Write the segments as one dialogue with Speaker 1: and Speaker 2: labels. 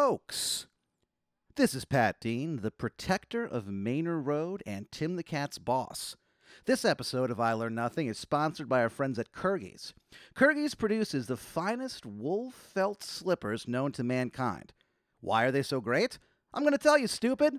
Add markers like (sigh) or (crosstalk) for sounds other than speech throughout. Speaker 1: folks. This is Pat Dean, the protector of Manor Road and Tim the Cat's boss. This episode of I Learn Nothing is sponsored by our friends at Kurgis. Kurgis produces the finest wool felt slippers known to mankind. Why are they so great? I'm going to tell you, stupid.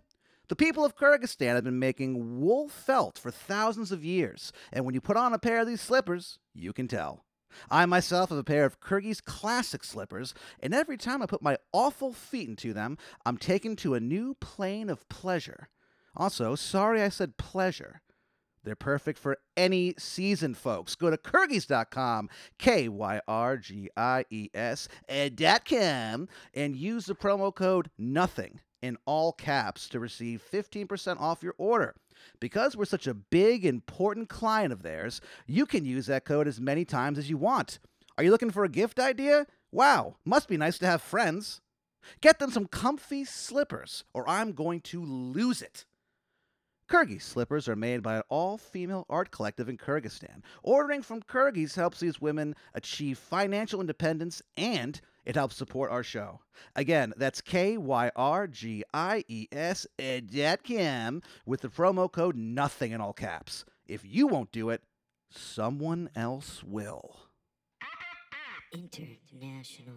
Speaker 1: The people of Kyrgyzstan have been making wool felt for thousands of years, and when you put on a pair of these slippers, you can tell. I myself have a pair of Kyrgyz classic slippers, and every time I put my awful feet into them, I'm taken to a new plane of pleasure. Also, sorry I said pleasure. They're perfect for any season, folks. Go to Kyrgyz.com, K Y R G I E S, and dot .com, and use the promo code NOTHING in all caps to receive 15% off your order. Because we're such a big, important client of theirs, you can use that code as many times as you want. Are you looking for a gift idea? Wow, must be nice to have friends. Get them some comfy slippers, or I'm going to lose it. Kyrgyz slippers are made by an all female art collective in Kyrgyzstan. Ordering from Kyrgyz helps these women achieve financial independence and it helps support our show. Again, that's K Y R G I E S dot com with the promo code NOTHING in all caps. If you won't do it, someone else will.
Speaker 2: International.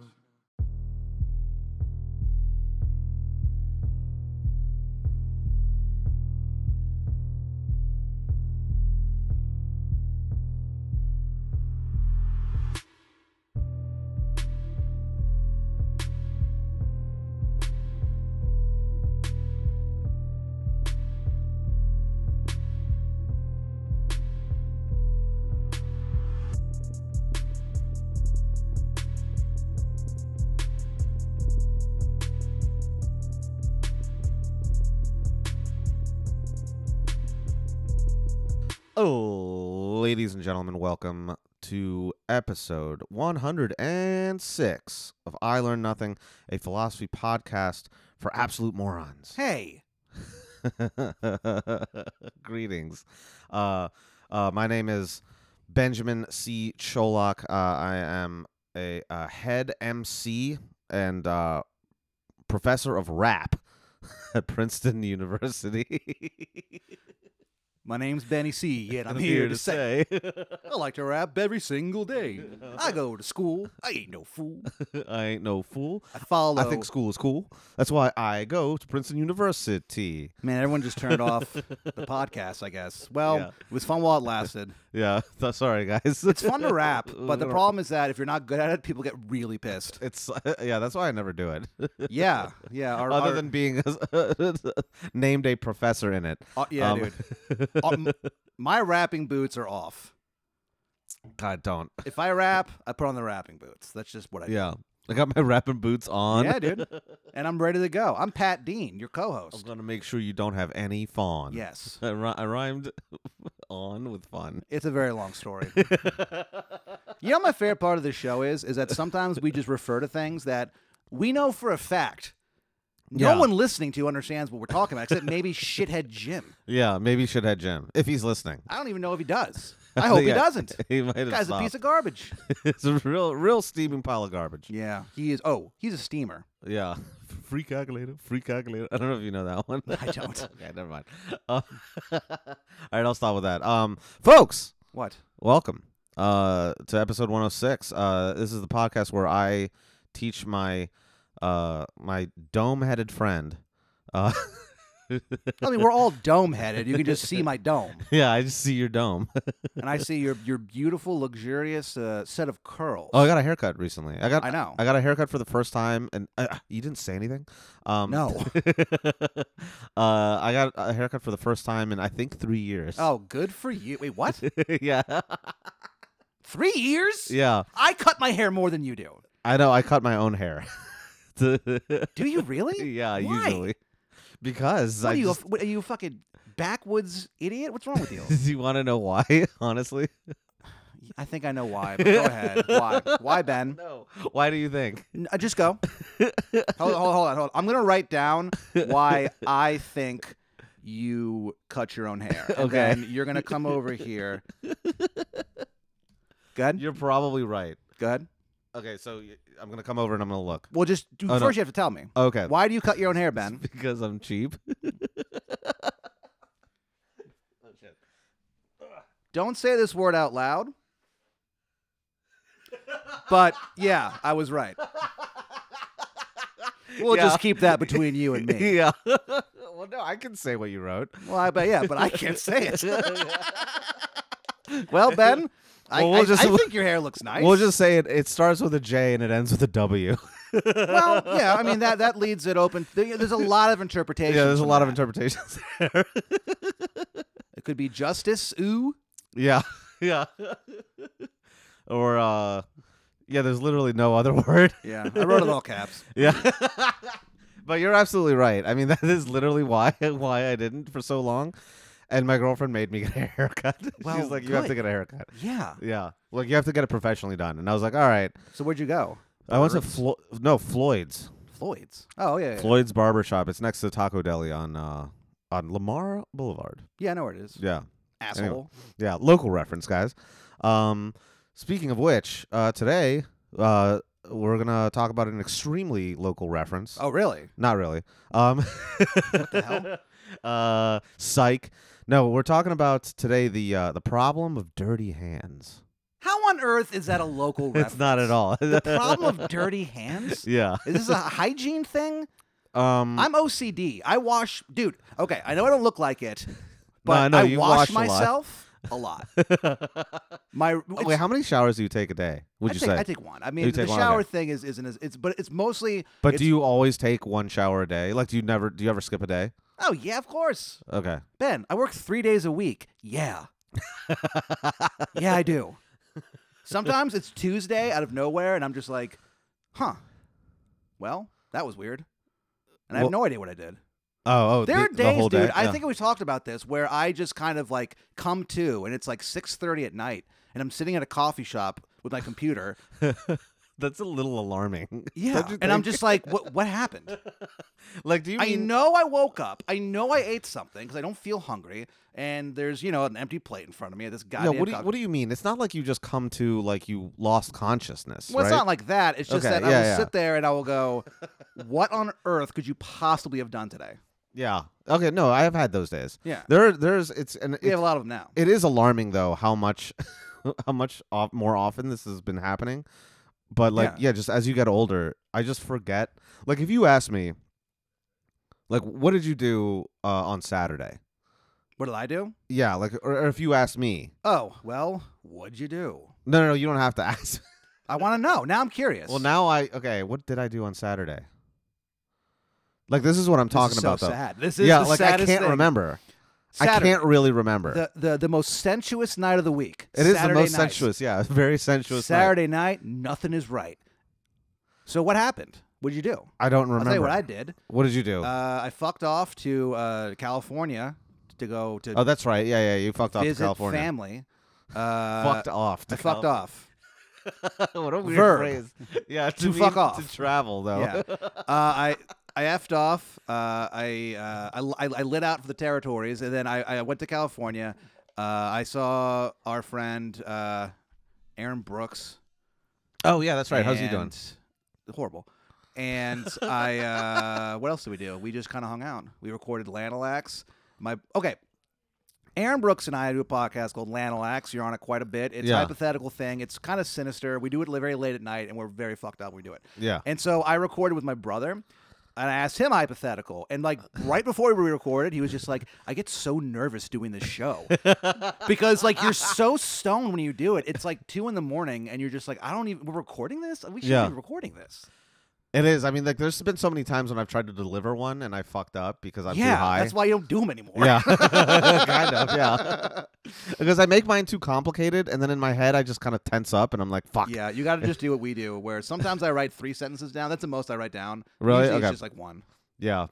Speaker 3: Oh, ladies and gentlemen, welcome to episode 106 of I Learn Nothing, a philosophy podcast for absolute morons.
Speaker 1: Hey,
Speaker 3: (laughs) Greetings. Uh, uh, my name is Benjamin C. Cholak. Uh, I am a, uh head MC and uh, professor of rap at Princeton (laughs) University.
Speaker 1: my name's Benny C,
Speaker 3: (laughs)
Speaker 1: yet I'm here to say
Speaker 3: say. (laughs)
Speaker 1: I like to rap every single day. I go to school, I ain't no fool.
Speaker 3: I ain't no fool.
Speaker 1: I follow.
Speaker 3: I think school is cool. That's why I go to Princeton University.
Speaker 1: Man, everyone just turned off
Speaker 3: (laughs)
Speaker 1: the podcast, I guess. Well,
Speaker 3: Yeah.
Speaker 1: it was fun while it lasted.
Speaker 3: Yeah, (laughs) th- sorry guys.
Speaker 1: It's fun to
Speaker 3: (laughs)
Speaker 1: rap, but
Speaker 3: Uh,
Speaker 1: the problem is that if you're not good at it, people get really pissed.
Speaker 3: It's (laughs) yeah, that's why I never do it.
Speaker 1: Yeah, yeah. Our,
Speaker 3: (laughs) Other
Speaker 1: our-
Speaker 3: than being (laughs) named a professor in it.
Speaker 1: uh, yeah,
Speaker 3: um, (laughs)
Speaker 1: dude. Um, my rapping boots are off.
Speaker 3: God, don't.
Speaker 1: If I rap, I put on the rapping boots. That's just what I do.
Speaker 3: Yeah, I got my (laughs) rapping boots on.
Speaker 1: Yeah, dude. And I'm ready to go. I'm Pat Dean, your
Speaker 3: I'm
Speaker 1: co-host.
Speaker 3: gonna make sure you don't have any fawn.
Speaker 1: Yes,
Speaker 3: (laughs) I, rhy- I rhymed (laughs) on with fun.
Speaker 1: it's a very long story. (laughs) you know, what my favorite part of the show is is that sometimes we just refer to things that we know for a fact. No
Speaker 3: Yeah.
Speaker 1: one listening to understands what we're talking about, except maybe shithead Jim.
Speaker 3: Yeah, maybe Shithead Jim, if he's listening.
Speaker 1: I don't even know if he
Speaker 3: (laughs)
Speaker 1: does. I hope he
Speaker 3: Yeah,
Speaker 1: doesn't.
Speaker 3: (laughs) He might have
Speaker 1: Guy's a piece
Speaker 3: stopped.
Speaker 1: of garbage.
Speaker 3: (laughs) it's a real, real steaming pile of garbage.
Speaker 1: Yeah, he is. Oh, he's a steamer.
Speaker 3: Yeah. (laughs) Free calculator, free calculator. I don't know if you know that one. (laughs)
Speaker 1: I don't.
Speaker 3: okay, never mind. Uh, (laughs) all right, I'll stop with that. Um, folks,
Speaker 1: What?
Speaker 3: welcome uh, to episode 106. Uh, this is the podcast where I teach my uh, my dome-headed friend. Uh, (laughs)
Speaker 1: I mean, we're all dome headed. You can just see my dome,
Speaker 3: yeah, I just see your dome. (laughs)
Speaker 1: and I see your your beautiful, luxurious uh, set of curls.
Speaker 3: oh, I got a haircut recently. I got
Speaker 1: I know.
Speaker 3: I got a haircut for the first time, and uh, you didn't say anything. Um,
Speaker 1: No.
Speaker 3: (laughs) uh, I got a haircut for the first time in I think three years.
Speaker 1: oh, good for you. Wait, what?
Speaker 3: (laughs) yeah,
Speaker 1: Three years?
Speaker 3: (laughs) yeah.
Speaker 1: I cut my hair more than you do.
Speaker 3: I know. I cut my own hair. (laughs)
Speaker 1: Do you really?
Speaker 3: yeah,
Speaker 1: Why?
Speaker 3: usually because
Speaker 1: What
Speaker 3: I
Speaker 1: are you? a
Speaker 3: just- (laughs)
Speaker 1: f- what, are you a fucking backwoods idiot? What's wrong with you?
Speaker 3: do you want to know why? (laughs) Honestly,
Speaker 1: I think I know why. But go ahead. Why? Why, Ben?
Speaker 3: no. Why do you think?
Speaker 1: N- uh, just
Speaker 3: (laughs)
Speaker 1: go. hold, hold, hold on, hold on. I'm gonna write down
Speaker 3: (laughs)
Speaker 1: why I think you cut your own hair. And
Speaker 3: Okay.
Speaker 1: then you're gonna
Speaker 3: (laughs)
Speaker 1: come over here. Go ahead.
Speaker 3: You're probably right.
Speaker 1: Go ahead.
Speaker 3: Okay, so y- I'm gonna come over and I'm gonna look.
Speaker 1: Well, just do,
Speaker 3: Oh, no.
Speaker 1: first you have to tell me.
Speaker 3: Okay,
Speaker 1: Why do you cut your own hair, Ben?
Speaker 3: (laughs) because
Speaker 1: (laughs)
Speaker 3: I'm cheap. oh shit.
Speaker 1: Don't say this word out loud. But yeah, I was right. We'll
Speaker 3: Yeah.
Speaker 1: just keep that between you
Speaker 3: (laughs)
Speaker 1: and me.
Speaker 3: Yeah. well, no, I can say what you wrote.
Speaker 1: Well, I bet yeah, but I can't say
Speaker 3: (laughs)
Speaker 1: it. Well, Ben, I,
Speaker 3: Well, we'll
Speaker 1: I-
Speaker 3: just-
Speaker 1: I
Speaker 3: (laughs)
Speaker 1: think your hair looks nice.
Speaker 3: We'll just say it. It starts with a J and it ends with a W. (laughs)
Speaker 1: well, yeah. I mean that that leaves it open. there- There's a lot of interpretations.
Speaker 3: yeah, there's a
Speaker 1: on
Speaker 3: lot of
Speaker 1: that.
Speaker 3: interpretations (laughs) there.
Speaker 1: It could be justice. Ooh,
Speaker 3: yeah, (laughs) yeah. or uh, yeah, there's literally no other (laughs) word.
Speaker 1: yeah. I wrote it all caps.
Speaker 3: Yeah. but you're absolutely right. I mean, (laughs) that is literally why why I didn't for so long. And my girlfriend made me get a (laughs) haircut.
Speaker 1: Well,
Speaker 3: She's like, you have to
Speaker 1: good.
Speaker 3: get a haircut.
Speaker 1: Yeah.
Speaker 3: (laughs) Yeah. Like, you have to get it professionally done. And I was like, all right.
Speaker 1: So where'd you go?
Speaker 3: I went to
Speaker 1: Birds?
Speaker 3: Flo- no Floyd's.
Speaker 1: Floyd's. Oh yeah, yeah, yeah.
Speaker 3: Floyd's Barber Shop. It's next to Taco Deli on uh, on Lamar Boulevard.
Speaker 1: Yeah, I know where it is.
Speaker 3: Yeah.
Speaker 1: Asshole.
Speaker 3: anyway. Yeah. Local reference, guys. Um, speaking of which, uh, today uh, we're going to talk about an extremely local reference.
Speaker 1: Oh really?
Speaker 3: Not really. Um, what
Speaker 1: the
Speaker 3: hell? (laughs) Uh, psych. No, we're talking about today the uh, the problem of dirty hands.
Speaker 1: How on earth is that a local? reference?
Speaker 3: (laughs) It's not at all.
Speaker 1: (laughs) the problem of dirty hands.
Speaker 3: (laughs) yeah.
Speaker 1: Is this a hygiene thing?
Speaker 3: Um.
Speaker 1: I'm OCD. I wash, dude. Okay, I know I don't look like
Speaker 3: (laughs)
Speaker 1: it,
Speaker 3: I
Speaker 1: but
Speaker 3: know,
Speaker 1: I
Speaker 3: you
Speaker 1: wash
Speaker 3: wash a lot.
Speaker 1: myself a lot.
Speaker 3: (laughs)
Speaker 1: My it's-
Speaker 3: Wait, how many showers do you take a day? Would
Speaker 1: I
Speaker 3: you
Speaker 1: take,
Speaker 3: say?
Speaker 1: I take one. I mean,
Speaker 3: You
Speaker 1: the
Speaker 3: take one,
Speaker 1: shower
Speaker 3: okay.
Speaker 1: thing is isn't as it's, but it's mostly.
Speaker 3: but
Speaker 1: it's-
Speaker 3: do you always take one shower a day? Like, do you never? Do you ever skip a day?
Speaker 1: Oh yeah, of course,
Speaker 3: Okay.
Speaker 1: Ben. I work three days a week.
Speaker 3: (laughs)
Speaker 1: Yeah, yeah, I do. Sometimes it's Tuesday out of nowhere, and I'm just like, huh. Well, that was weird, and I have
Speaker 3: Well-
Speaker 1: no idea what I did.
Speaker 3: Oh, oh.
Speaker 1: There
Speaker 3: the,
Speaker 1: are
Speaker 3: the
Speaker 1: days,
Speaker 3: whole
Speaker 1: dude.
Speaker 3: day?
Speaker 1: I
Speaker 3: Yeah.
Speaker 1: think we talked about this where I just kind of like come to, and it's like six thirty at night, and I'm sitting at a coffee shop with my computer.
Speaker 3: that's a little alarming.
Speaker 1: Yeah,
Speaker 3: (laughs) Don't you
Speaker 1: and I'm
Speaker 3: think?
Speaker 1: just like, what? What happened?
Speaker 3: like, do (laughs) you
Speaker 1: I
Speaker 3: mean?
Speaker 1: know I woke up. I know I ate something because I don't feel hungry, and there's you know an empty plate in front of me. at This
Speaker 3: yeah,
Speaker 1: goddamn.
Speaker 3: what do you,
Speaker 1: coffee-
Speaker 3: what do you mean? It's not like you just come to like you lost consciousness,
Speaker 1: well,
Speaker 3: right?
Speaker 1: it's not like that. It's just
Speaker 3: Okay,
Speaker 1: that I
Speaker 3: yeah,
Speaker 1: will
Speaker 3: yeah.
Speaker 1: sit there and I will go, "What on earth could you possibly have done today?"
Speaker 3: Yeah. Okay. No, I have had those days.
Speaker 1: Yeah,
Speaker 3: There, there's. It's and
Speaker 1: we
Speaker 3: it's,
Speaker 1: have a lot of them now.
Speaker 3: it is alarming though how much, (laughs) how much off, more often this has been happening. But like,
Speaker 1: Yeah.
Speaker 3: yeah. just as you get older, I just forget. Like, if you ask me, like, what did you do uh, on Saturday?
Speaker 1: What did I do?
Speaker 3: Yeah, like, or, or if you ask me,
Speaker 1: Oh, well, what'd you do?
Speaker 3: no, no, no, you don't have to (laughs) ask.
Speaker 1: I want to know. Now I'm curious.
Speaker 3: well, now I okay. What did I do on Saturday? Like, this is what I'm
Speaker 1: This is
Speaker 3: talking
Speaker 1: so
Speaker 3: about though.
Speaker 1: sad. This is
Speaker 3: yeah,
Speaker 1: the
Speaker 3: like I
Speaker 1: saddest
Speaker 3: can't
Speaker 1: thing.
Speaker 3: remember. I
Speaker 1: Saturday,
Speaker 3: can't really remember.
Speaker 1: The, the the most sensuous night of the week.
Speaker 3: It is
Speaker 1: Saturday
Speaker 3: the most
Speaker 1: night.
Speaker 3: sensuous, yeah. (laughs) Very sensuous. night.
Speaker 1: Saturday night, nothing is right. So what happened? What'd you do?
Speaker 3: I don't remember.
Speaker 1: I'll tell you what I did.
Speaker 3: What did you do?
Speaker 1: Uh, I fucked off to uh, California to go to
Speaker 3: oh, that's right. Yeah, yeah. You fucked off to
Speaker 1: visit
Speaker 3: California.
Speaker 1: family. Uh,
Speaker 3: fucked off. To
Speaker 1: I fucked off.
Speaker 3: off. (laughs) what a weird
Speaker 1: Verb.
Speaker 3: phrase. Yeah,
Speaker 1: (laughs)
Speaker 3: to,
Speaker 1: To
Speaker 3: mean
Speaker 1: fuck off.
Speaker 3: to travel though.
Speaker 1: Yeah. (laughs) Uh, I I effed off. Uh, I, uh, I I I lit out for the territories, and then I, I went to California. Uh, I saw our friend uh, Aaron Brooks.
Speaker 3: (laughs) Oh yeah, that's right. How's he doing?
Speaker 1: and- Horrible.
Speaker 3: (laughs)
Speaker 1: And I, uh, what else did we do? We just kind of hung out. We recorded Lanalax. My okay. Aaron Brooks and I do a podcast called Lanalax. You're on it quite a bit. It's
Speaker 3: Yeah.
Speaker 1: a hypothetical thing. It's kind of sinister. We do it very late at night, and we're very fucked up. when We do it.
Speaker 3: Yeah.
Speaker 1: And so I recorded with my brother, and I asked him hypothetical. And like right before we recorded, he was just like, "I get so nervous doing this
Speaker 3: (laughs)
Speaker 1: show because like you're so stoned when you do it. It's like two in the morning, and you're just like, I don't even. We're recording this. We should
Speaker 3: Yeah.
Speaker 1: be recording this.
Speaker 3: It is. I mean, like, there's been so many times when I've tried to deliver one and I fucked up because I'm
Speaker 1: yeah,
Speaker 3: too high.
Speaker 1: that's why you don't do them anymore.
Speaker 3: yeah, kind of. (laughs) Yeah, because I make mine too complicated, and then in my head I just kind of tense up, and I'm like,
Speaker 1: (laughs)
Speaker 3: "Fuck."
Speaker 1: Yeah, you got to just do what we do, where sometimes I write three sentences down. That's the most I write down.
Speaker 3: Really?
Speaker 1: Usually it's
Speaker 3: Okay.
Speaker 1: just like one.
Speaker 3: yeah.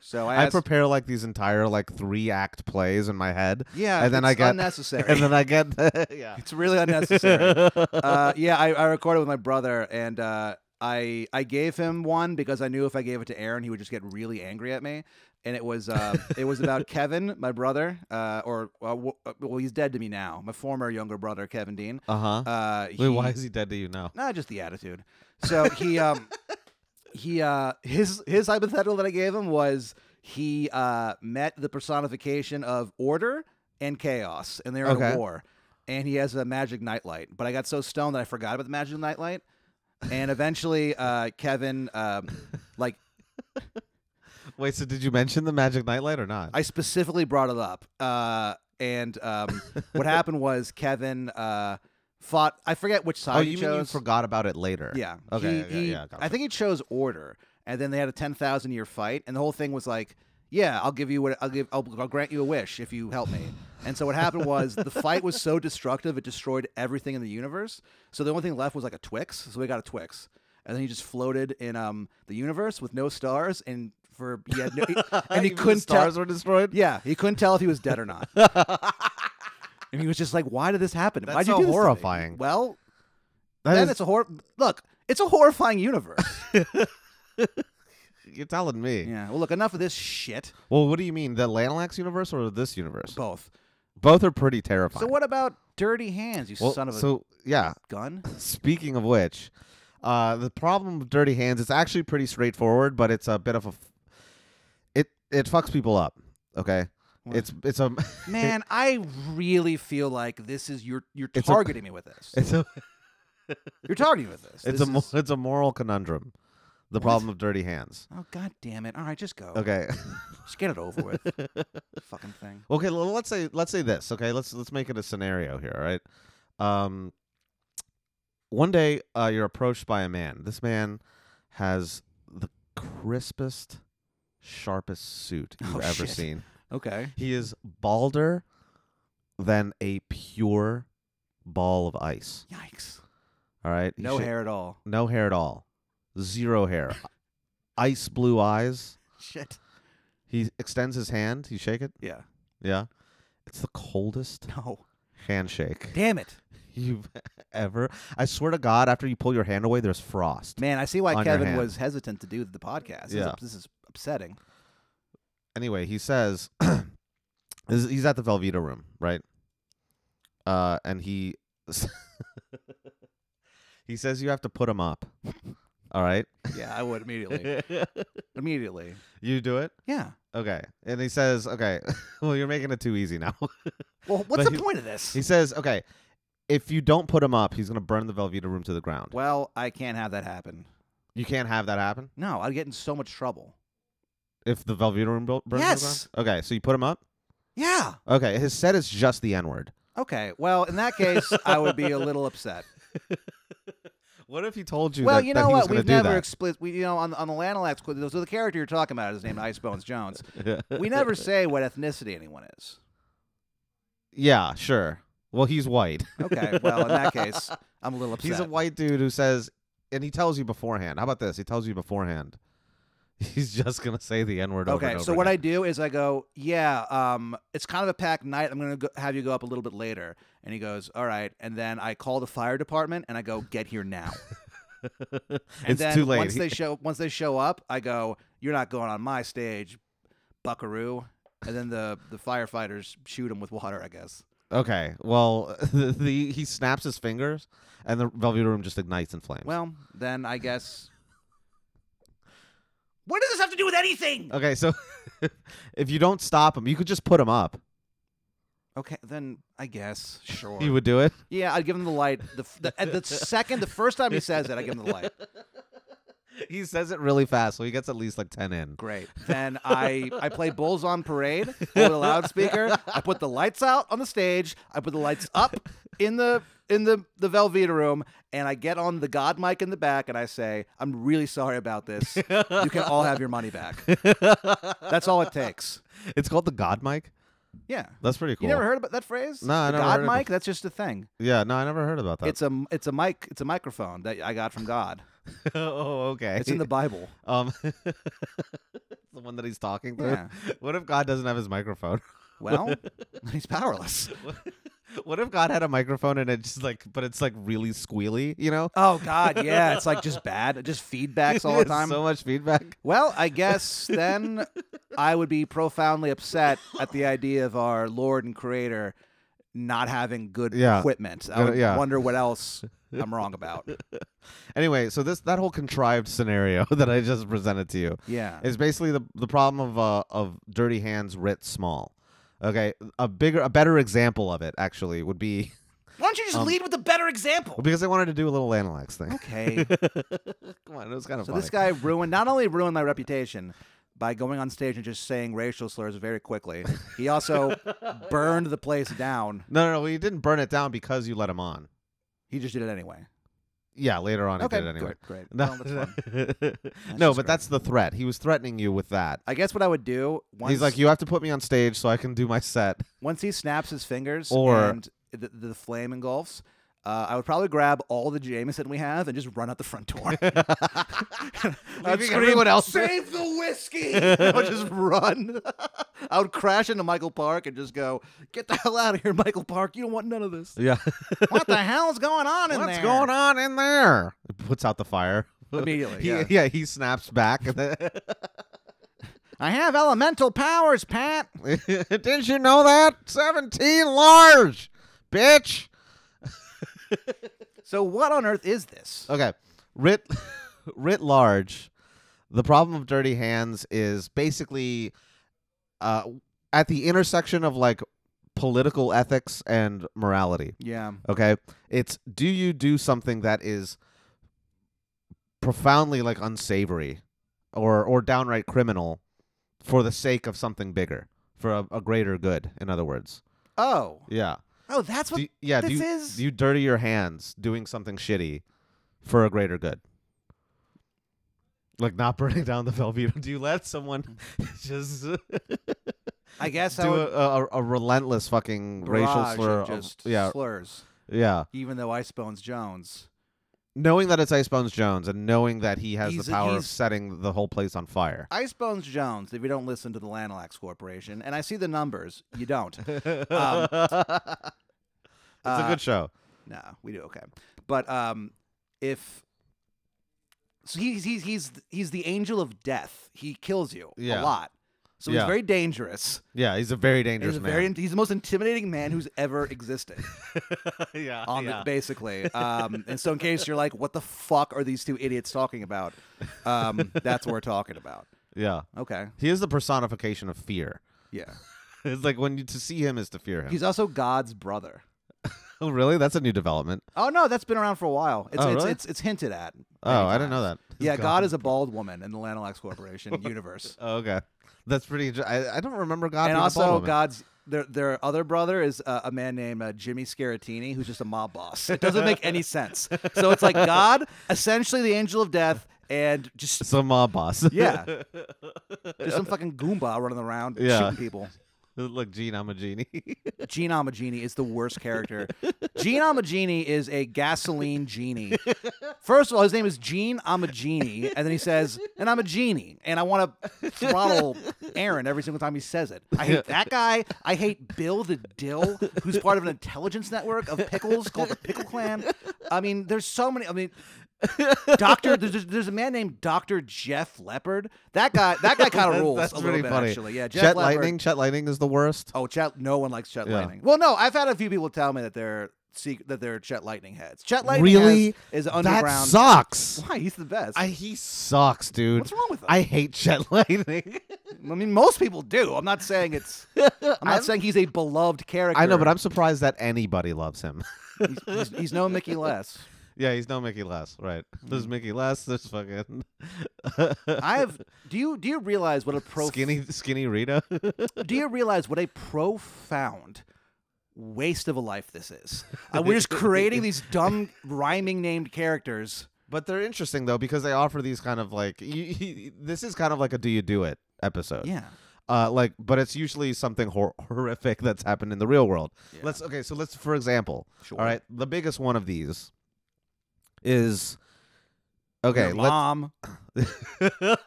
Speaker 1: So I,
Speaker 3: I
Speaker 1: asked-
Speaker 3: prepare like these entire like three act plays in
Speaker 1: (laughs)
Speaker 3: my head,
Speaker 1: yeah,
Speaker 3: and then
Speaker 1: it's
Speaker 3: I get
Speaker 1: unnecessary.
Speaker 3: and then
Speaker 1: (laughs)
Speaker 3: I get (laughs) the, yeah.
Speaker 1: It's really unnecessary. uh, yeah, I, I recorded with my brother, and uh, I I gave him one because I knew if I gave it to Aaron, he would just get really angry at me. And it was uh, it was about Kevin, my brother, uh, or uh, w- uh, well, he's dead to me now. My former younger brother, Kevin Dean.
Speaker 3: Uh huh.
Speaker 1: Uh, he,
Speaker 3: Why is he dead to you now?
Speaker 1: Nah, just the attitude. So he
Speaker 3: (laughs)
Speaker 1: um he uh his his hypothetical that I gave him was he uh met the personification of order and chaos and they're
Speaker 3: Okay.
Speaker 1: at war. And he has a magic nightlight. But I got so stoned that I forgot about the magic nightlight.
Speaker 3: (laughs)
Speaker 1: And eventually uh Kevin um like
Speaker 3: Wait, so did you mention the magic nightlight or not?
Speaker 1: I specifically brought it up. Uh and um what happened was Kevin uh fought I forget which side
Speaker 3: oh,
Speaker 1: he
Speaker 3: you mean you
Speaker 1: chose.
Speaker 3: forgot about it later?
Speaker 1: Yeah.
Speaker 3: Okay,
Speaker 1: He-
Speaker 3: okay,
Speaker 1: he-
Speaker 3: yeah,
Speaker 1: I
Speaker 3: gotcha. (laughs)
Speaker 1: think he chose order, and then they had a ten thousand year fight, and the whole thing was like, "Yeah, I'll give you what I'll give. I'll, I'll grant you a wish if you help me." And so what happened was the fight was so destructive it destroyed everything in the universe. So the only thing left was like a Twix. So we got a Twix, and then he just floated in um the universe with no stars, and for he had
Speaker 3: (laughs)
Speaker 1: no, and he
Speaker 3: Even the
Speaker 1: couldn't tell.
Speaker 3: stars were destroyed.
Speaker 1: Yeah, he couldn't tell if he was dead or
Speaker 3: (laughs)
Speaker 1: not. and he was just like, "Why did this happen?
Speaker 3: That's
Speaker 1: Why did you
Speaker 3: so
Speaker 1: do this to me?"
Speaker 3: horrifying.
Speaker 1: Well,
Speaker 3: That
Speaker 1: then
Speaker 3: is-
Speaker 1: it's a hor. Look, it's a horrifying universe.
Speaker 3: you're telling me.
Speaker 1: yeah. Well, look, enough of this shit.
Speaker 3: Well, what do you mean, the Lanalax universe or this universe?
Speaker 1: Both.
Speaker 3: Both are pretty terrifying.
Speaker 1: So what about dirty hands? You
Speaker 3: Well,
Speaker 1: son of a
Speaker 3: so yeah. (laughs)
Speaker 1: gun.
Speaker 3: Speaking of which, uh, the problem with dirty hands it's actually pretty straightforward, but it's a bit of a f- it it fucks people up. Okay,
Speaker 1: What?
Speaker 3: it's it's a (laughs)
Speaker 1: Man, I really feel like this is you're you're
Speaker 3: It's a-
Speaker 1: targeting me with this.
Speaker 3: (laughs) it's a
Speaker 1: You're targeting me with this. This
Speaker 3: it's a mo-
Speaker 1: is-
Speaker 3: it's a moral conundrum. The problem of dirty hands.
Speaker 1: oh god damn it! All right, just go.
Speaker 3: Okay,
Speaker 1: Just get it over with. (laughs)
Speaker 3: (laughs)
Speaker 1: Fucking thing.
Speaker 3: okay. Well, let's say let's say this. Okay, let's let's make it a scenario here. All right. Um, one day uh, you're approached by a man. This man has the crispest, sharpest suit you've
Speaker 1: Oh,
Speaker 3: ever
Speaker 1: shit.
Speaker 3: seen.
Speaker 1: Okay.
Speaker 3: He is balder than a pure ball of ice.
Speaker 1: Yikes.
Speaker 3: All right. He
Speaker 1: No
Speaker 3: sha-
Speaker 1: hair at all.
Speaker 3: No hair at all. Zero hair. ice blue eyes.
Speaker 1: Shit.
Speaker 3: He extends his hand. You shake it.
Speaker 1: Yeah.
Speaker 3: Yeah. It's the coldest
Speaker 1: No.
Speaker 3: handshake
Speaker 1: Damn it.
Speaker 3: (laughs) you've ever. I swear to God, after you pull your hand away, there's frost.
Speaker 1: Man, I see why
Speaker 3: on your
Speaker 1: Kevin
Speaker 3: hand.
Speaker 1: was hesitant to do the podcast. This is-
Speaker 3: Yeah.
Speaker 1: This is upsetting.
Speaker 3: anyway, he says (clears throat) he's he's at the Velveeta room, right? Uh, and he (laughs) he says you have to put him up.
Speaker 1: (laughs)
Speaker 3: All right,
Speaker 1: Yeah, I would
Speaker 3: (laughs)
Speaker 1: immediately. immediately.
Speaker 3: you do it.
Speaker 1: Yeah.
Speaker 3: Okay, and he says, okay, (laughs) well, you're making it too easy now. (laughs)
Speaker 1: Well, what's
Speaker 3: But
Speaker 1: the
Speaker 3: he-
Speaker 1: point of this?
Speaker 3: he says, okay, if you don't put him up, he's gonna burn the Velveeta room to the ground.
Speaker 1: Well, I can't have that happen.
Speaker 3: You can't have that happen
Speaker 1: No, I'd get in so much trouble.
Speaker 3: if the Velveeta room bu- burns
Speaker 1: Yes.
Speaker 3: to the ground. Okay, so you put him up.
Speaker 1: Yeah.
Speaker 3: Okay, his set is just the N word.
Speaker 1: Okay. Well, in that case, I would be a little upset.
Speaker 3: What if he told you?
Speaker 1: well,
Speaker 3: that,
Speaker 1: you
Speaker 3: that
Speaker 1: know
Speaker 3: he was
Speaker 1: what?
Speaker 3: gonna
Speaker 1: We've
Speaker 3: do
Speaker 1: never
Speaker 3: that?
Speaker 1: explicit. We, you know, on on the Lanalax, quiz, so the character you're talking about is named Ice Bones Jones.
Speaker 3: Yeah. (laughs)
Speaker 1: We never say what ethnicity anyone is.
Speaker 3: Yeah, sure. Well, he's white.
Speaker 1: Okay. Well, in that case, I'm a little upset.
Speaker 3: (laughs) He's a white dude who says, and he tells you beforehand. How about this? He tells you beforehand. (laughs) He's just gonna say the N word.
Speaker 1: Okay, so what I do is I go, yeah, um, it's kind of a packed night. I'm gonna go- have you go up a little bit later, and he goes, all right. And then I call the fire department and I go, get here now.
Speaker 3: (laughs) I
Speaker 1: And
Speaker 3: it's
Speaker 1: then
Speaker 3: too late.
Speaker 1: Once
Speaker 3: He-
Speaker 1: they show, once they show up, I go, you're not going on my stage, Buckaroo. And then the the firefighters shoot him with water. I guess.
Speaker 3: (laughs) okay. Well, (laughs) the, the he snaps his fingers, and the Velveeta room just ignites in flames.
Speaker 1: Well, then I guess. What does this have to do with anything?
Speaker 3: okay. So (laughs) if you don't stop him, you could just put him up.
Speaker 1: Okay, then I guess sure.
Speaker 3: He would do it.
Speaker 1: Yeah, I'd give him the light. The, f- the, at the second, the first time he says it, I give him the light.
Speaker 3: (laughs) He says it really fast, so he gets at least like ten in. (laughs)
Speaker 1: Great. Then I I play Bulls on Parade over the loudspeaker. I put the lights out on the stage. I put the lights up in the in the the Velveeta room, and I get on the God mic in the back, and I say, "I'm really sorry about this. You can all have your money
Speaker 3: (laughs)
Speaker 1: back. That's all it takes."
Speaker 3: It's called the God mic.
Speaker 1: Yeah.
Speaker 3: That's pretty
Speaker 1: You
Speaker 3: cool.
Speaker 1: never heard about that phrase?
Speaker 3: No, I
Speaker 1: the
Speaker 3: never
Speaker 1: God
Speaker 3: heard it
Speaker 1: mic. That's just a thing.
Speaker 3: Yeah, no, I never heard about that.
Speaker 1: It's a it's a mic. It's a microphone that I got from
Speaker 3: (laughs)
Speaker 1: God.
Speaker 3: oh, okay.
Speaker 1: It's in the Bible.
Speaker 3: (laughs) Um, the one that he's (laughs) talking to.
Speaker 1: Yeah. (laughs)
Speaker 3: What if God doesn't have his microphone?
Speaker 1: Well, he's powerless.
Speaker 3: What- (laughs) What if God had a microphone and it's just like, but it's like really squealy,
Speaker 1: (laughs)
Speaker 3: you know?
Speaker 1: Oh God, yeah, it's like just bad, just feedbacks all the
Speaker 3: (laughs) It's
Speaker 1: time.
Speaker 3: So much feedback. (laughs)
Speaker 1: well, I guess then I would be profoundly upset at the idea of our Lord and Creator not having good
Speaker 3: Yeah.
Speaker 1: equipment. I
Speaker 3: Good-
Speaker 1: would
Speaker 3: yeah.
Speaker 1: wonder what
Speaker 3: (laughs)
Speaker 1: else I'm wrong about.
Speaker 3: Anyway, so this that whole contrived scenario (laughs) that I just presented to you
Speaker 1: Yeah.
Speaker 3: is basically the the problem of uh, of dirty hands writ small. Okay, a bigger, a better example of it actually would be (laughs)
Speaker 1: Why don't you just
Speaker 3: Um,
Speaker 1: lead with the better example?
Speaker 3: because I wanted to do a little Analyx thing. (laughs)
Speaker 1: Okay.
Speaker 3: Come on, it was kind of
Speaker 1: So
Speaker 3: funny.
Speaker 1: this guy ruined not only ruined my reputation by going on stage and just saying racial slurs very quickly, he
Speaker 3: (laughs)
Speaker 1: also burned the place down.
Speaker 3: No, no, no. We didn't burn it down because you let him on.
Speaker 1: He just did it anyway.
Speaker 3: Yeah, later on
Speaker 1: okay,
Speaker 3: he did it anyway.
Speaker 1: good, great.
Speaker 3: (laughs) No,
Speaker 1: Well, that's fine.
Speaker 3: (laughs) no,
Speaker 1: just
Speaker 3: but
Speaker 1: great.
Speaker 3: that's the threat. He was threatening you with that.
Speaker 1: I guess what I would do once
Speaker 3: He's like, you have to put me on stage so I can do my
Speaker 1: (laughs)
Speaker 3: set.
Speaker 1: once he snaps his fingers
Speaker 3: Or-
Speaker 1: and the, the flame engulfs. Uh, I would probably grab all the Jameson we have and just run out the front (laughs)
Speaker 3: (laughs)
Speaker 1: door. I'd
Speaker 3: Leaving
Speaker 1: scream,
Speaker 3: everyone else-
Speaker 1: Save the (laughs) whiskey! I would just run. (laughs) I would crash into Michael Park and just go, "Get the hell out of here, Michael Park! You don't want none of this."
Speaker 3: (laughs) Yeah.
Speaker 1: (laughs) what the hell's going on in
Speaker 3: What's
Speaker 1: there?
Speaker 3: going on in there? Puts out the fire.
Speaker 1: Immediately,
Speaker 3: He- (laughs)
Speaker 1: yeah.
Speaker 3: he snaps back. (laughs) and then-
Speaker 1: I have elemental powers, Pat.
Speaker 3: Didn't you know that? 17 large, bitch.
Speaker 1: So what on earth is this?
Speaker 3: Okay. Writ (laughs) writ large, the problem of dirty hands is basically uh at the intersection of like political ethics and morality.
Speaker 1: yeah.
Speaker 3: Okay? It's do you do something that is profoundly like unsavory or or downright criminal for the sake of something bigger, for a, a greater good, in other words.
Speaker 1: Oh.
Speaker 3: Yeah.
Speaker 1: Oh, that's what
Speaker 3: Do you- yeah, do
Speaker 1: this
Speaker 3: you,
Speaker 1: is.
Speaker 3: do you dirty your hands doing something shitty for a greater good? Like not (laughs) burning down the Velveeta. Do you let someone (laughs) just
Speaker 1: I guess I
Speaker 3: do
Speaker 1: would
Speaker 3: a, a, a relentless fucking racial
Speaker 1: barrage of
Speaker 3: slur? of-
Speaker 1: just
Speaker 3: yeah,
Speaker 1: slurs.
Speaker 3: yeah.
Speaker 1: Even though Ice Bones Jones,
Speaker 3: Knowing that it's Ice Bones Jones and knowing that he has
Speaker 1: He's-
Speaker 3: the power of
Speaker 1: he's-
Speaker 3: setting the whole place on
Speaker 1: (laughs)
Speaker 3: fire.
Speaker 1: Ice Bones Jones. If you don't listen to the Lanalax Corporation, and I see the numbers, you
Speaker 3: (laughs)
Speaker 1: don't.
Speaker 3: it's a
Speaker 1: Um, uh,
Speaker 3: good show.
Speaker 1: No, we do okay. But um, if so, he's he's he's he's the angel of death. He kills you a
Speaker 3: Yeah.
Speaker 1: lot, so
Speaker 3: Yeah.
Speaker 1: he's very dangerous.
Speaker 3: Yeah, he's a very
Speaker 1: And
Speaker 3: dangerous
Speaker 1: He's a (laughs)
Speaker 3: man.
Speaker 1: very he's the most intimidating man who's ever existed.
Speaker 3: (laughs) yeah,
Speaker 1: (laughs) On
Speaker 3: yeah.
Speaker 1: the,
Speaker 3: (laughs)
Speaker 1: basically, um, and so in case you're like, what the fuck are these two idiots talking about? Um, that's what we're talking about.
Speaker 3: yeah.
Speaker 1: Okay,
Speaker 3: He is the personification
Speaker 1: (laughs)
Speaker 3: of fear.
Speaker 1: yeah.
Speaker 3: It's like when you to see him is to fear him.
Speaker 1: He's also God's brother.
Speaker 3: (laughs) oh, really? That's a new development.
Speaker 1: Oh no, that's been around for a while. It's
Speaker 3: Oh,
Speaker 1: it's,
Speaker 3: really?
Speaker 1: it's it's hinted at. (laughs)
Speaker 3: Oh,
Speaker 1: many
Speaker 3: I didn't know
Speaker 1: times.
Speaker 3: that. (laughs)
Speaker 1: Yeah, God is a bald woman in the Lanalax Corporation universe,
Speaker 3: Oh, okay, that's pretty. inter- I, I don't remember
Speaker 1: and
Speaker 3: God. being a bald
Speaker 1: also
Speaker 3: woman.
Speaker 1: God's their their other brother is uh, a man named uh, Jimmy Scaratini, who's just a mob boss. It doesn't make
Speaker 3: (laughs)
Speaker 1: any sense. So it's like God, essentially the angel of death, and just
Speaker 3: Some mob boss. (laughs)
Speaker 1: yeah, just some fucking goomba running around
Speaker 3: Yeah.
Speaker 1: shooting people.
Speaker 3: Look, Gene, I'm a genie.
Speaker 1: Gene Amagini is the worst character. Gene Amagini is a gasoline genie. First of all, his name is Gene Amagini, and then he says, "And I'm a genie, and I want to throttle Aaron every single time he says it." I hate that guy. I hate Bill the Dill, who's part of an intelligence network of pickles called the Pickle Clan. I mean, there's so many. I mean. Doctor, there's, there's- there's a man named Doctor Jeff Leopard. That guy, that guy kind of rules
Speaker 3: (laughs) that's
Speaker 1: a little
Speaker 3: pretty
Speaker 1: bit
Speaker 3: funny.
Speaker 1: actually. Yeah, Jeff
Speaker 3: Chet
Speaker 1: Leppard-
Speaker 3: Lightning. Chet Lightning is the worst.
Speaker 1: Oh, Chet. No one likes Chet
Speaker 3: Yeah.
Speaker 1: Lightning. Well, no, I've had a few people tell me that they're sec- that they're Chet Lightning heads. Chet Lightning
Speaker 3: Really?
Speaker 1: has, is
Speaker 3: That
Speaker 1: underground.
Speaker 3: sucks.
Speaker 1: Why? He's the best.
Speaker 3: I he sucks, dude.
Speaker 1: What's wrong with him?
Speaker 3: I hate Chet (laughs) Lightning.
Speaker 1: I mean, most people do. I'm not saying
Speaker 3: (laughs)
Speaker 1: it's. I'm not
Speaker 3: I'm-
Speaker 1: saying he's a beloved character.
Speaker 3: I know, but I'm surprised that anybody loves him. (laughs)
Speaker 1: He's, he's, he's no Mickey Less.
Speaker 3: yeah, he's no Mickey Less, right? There's Mickey Less. There's fucking
Speaker 1: I have. Do you do you realize what a prof-
Speaker 3: skinny skinny Rita. (laughs)
Speaker 1: Do you realize what a profound waste of a life this
Speaker 3: (laughs)
Speaker 1: is? Uh, we're just creating these dumb rhyming named characters.
Speaker 3: But they're interesting though because they offer these kind of like you, this is kind of like a do you do it episode.
Speaker 1: Yeah.
Speaker 3: Uh, like, but it's usually something hor- horrific that's happened in the real world.
Speaker 1: Yeah.
Speaker 3: Let's okay. So let's, for example,
Speaker 1: Sure.
Speaker 3: all right, the biggest one of these is okay.
Speaker 1: Your
Speaker 3: (laughs) Let's
Speaker 1: mom. (laughs)
Speaker 3: (laughs)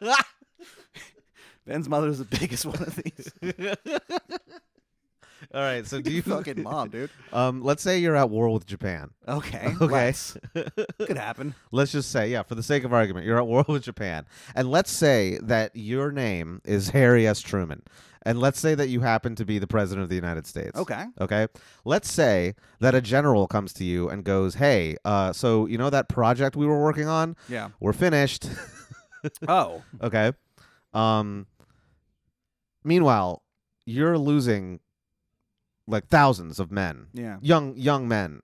Speaker 1: Ben's mother is the biggest one of these.
Speaker 3: All right. So (laughs) do you
Speaker 1: fucking mom, dude.
Speaker 3: Um, let's say you're at war with Japan.
Speaker 1: Okay.
Speaker 3: Okay. (laughs)
Speaker 1: let's. Could happen.
Speaker 3: Let's just say, yeah, for the sake of argument, you're at war (laughs) with Japan, and let's say that your name is Harry S. Truman, and let's say that you happen to be the president of the United States.
Speaker 1: Okay.
Speaker 3: Okay. Let's say that a general comes to you and goes, "Hey, uh, so you know that project we were working on? (laughs)
Speaker 1: Yeah.
Speaker 3: We're finished."
Speaker 1: Oh.
Speaker 3: okay. Um. Meanwhile, you're losing like thousands of men,
Speaker 1: Yeah.
Speaker 3: young young men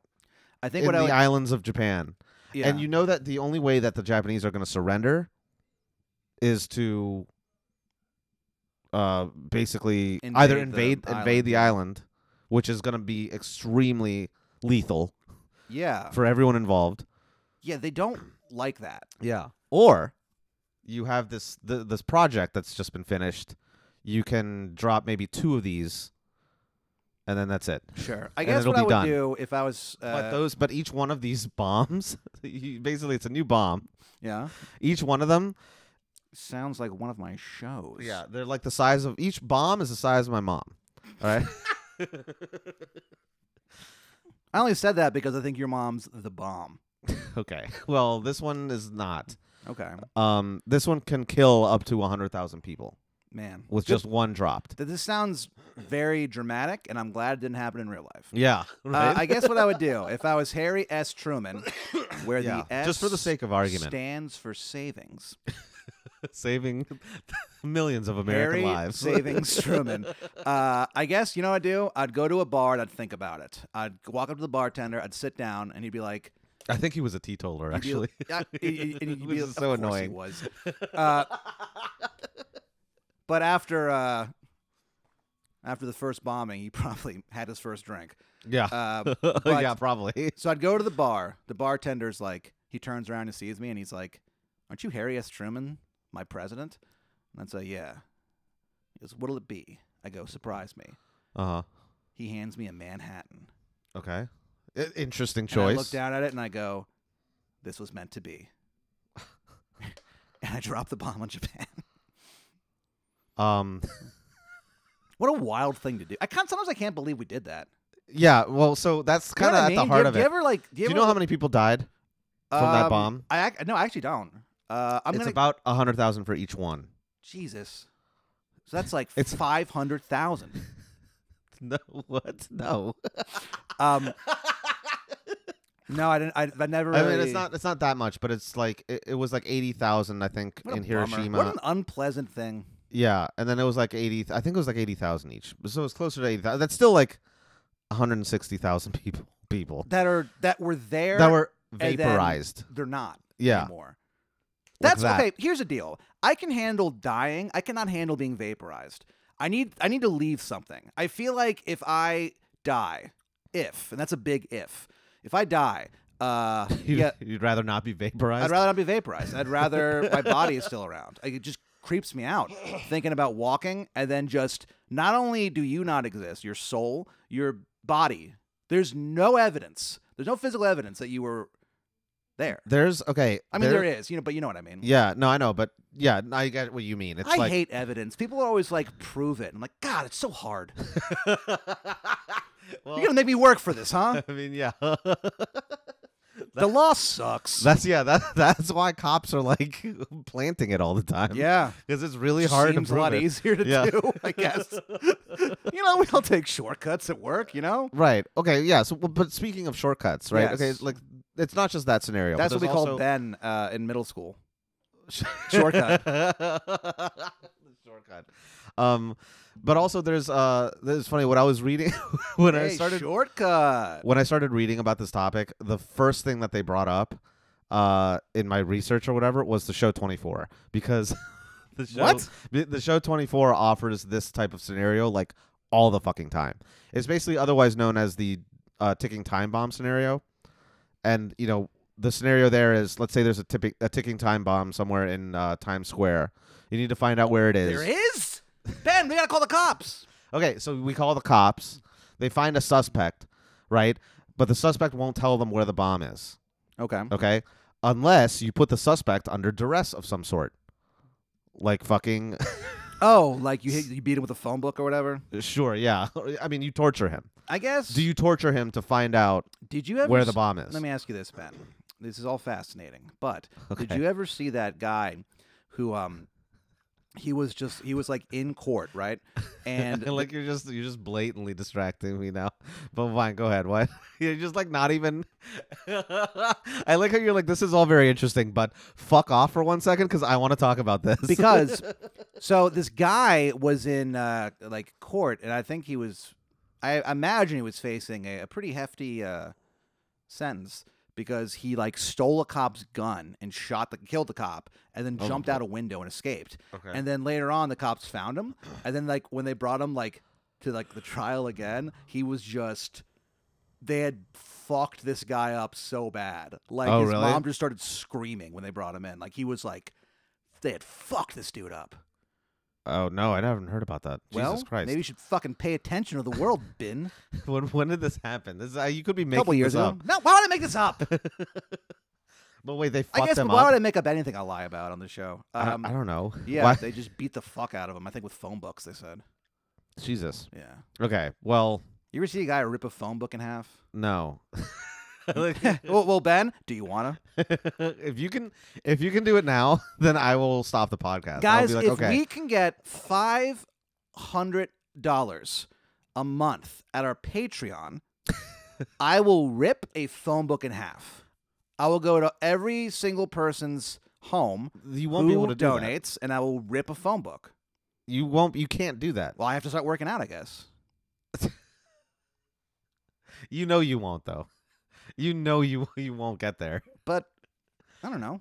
Speaker 1: I think
Speaker 3: in
Speaker 1: what
Speaker 3: the
Speaker 1: I would.
Speaker 3: islands of Japan,
Speaker 1: yeah.
Speaker 3: and you know that the only way that the Japanese are going to surrender is to uh basically either
Speaker 1: Invade
Speaker 3: invade
Speaker 1: the
Speaker 3: invade the
Speaker 1: island, yeah.
Speaker 3: island, which is going to be extremely lethal
Speaker 1: yeah.
Speaker 3: for everyone involved.
Speaker 1: Yeah. They don't like that.
Speaker 3: Yeah. Or you have this th- this project that's just been finished. You can drop maybe two of these, and then that's it.
Speaker 1: Sure. I
Speaker 3: And
Speaker 1: guess
Speaker 3: it'll
Speaker 1: what I
Speaker 3: be
Speaker 1: would
Speaker 3: done.
Speaker 1: do if I was. Uh,
Speaker 3: but those, but each one of these (laughs) bombs, you- basically, it's a new bomb.
Speaker 1: yeah.
Speaker 3: Each one of them,
Speaker 1: Sounds like one of my shows. (laughs)
Speaker 3: yeah, they're like the size of each bomb is the size of my mom. All right.
Speaker 1: I only said that because I think your mom's the bomb.
Speaker 3: (laughs) okay. Well, this one is not.
Speaker 1: Okay.
Speaker 3: Um, this one can kill up to hundred thousand people
Speaker 1: Man.
Speaker 3: with
Speaker 1: Good-
Speaker 3: just one dropped.
Speaker 1: Th- This sounds very dramatic, and I'm glad it didn't happen in real life.
Speaker 3: Yeah.
Speaker 1: Uh, I guess what I would
Speaker 3: (laughs)
Speaker 1: do if I was Harry S. Truman, where
Speaker 3: yeah.
Speaker 1: the S
Speaker 3: just for the sake of argument.
Speaker 1: stands for savings.
Speaker 3: (laughs) saving millions of American
Speaker 1: Harry
Speaker 3: lives. (laughs)
Speaker 1: savings Truman. Uh, I guess you know what I'd do. I'd go to a bar and I'd think about it. I'd walk up to the bartender. I'd sit down, and he'd be like,
Speaker 3: I think he was a teetotaler,
Speaker 1: he'd be-
Speaker 3: actually.
Speaker 1: yeah, and-
Speaker 3: (laughs)
Speaker 1: and- and he'd be
Speaker 3: Which
Speaker 1: like,
Speaker 3: is so
Speaker 1: "Of course he
Speaker 3: annoying. (laughs)
Speaker 1: was. Uh, but after uh, after the first bombing, he (laughs) probably had his first drink.
Speaker 3: (laughs) yeah.
Speaker 1: Uh, but-
Speaker 3: yeah, probably.
Speaker 1: So I'd go to the bar. The bartender's like, he turns around and sees me, and he's like, "Aren't you Harry S. Truman, my president?" And I'd say, "Yeah." He goes, "What'll it be?" I go, "Surprise me."
Speaker 3: Uh huh.
Speaker 1: He hands me a Manhattan.
Speaker 3: Okay. I- interesting
Speaker 1: And I
Speaker 3: choice.
Speaker 1: look down at it and I go, "This was meant to be." and I drop the bomb on Japan. (laughs)
Speaker 3: Um.
Speaker 1: What a wild thing to do! I can't. Sometimes I can't believe we did that.
Speaker 3: Yeah. Well, so that's
Speaker 1: You know
Speaker 3: kind of
Speaker 1: what I
Speaker 3: at
Speaker 1: mean?
Speaker 3: the
Speaker 1: Do
Speaker 3: heart
Speaker 1: you,
Speaker 3: of
Speaker 1: do
Speaker 3: it.
Speaker 1: You ever like?
Speaker 3: Do you know how many people died? from that bomb?
Speaker 1: I ac- no, I actually don't. Uh, I'm
Speaker 3: it's
Speaker 1: gonna
Speaker 3: about a hundred thousand for each one.
Speaker 1: Jesus. So that's like
Speaker 3: It's-
Speaker 1: five hundred thousand.
Speaker 3: (laughs) No. What? No.
Speaker 1: Um, no, I didn't. I, I never.
Speaker 3: I
Speaker 1: Really,
Speaker 3: mean, it's not. It's not that much, but it's like it, it was like eighty thousand, I think,
Speaker 1: what a
Speaker 3: in
Speaker 1: bummer.
Speaker 3: Hiroshima.
Speaker 1: What an unpleasant thing.
Speaker 3: Yeah, and then it was like eighty. I think it was like eighty thousand each. So it was closer to eighty thousand. That's still like one hundred sixty thousand (laughs) people. People
Speaker 1: That are that were there.
Speaker 3: that were
Speaker 1: then-
Speaker 3: vaporized. (laughs)
Speaker 1: they're not
Speaker 3: Yeah,
Speaker 1: anymore.
Speaker 3: like
Speaker 1: That's
Speaker 3: that.
Speaker 1: okay. Here's the deal. I can handle dying. I cannot handle being vaporized. I need. I need to leave something. I feel like if I die, if and that's a big if. If I die,
Speaker 3: (laughs)
Speaker 1: uh,
Speaker 3: You'd,
Speaker 1: yeah,
Speaker 3: you'd rather not be vaporized.
Speaker 1: I'd rather not be vaporized. I'd rather (laughs) my body is still around. Like, it just creeps me
Speaker 3: (clears throat)
Speaker 1: out thinking about walking and then just not only do you not exist, your soul, your body. There's no evidence. There's no physical evidence that you were there.
Speaker 3: There's okay.
Speaker 1: I mean, there is, you know, but you know what I mean.
Speaker 3: Yeah, no, I know, but yeah, no, I get what you mean. It's
Speaker 1: I
Speaker 3: (laughs) like
Speaker 1: hate evidence. People are always like, prove it. I'm like, God, it's so hard.
Speaker 3: well,
Speaker 1: You're going to make me work for this, huh?
Speaker 3: (laughs) I mean, yeah. (laughs)
Speaker 1: the law sucks.
Speaker 3: that's yeah. That (laughs) that's why cops are like (laughs) planting it all the time.
Speaker 1: (laughs) yeah.
Speaker 3: because it's really
Speaker 1: Just
Speaker 3: hard to
Speaker 1: Seems
Speaker 3: prove
Speaker 1: a lot
Speaker 3: it.
Speaker 1: easier to
Speaker 3: Yeah.
Speaker 1: do, I guess. (laughs) you know, we all take shortcuts at work, you know?
Speaker 3: Right. Okay. Yeah. So, well, but speaking of shortcuts, right? Okay.
Speaker 1: Yes.
Speaker 3: Like, it's not just that scenario.
Speaker 1: That's
Speaker 3: but
Speaker 1: what we
Speaker 3: there's
Speaker 1: called
Speaker 3: also-
Speaker 1: Ben uh, in middle school. (laughs) Shortcut.
Speaker 3: (laughs) The shortcut. Um, but also there's uh, this is funny. What I was reading (laughs) when
Speaker 1: Hey,
Speaker 3: I started
Speaker 1: shortcut.
Speaker 3: when I started reading about this topic, the first thing that they brought up, uh, in my research or whatever, was the show 24 because the show
Speaker 1: What?
Speaker 3: the the show 24 offers this type of scenario like all the fucking time. It's basically otherwise known as the uh, ticking time bomb scenario, and you know the scenario there is let's say there's a tipping a ticking time bomb somewhere in uh, Times Square. You need to find out where it is.
Speaker 1: There is (laughs) Ben. We gotta call the cops.
Speaker 3: Okay, so we call the cops. They find a suspect, right? But the suspect won't tell them where the bomb is.
Speaker 1: Okay.
Speaker 3: Okay, unless you put the suspect under duress of some sort, like fucking (laughs)
Speaker 1: Oh, like you hit, you beat him with a phone book or whatever.
Speaker 3: Sure, yeah. (laughs) I mean, you torture him.
Speaker 1: I guess.
Speaker 3: Do you torture him to find out
Speaker 1: Did you ever
Speaker 3: where the
Speaker 1: s-
Speaker 3: bomb is? (laughs)
Speaker 1: Let me ask you this, Ben. This is all fascinating, but
Speaker 3: Okay.
Speaker 1: did you ever see that guy who um he was just he was like in court,
Speaker 3: (laughs)
Speaker 1: right? And
Speaker 3: like you're just you're just blatantly distracting me now. (laughs) But fine, go ahead. What? (laughs) You're just like not even. (laughs) I like how you're like this is all very interesting, but fuck off for one second because I want to talk about this.
Speaker 1: because so this guy was in uh like court and I think he was I imagine he was facing a, a pretty hefty uh sentence because he like stole a cop's gun and shot the killed the cop and then
Speaker 3: Oh.
Speaker 1: jumped out a window and escaped.
Speaker 3: okay.
Speaker 1: And then later on, the cops found him. And then like when they brought him like to like the trial again, he was just they had fucked this guy up so bad. Like
Speaker 3: Oh,
Speaker 1: his
Speaker 3: really?
Speaker 1: mom just started screaming when they brought him in. Like he was like they had fucked this dude up.
Speaker 3: (laughs) oh no, I haven't heard about that.
Speaker 1: well,
Speaker 3: Jesus Christ.
Speaker 1: maybe you should fucking pay attention to the world, (laughs) Bin.
Speaker 3: (laughs) when when did this happen? This uh, you could be
Speaker 1: A
Speaker 3: making
Speaker 1: couple years
Speaker 3: this
Speaker 1: ago.
Speaker 3: up.
Speaker 1: No, why would I make this
Speaker 3: (laughs)
Speaker 1: up?
Speaker 3: But wait, they fucked
Speaker 1: I guess but
Speaker 3: him
Speaker 1: why
Speaker 3: up.
Speaker 1: would I make up anything I lie about on the show?
Speaker 3: I,
Speaker 1: Um,
Speaker 3: I don't know.
Speaker 1: yeah,
Speaker 3: Why-
Speaker 1: they just beat the fuck out of him. I think with phone books. They said.
Speaker 3: Jesus.
Speaker 1: Yeah.
Speaker 3: Okay. Well,
Speaker 1: You ever see a guy rip a phone book in half?
Speaker 3: (laughs) no.
Speaker 1: (laughs)
Speaker 3: Like,
Speaker 1: well, well, Ben, do you wanna?
Speaker 3: (laughs) if you can, if you can do it now, (laughs) then I will stop the podcast. I'll
Speaker 1: guys
Speaker 3: be like,
Speaker 1: if
Speaker 3: okay.
Speaker 1: we can get $500 a month at our
Speaker 3: (laughs)
Speaker 1: patreon i will rip a phone book in half i will go to every single person's home
Speaker 3: You won't
Speaker 1: who
Speaker 3: be able to do that.
Speaker 1: donates and i will rip a phone book
Speaker 3: You won't. You can't do that.
Speaker 1: well i have to start working out i guess
Speaker 3: You know you won't though. You know you (laughs) you won't get there.
Speaker 1: but i don't
Speaker 3: (laughs)
Speaker 1: know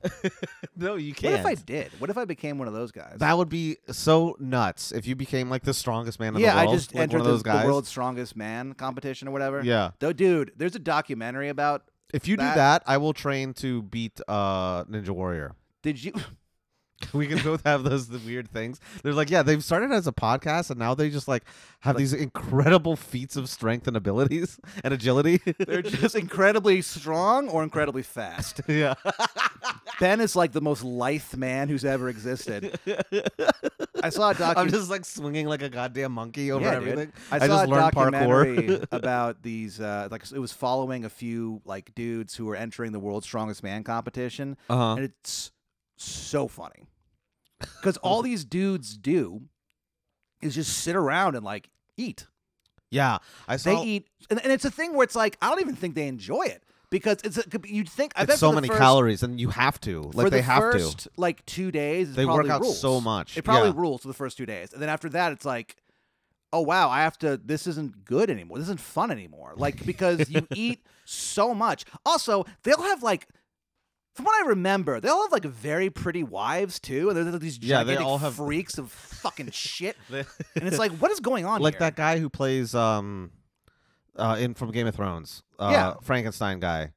Speaker 3: No, you
Speaker 1: what
Speaker 3: can't.
Speaker 1: if i did what if i became one of those guys
Speaker 3: that would be so nuts if you became like the strongest man in
Speaker 1: yeah
Speaker 3: the world.
Speaker 1: i just
Speaker 3: like
Speaker 1: entered
Speaker 3: one of those
Speaker 1: the, the
Speaker 3: guys.
Speaker 1: world's strongest man competition or whatever
Speaker 3: Yeah.
Speaker 1: though dude there's a documentary about
Speaker 3: If you
Speaker 1: That-
Speaker 3: do that, I will train to beat uh Ninja Warrior.
Speaker 1: did
Speaker 3: (laughs)
Speaker 1: you
Speaker 3: We can both have those the weird things. They're like, yeah, they've started as a podcast and now they just like have these incredible feats of strength and abilities (laughs) and agility.
Speaker 1: They're (laughs) just incredibly strong or incredibly fast.
Speaker 3: (laughs) yeah.
Speaker 1: Ben is like the most lithe man who's ever existed. I saw a
Speaker 3: (laughs) I'm
Speaker 1: documentary.
Speaker 3: just like swinging like a goddamn monkey over
Speaker 1: Yeah, dude.
Speaker 3: everything.
Speaker 1: I saw
Speaker 3: I just
Speaker 1: a
Speaker 3: learned
Speaker 1: documentary
Speaker 3: parkour.
Speaker 1: about these. Uh, like it was following a few like dudes who were entering the world's strongest man competition,
Speaker 3: (laughs) Uh-huh.
Speaker 1: and it's so
Speaker 3: (laughs)
Speaker 1: funny because all these dudes do is just sit around and like eat.
Speaker 3: Yeah. I
Speaker 1: They
Speaker 3: saw
Speaker 1: eat, and, and it's a thing where it's like I don't even think they enjoy it because it's a, you'd think I bet
Speaker 3: it's so
Speaker 1: for the
Speaker 3: many
Speaker 1: first-
Speaker 3: calories and you have to like
Speaker 1: for
Speaker 3: they
Speaker 1: the
Speaker 3: have
Speaker 1: first
Speaker 3: to
Speaker 1: like two days. It
Speaker 3: they
Speaker 1: probably
Speaker 3: work out
Speaker 1: rules.
Speaker 3: so much
Speaker 1: It probably
Speaker 3: yeah.
Speaker 1: rules for the first two days, and then after that, it's like, oh wow, I have to. This isn't good anymore. This isn't fun anymore. Like because
Speaker 3: (laughs)
Speaker 1: you eat so much. Also, they'll have like. From what I remember, they all have like very pretty wives too, and they're like, these
Speaker 3: Yeah,
Speaker 1: gigantic
Speaker 3: they all have-
Speaker 1: freaks of fucking
Speaker 3: (laughs)
Speaker 1: shit.
Speaker 3: They-
Speaker 1: And it's like, what is going on?
Speaker 3: like
Speaker 1: here?
Speaker 3: that guy who plays um uh in from game of thrones uh
Speaker 1: Yeah.
Speaker 3: frankenstein guy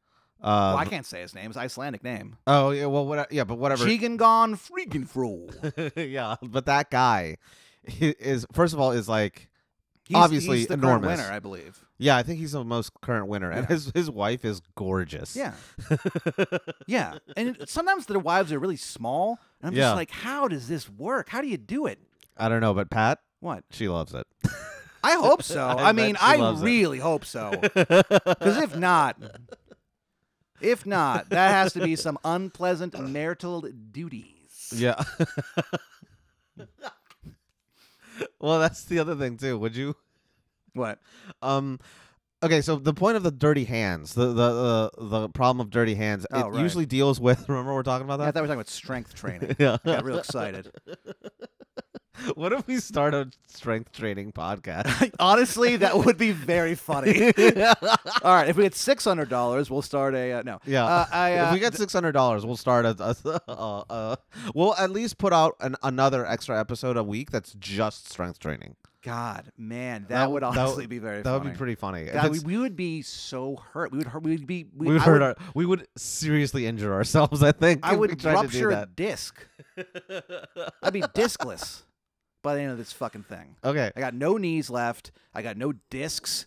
Speaker 1: Well,
Speaker 3: uh
Speaker 1: I can't say his name. It's Icelandic name.
Speaker 3: oh yeah well what yeah but whatever
Speaker 1: Chigangon freaking (laughs) fool.
Speaker 3: (laughs) yeah but that guy he is first of all is like
Speaker 1: He's,
Speaker 3: Obviously
Speaker 1: he's the current
Speaker 3: enormous.
Speaker 1: winner, I believe.
Speaker 3: yeah i think he's the most current winner and
Speaker 1: Yeah.
Speaker 3: his his wife is gorgeous
Speaker 1: (laughs) Yeah. yeah. And it- sometimes their wives are really small. And I'm
Speaker 3: Yeah.
Speaker 1: just like, how does this work? How do you do it?
Speaker 3: i don't know but pat
Speaker 1: What?
Speaker 3: she loves it
Speaker 1: I hope so. (laughs)
Speaker 3: I
Speaker 1: I, mean,
Speaker 3: bet she
Speaker 1: I
Speaker 3: loves it.
Speaker 1: really hope (laughs) so. Because if not, if not, that has to be some unpleasant marital duties.
Speaker 3: Yeah. (laughs) well, that's the other thing too. Would you?
Speaker 1: What?
Speaker 3: Um. Okay, so the point of the dirty hands, the the the, the problem of dirty hands,
Speaker 1: Oh,
Speaker 3: it
Speaker 1: right.
Speaker 3: usually deals with. (laughs) Remember, we're talking about
Speaker 1: I thought
Speaker 3: that.
Speaker 1: we were talking about strength training.
Speaker 3: Yeah.
Speaker 1: I got real excited.
Speaker 3: what if we start a strength training
Speaker 1: (laughs)
Speaker 3: podcast?
Speaker 1: Honestly, that would be very
Speaker 3: (laughs)
Speaker 1: funny. (laughs) All right, if we get six hundred dollars, we'll start a uh, no.
Speaker 3: Yeah.
Speaker 1: uh, I, uh,
Speaker 3: if we get six hundred dollars, we'll start a, a, (laughs) a, a- We'll at least put out an, another extra episode a week that's just strength training.
Speaker 1: God, man, that,
Speaker 3: That
Speaker 1: would
Speaker 3: w- that
Speaker 1: honestly be
Speaker 3: w-
Speaker 1: very.
Speaker 3: That
Speaker 1: funny.
Speaker 3: would be pretty funny. If
Speaker 1: God, we,
Speaker 3: it's-
Speaker 1: we would be so hurt. We would hurt. We would be.
Speaker 3: we would
Speaker 1: I
Speaker 3: hurt
Speaker 1: would,
Speaker 3: our, we would seriously injure ourselves. I think.
Speaker 1: I
Speaker 3: if we
Speaker 1: would
Speaker 3: tried to do
Speaker 1: rupture
Speaker 3: that.
Speaker 1: a disc.
Speaker 3: (laughs)
Speaker 1: I'd be discless by the end of this fucking thing.
Speaker 3: Okay. (laughs)
Speaker 1: I got no knees left. I got no discs.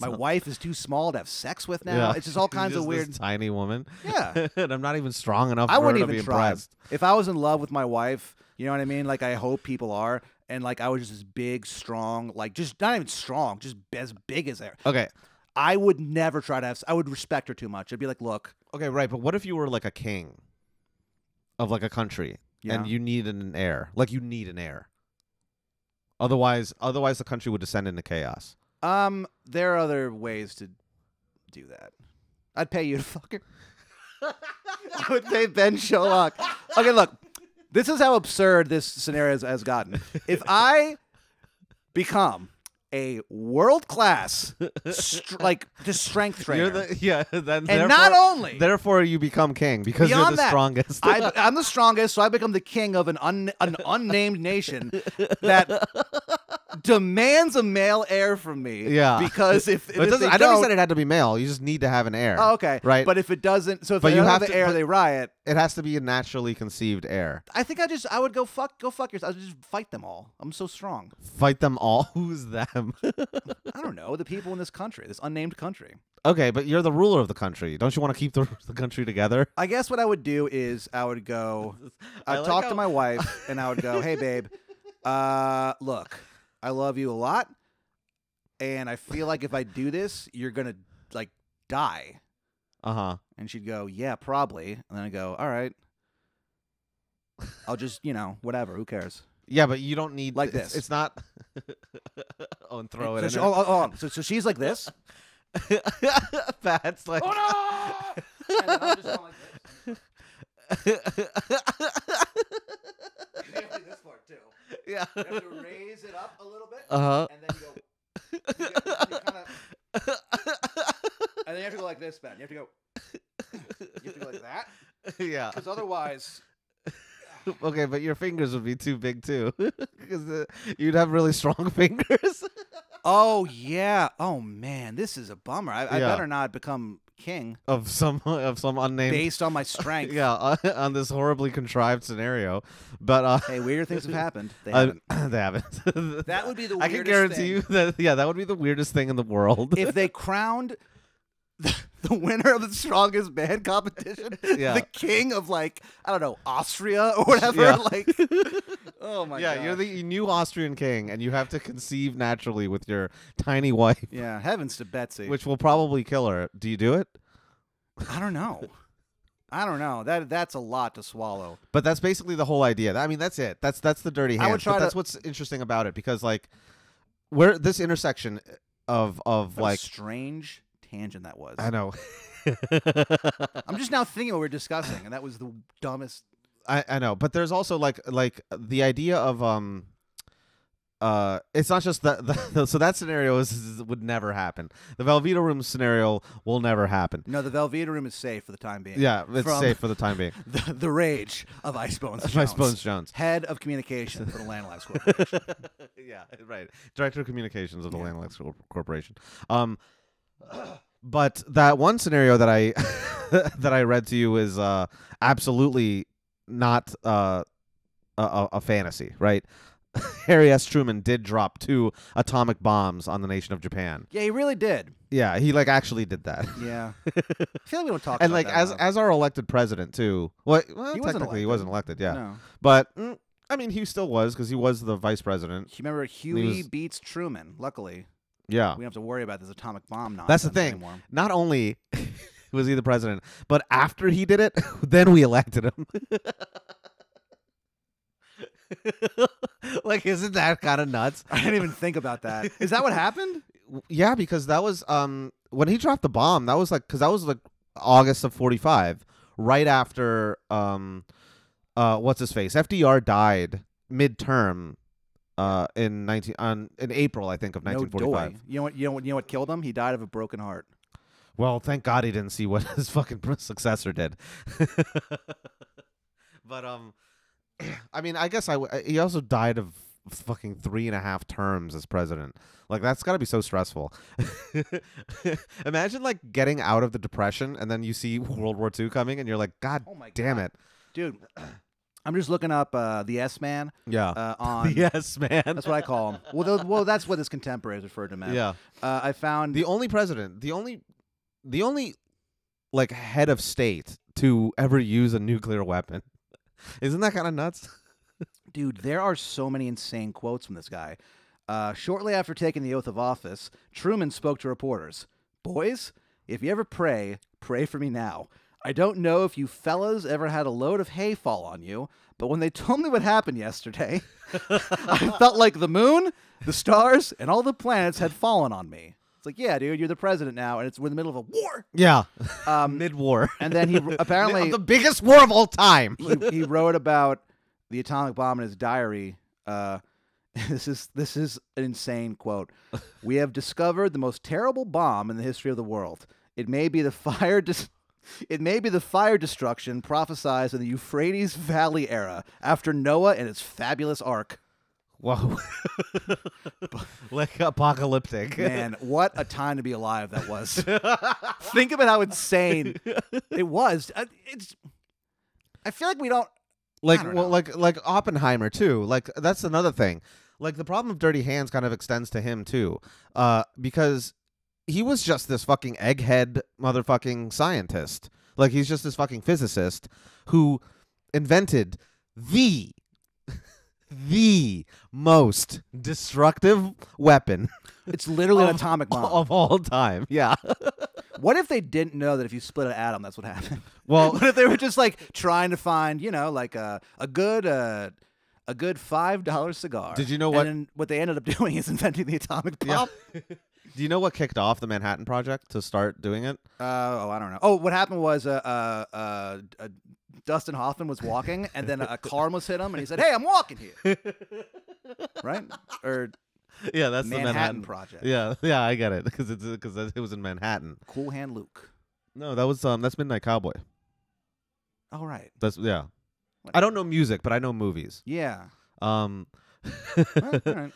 Speaker 1: My
Speaker 3: So-
Speaker 1: wife is too small to have sex with now. It's
Speaker 3: (laughs)
Speaker 1: just all
Speaker 3: She's
Speaker 1: kinds of
Speaker 3: just this
Speaker 1: weird.
Speaker 3: tiny woman.
Speaker 1: Yeah.
Speaker 3: (laughs) and I'm not even strong enough.
Speaker 1: I
Speaker 3: for her
Speaker 1: wouldn't
Speaker 3: to
Speaker 1: even
Speaker 3: be
Speaker 1: try.
Speaker 3: impressed.
Speaker 1: If I was in love with my wife, you know what I mean? Like I hope people are, and like I was just this big, strong, like just not even strong, just as big as ever.
Speaker 3: Okay,
Speaker 1: I would never try to have. I would respect her too much. I'd be like, look,
Speaker 3: okay, right. But what if you were like a king of like a country,
Speaker 1: yeah,
Speaker 3: and you need an heir? Like you need an heir. Otherwise, otherwise the country would descend into chaos.
Speaker 1: um, there are other ways to do that. I'd pay you to (laughs) fuck her. I would pay Ben Sherlock. Okay, look, this is how absurd this scenario has, has gotten.
Speaker 3: (laughs)
Speaker 1: If I become a world class, str- like just strength trainer,
Speaker 3: You're the (laughs) yeah. Then
Speaker 1: and not
Speaker 3: therefore-
Speaker 1: only
Speaker 3: Therefore, you become king because you're
Speaker 1: Beyond
Speaker 3: the
Speaker 1: that,
Speaker 3: strongest. (laughs)
Speaker 1: I, I'm the strongest, so I become the king of an un, an unnamed nation
Speaker 3: (laughs)
Speaker 1: that demands a male heir from me.
Speaker 3: Yeah.
Speaker 1: because if, if
Speaker 3: But it doesn't-
Speaker 1: they
Speaker 3: I never
Speaker 1: don't,
Speaker 3: said it had to be male. You just need to have an heir.
Speaker 1: oh, okay,
Speaker 3: Right.
Speaker 1: But if it doesn't, so if
Speaker 3: But
Speaker 1: they
Speaker 3: you
Speaker 1: don't
Speaker 3: have
Speaker 1: have the
Speaker 3: to-
Speaker 1: heir,
Speaker 3: but-
Speaker 1: they riot.
Speaker 3: It has to be a naturally conceived heir.
Speaker 1: I think I just I would go fuck go fuck yourself. I would just fight them all. I'm so strong.
Speaker 3: Fight them all. (laughs) Who's them?
Speaker 1: I don't know the people in this country, this unnamed country.
Speaker 3: okay, but you're the ruler of the country. Don't you want to keep the, (laughs) the country together?
Speaker 1: I guess what I would do is I would
Speaker 3: (laughs)
Speaker 1: go. I'd
Speaker 3: like
Speaker 1: talk to
Speaker 3: how-
Speaker 1: my wife and I would go, "Hey, babe, uh, look, I love you a lot, and I feel like if I do this, you're gonna like die."
Speaker 3: Uh huh.
Speaker 1: And she'd go, "Yeah, probably." And then I go, "All right, I'll just, you know, whatever. Who cares?"
Speaker 3: Yeah, but you don't need
Speaker 1: Like
Speaker 3: it's-
Speaker 1: this.
Speaker 3: It's not. (laughs) oh, and throw
Speaker 1: so
Speaker 3: it.
Speaker 1: she-
Speaker 3: in
Speaker 1: oh, oh, oh, So, so she's like (laughs) this.
Speaker 3: her. (laughs) That's like.
Speaker 1: oh no! And then I'm just going like this. (laughs) You have to do this part too.
Speaker 3: (laughs) yeah.
Speaker 1: You have to raise it up a little bit,
Speaker 3: Uh huh.
Speaker 1: and then you go. you get- you kinda- And then you have to go like this, Ben. You have to go. You have to go like that,
Speaker 3: (laughs) yeah.
Speaker 1: because otherwise,
Speaker 3: (laughs) Okay, but your fingers would be too big too, (laughs) because you'd have really strong (laughs) fingers.
Speaker 1: oh yeah, oh man, this is a bummer. I, I
Speaker 3: Yeah.
Speaker 1: better not become king
Speaker 3: of some of some unnamed (laughs)
Speaker 1: based on my strength.
Speaker 3: yeah uh, (laughs) on this horribly contrived scenario but uh
Speaker 1: Hey, weirder things have happened.
Speaker 3: (laughs)
Speaker 1: They
Speaker 3: uh,
Speaker 1: haven't.
Speaker 3: they haven't (laughs)
Speaker 1: That would be the
Speaker 3: i can
Speaker 1: weirdest
Speaker 3: guarantee
Speaker 1: thing. Oh
Speaker 3: you that yeah that would be the weirdest thing in the (laughs) world
Speaker 1: if they crowned the, the winner of the strongest man competition,
Speaker 3: Yeah.
Speaker 1: the king of like I don't know Austria or whatever.
Speaker 3: Yeah.
Speaker 1: (laughs) Like, oh my
Speaker 3: yeah
Speaker 1: god,
Speaker 3: you're the new austrian king and you have to conceive naturally with your tiny wife
Speaker 1: yeah. Heavens to Betsy.
Speaker 3: which will probably kill her do you do it
Speaker 1: I don't know. I don't know. That that's a lot to swallow.
Speaker 3: but that's basically the whole idea i mean that's it that's that's the dirty
Speaker 1: I
Speaker 3: hand
Speaker 1: would try
Speaker 3: but
Speaker 1: to-
Speaker 3: that's what's interesting about it because like where this intersection of of
Speaker 1: What a
Speaker 3: like
Speaker 1: strange tangent that was.
Speaker 3: i
Speaker 1: (laughs)
Speaker 3: know
Speaker 1: I'm just now thinking what we were discussing, and that was the dumbest.
Speaker 3: I, I know, but there's also like like the idea of um uh it's not just that the, so that scenario is, is- would never happen. The Velveeta room scenario will never happen.
Speaker 1: No, the Velveeta room is safe for the time being.
Speaker 3: Yeah, it's
Speaker 1: From-
Speaker 3: safe for the time being.
Speaker 1: The, the rage of Ice Bones.
Speaker 3: By
Speaker 1: (laughs) Jones,
Speaker 3: Bones Jones.
Speaker 1: Head of communication for the Land Labs Corporation.
Speaker 3: (laughs) yeah, right. Director of Communications of the
Speaker 1: Yeah.
Speaker 3: Land Landlex Corporation. Um, (clears throat) but that one scenario that I (laughs) that I read to you is uh absolutely not uh a- a, a fantasy, right? (laughs) Harry S. Truman did drop two atomic bombs on the nation of Japan.
Speaker 1: (laughs) Yeah, he really did.
Speaker 3: Yeah, he like actually did (laughs) that.
Speaker 1: Yeah. (laughs) I feel like we don't talk
Speaker 3: And
Speaker 1: about
Speaker 3: like
Speaker 1: that
Speaker 3: as
Speaker 1: enough.
Speaker 3: as our elected president too. Well, well
Speaker 1: He wasn't
Speaker 3: technically he
Speaker 1: elected.
Speaker 3: wasn't elected, yeah.
Speaker 1: No.
Speaker 3: But mm, I mean, he still was because he was the vice president.
Speaker 1: You remember Huey
Speaker 3: was-
Speaker 1: beats Truman. Luckily,
Speaker 3: Yeah.
Speaker 1: we don't have to worry about this atomic bomb nonsense
Speaker 3: That's the thing.
Speaker 1: anymore.
Speaker 3: not only (laughs) was he the president, but after he did it, (laughs) then we elected him. (laughs) like, isn't that kind of nuts?
Speaker 1: I didn't even think about
Speaker 3: (laughs)
Speaker 1: that. Is that what happened?
Speaker 3: W- Yeah, because that was um when he dropped the bomb. That was like because that was like August of forty five, right after um uh what's his face FDR died midterm. Uh, in nineteen on in April, I think of
Speaker 1: No
Speaker 3: nineteen forty five.
Speaker 1: doy. You know what? You know what? You know what killed him? He died of a broken heart.
Speaker 3: Well, thank God he didn't see what (laughs) his fucking successor did. (laughs) but um, (clears throat) I mean, I guess I w- he also died of fucking three and a half terms as president. Like that's got to be so stressful. (laughs) Imagine like getting out (laughs) of the depression and then you see World War II coming and you're like, God
Speaker 1: Oh my
Speaker 3: damn
Speaker 1: God.
Speaker 3: it!
Speaker 1: dude. (clears throat) I'm just looking up uh, the S Man
Speaker 3: Yeah. (laughs)
Speaker 1: uh, on.
Speaker 3: yes, man.
Speaker 1: That's what I call him. Well, tho- well, that's what his contemporaries referred to him as.
Speaker 3: yeah.
Speaker 1: Uh, I found
Speaker 3: The only president, the only, the only, like head of state to ever use a nuclear weapon. (laughs) Isn't that kind of nuts?
Speaker 1: Dude, there are so many insane quotes from this guy. Uh, shortly after taking the oath of office, Truman spoke to reporters Boys, if you ever pray, pray for me now. I don't know if you fellas ever had a load of hay fall on you, but when they told me what happened yesterday, (laughs) I felt like the moon, the stars, and all the planets had fallen on me. It's like, yeah, dude, you're the president now, and it's we're in the middle of a war.
Speaker 3: (laughs) Yeah.
Speaker 1: Um,
Speaker 3: Mid war.
Speaker 1: and then he apparently
Speaker 3: the biggest war of all time.
Speaker 1: he, he wrote about the atomic bomb in his diary. Uh, (laughs) this is this is an insane quote. We have discovered the most terrible bomb in the history of the world. It may be the fire. (laughs) Dis- it may be the fire destruction prophesized in the Euphrates Valley era after Noah and his fabulous ark.
Speaker 3: Whoa. (laughs) like apocalyptic.
Speaker 1: Man, what a time to be alive that was. Think about how insane it was. Uh, It's. I feel like we don't.
Speaker 3: like
Speaker 1: don't
Speaker 3: well,
Speaker 1: know.
Speaker 3: like like Oppenheimer too. Like that's another thing. Like the problem of dirty hands kind of extends to him too, uh, because he was just this fucking egghead motherfucking scientist. Like he's just this fucking physicist who invented the (laughs) the most destructive weapon
Speaker 1: It's literally an
Speaker 3: Of-
Speaker 1: atomic bomb.
Speaker 3: (laughs) of all time.
Speaker 1: (laughs)
Speaker 3: Yeah.
Speaker 1: What if they didn't know that if you split an atom, that's what happened? (laughs)
Speaker 3: Well,
Speaker 1: what if they were just like trying to find, you know, like a a good uh, a good five dollar cigar?
Speaker 3: Did you know what-
Speaker 1: And then what they ended up (laughs) doing is inventing the atomic
Speaker 3: yeah.
Speaker 1: bomb.
Speaker 3: Do you know what kicked off the Manhattan Project to start
Speaker 1: (laughs)
Speaker 3: doing it?
Speaker 1: Uh, oh, I don't know. Oh, what happened was uh, uh, uh, uh, Dustin Hoffman was walking, and then a car almost hit him, and he said, "Hey, I'm walking
Speaker 3: (laughs)
Speaker 1: here." right or
Speaker 3: Yeah, that's
Speaker 1: Manhattan,
Speaker 3: the Manhattan
Speaker 1: Project.
Speaker 3: Yeah, (laughs) yeah, I get it because it's because it was in Manhattan.
Speaker 1: Cool Hand Luke.
Speaker 3: No, that was um, that's Midnight Cowboy.
Speaker 1: All right.
Speaker 3: That's yeah.
Speaker 1: What-
Speaker 3: I don't know music, but I know movies.
Speaker 1: Yeah.
Speaker 3: Um,
Speaker 1: Well, all
Speaker 3: (coughs)
Speaker 1: right.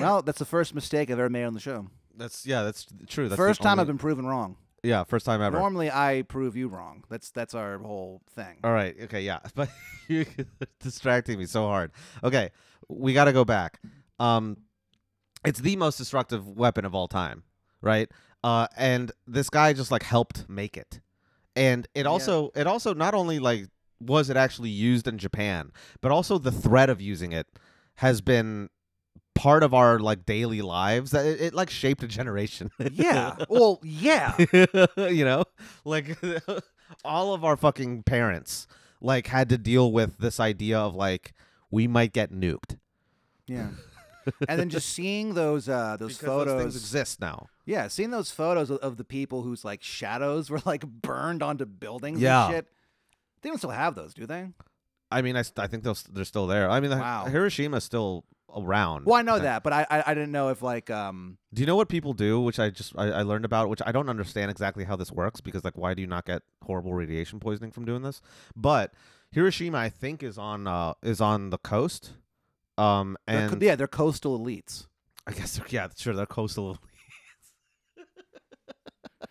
Speaker 1: well, that's the first mistake I've ever made on the show.
Speaker 3: that's yeah, that's true. That's the
Speaker 1: first time I've
Speaker 3: only-
Speaker 1: been proven wrong.
Speaker 3: yeah, first time ever.
Speaker 1: Normally, I prove you wrong. That's that's our whole thing.
Speaker 3: (laughs) All right, okay, yeah, but you're distracting me so hard. Okay, we got to go back. Um, it's the most destructive weapon of all time, right? Uh, and this guy just like helped make it, and it
Speaker 1: Yeah.
Speaker 3: also it also not only like was it actually used in Japan, but also the threat of using it has been part of our like daily lives. That it, it like shaped a generation.
Speaker 1: yeah. Well,
Speaker 3: (laughs)
Speaker 1: yeah.
Speaker 3: you know like (laughs) all of our fucking parents like had to deal with this idea of like we might get nuked
Speaker 1: Yeah. And then just seeing those uh, those
Speaker 3: Because those
Speaker 1: photos,
Speaker 3: things exist now
Speaker 1: yeah, seeing those photos of, of the people whose like shadows (laughs) were like burned onto buildings
Speaker 3: Yeah. Mm,
Speaker 1: and shit. They don't still have those, do they?
Speaker 3: i mean i, st- I think they'll, s- they're still there i mean
Speaker 1: Wow.
Speaker 3: wow. hiroshima's still around
Speaker 1: Well, I know
Speaker 3: think.
Speaker 1: that, but I, I I didn't know if like um
Speaker 3: do you know what people do which i just I, I learned about which i don't understand exactly how this works because like why do you not get horrible radiation poisoning from doing this but hiroshima i think is on uh is on the coast um
Speaker 1: they're
Speaker 3: and
Speaker 1: co- yeah they're coastal elites.
Speaker 3: I guess they're, yeah, sure,
Speaker 1: (laughs)
Speaker 3: they're coastal (laughs) elites.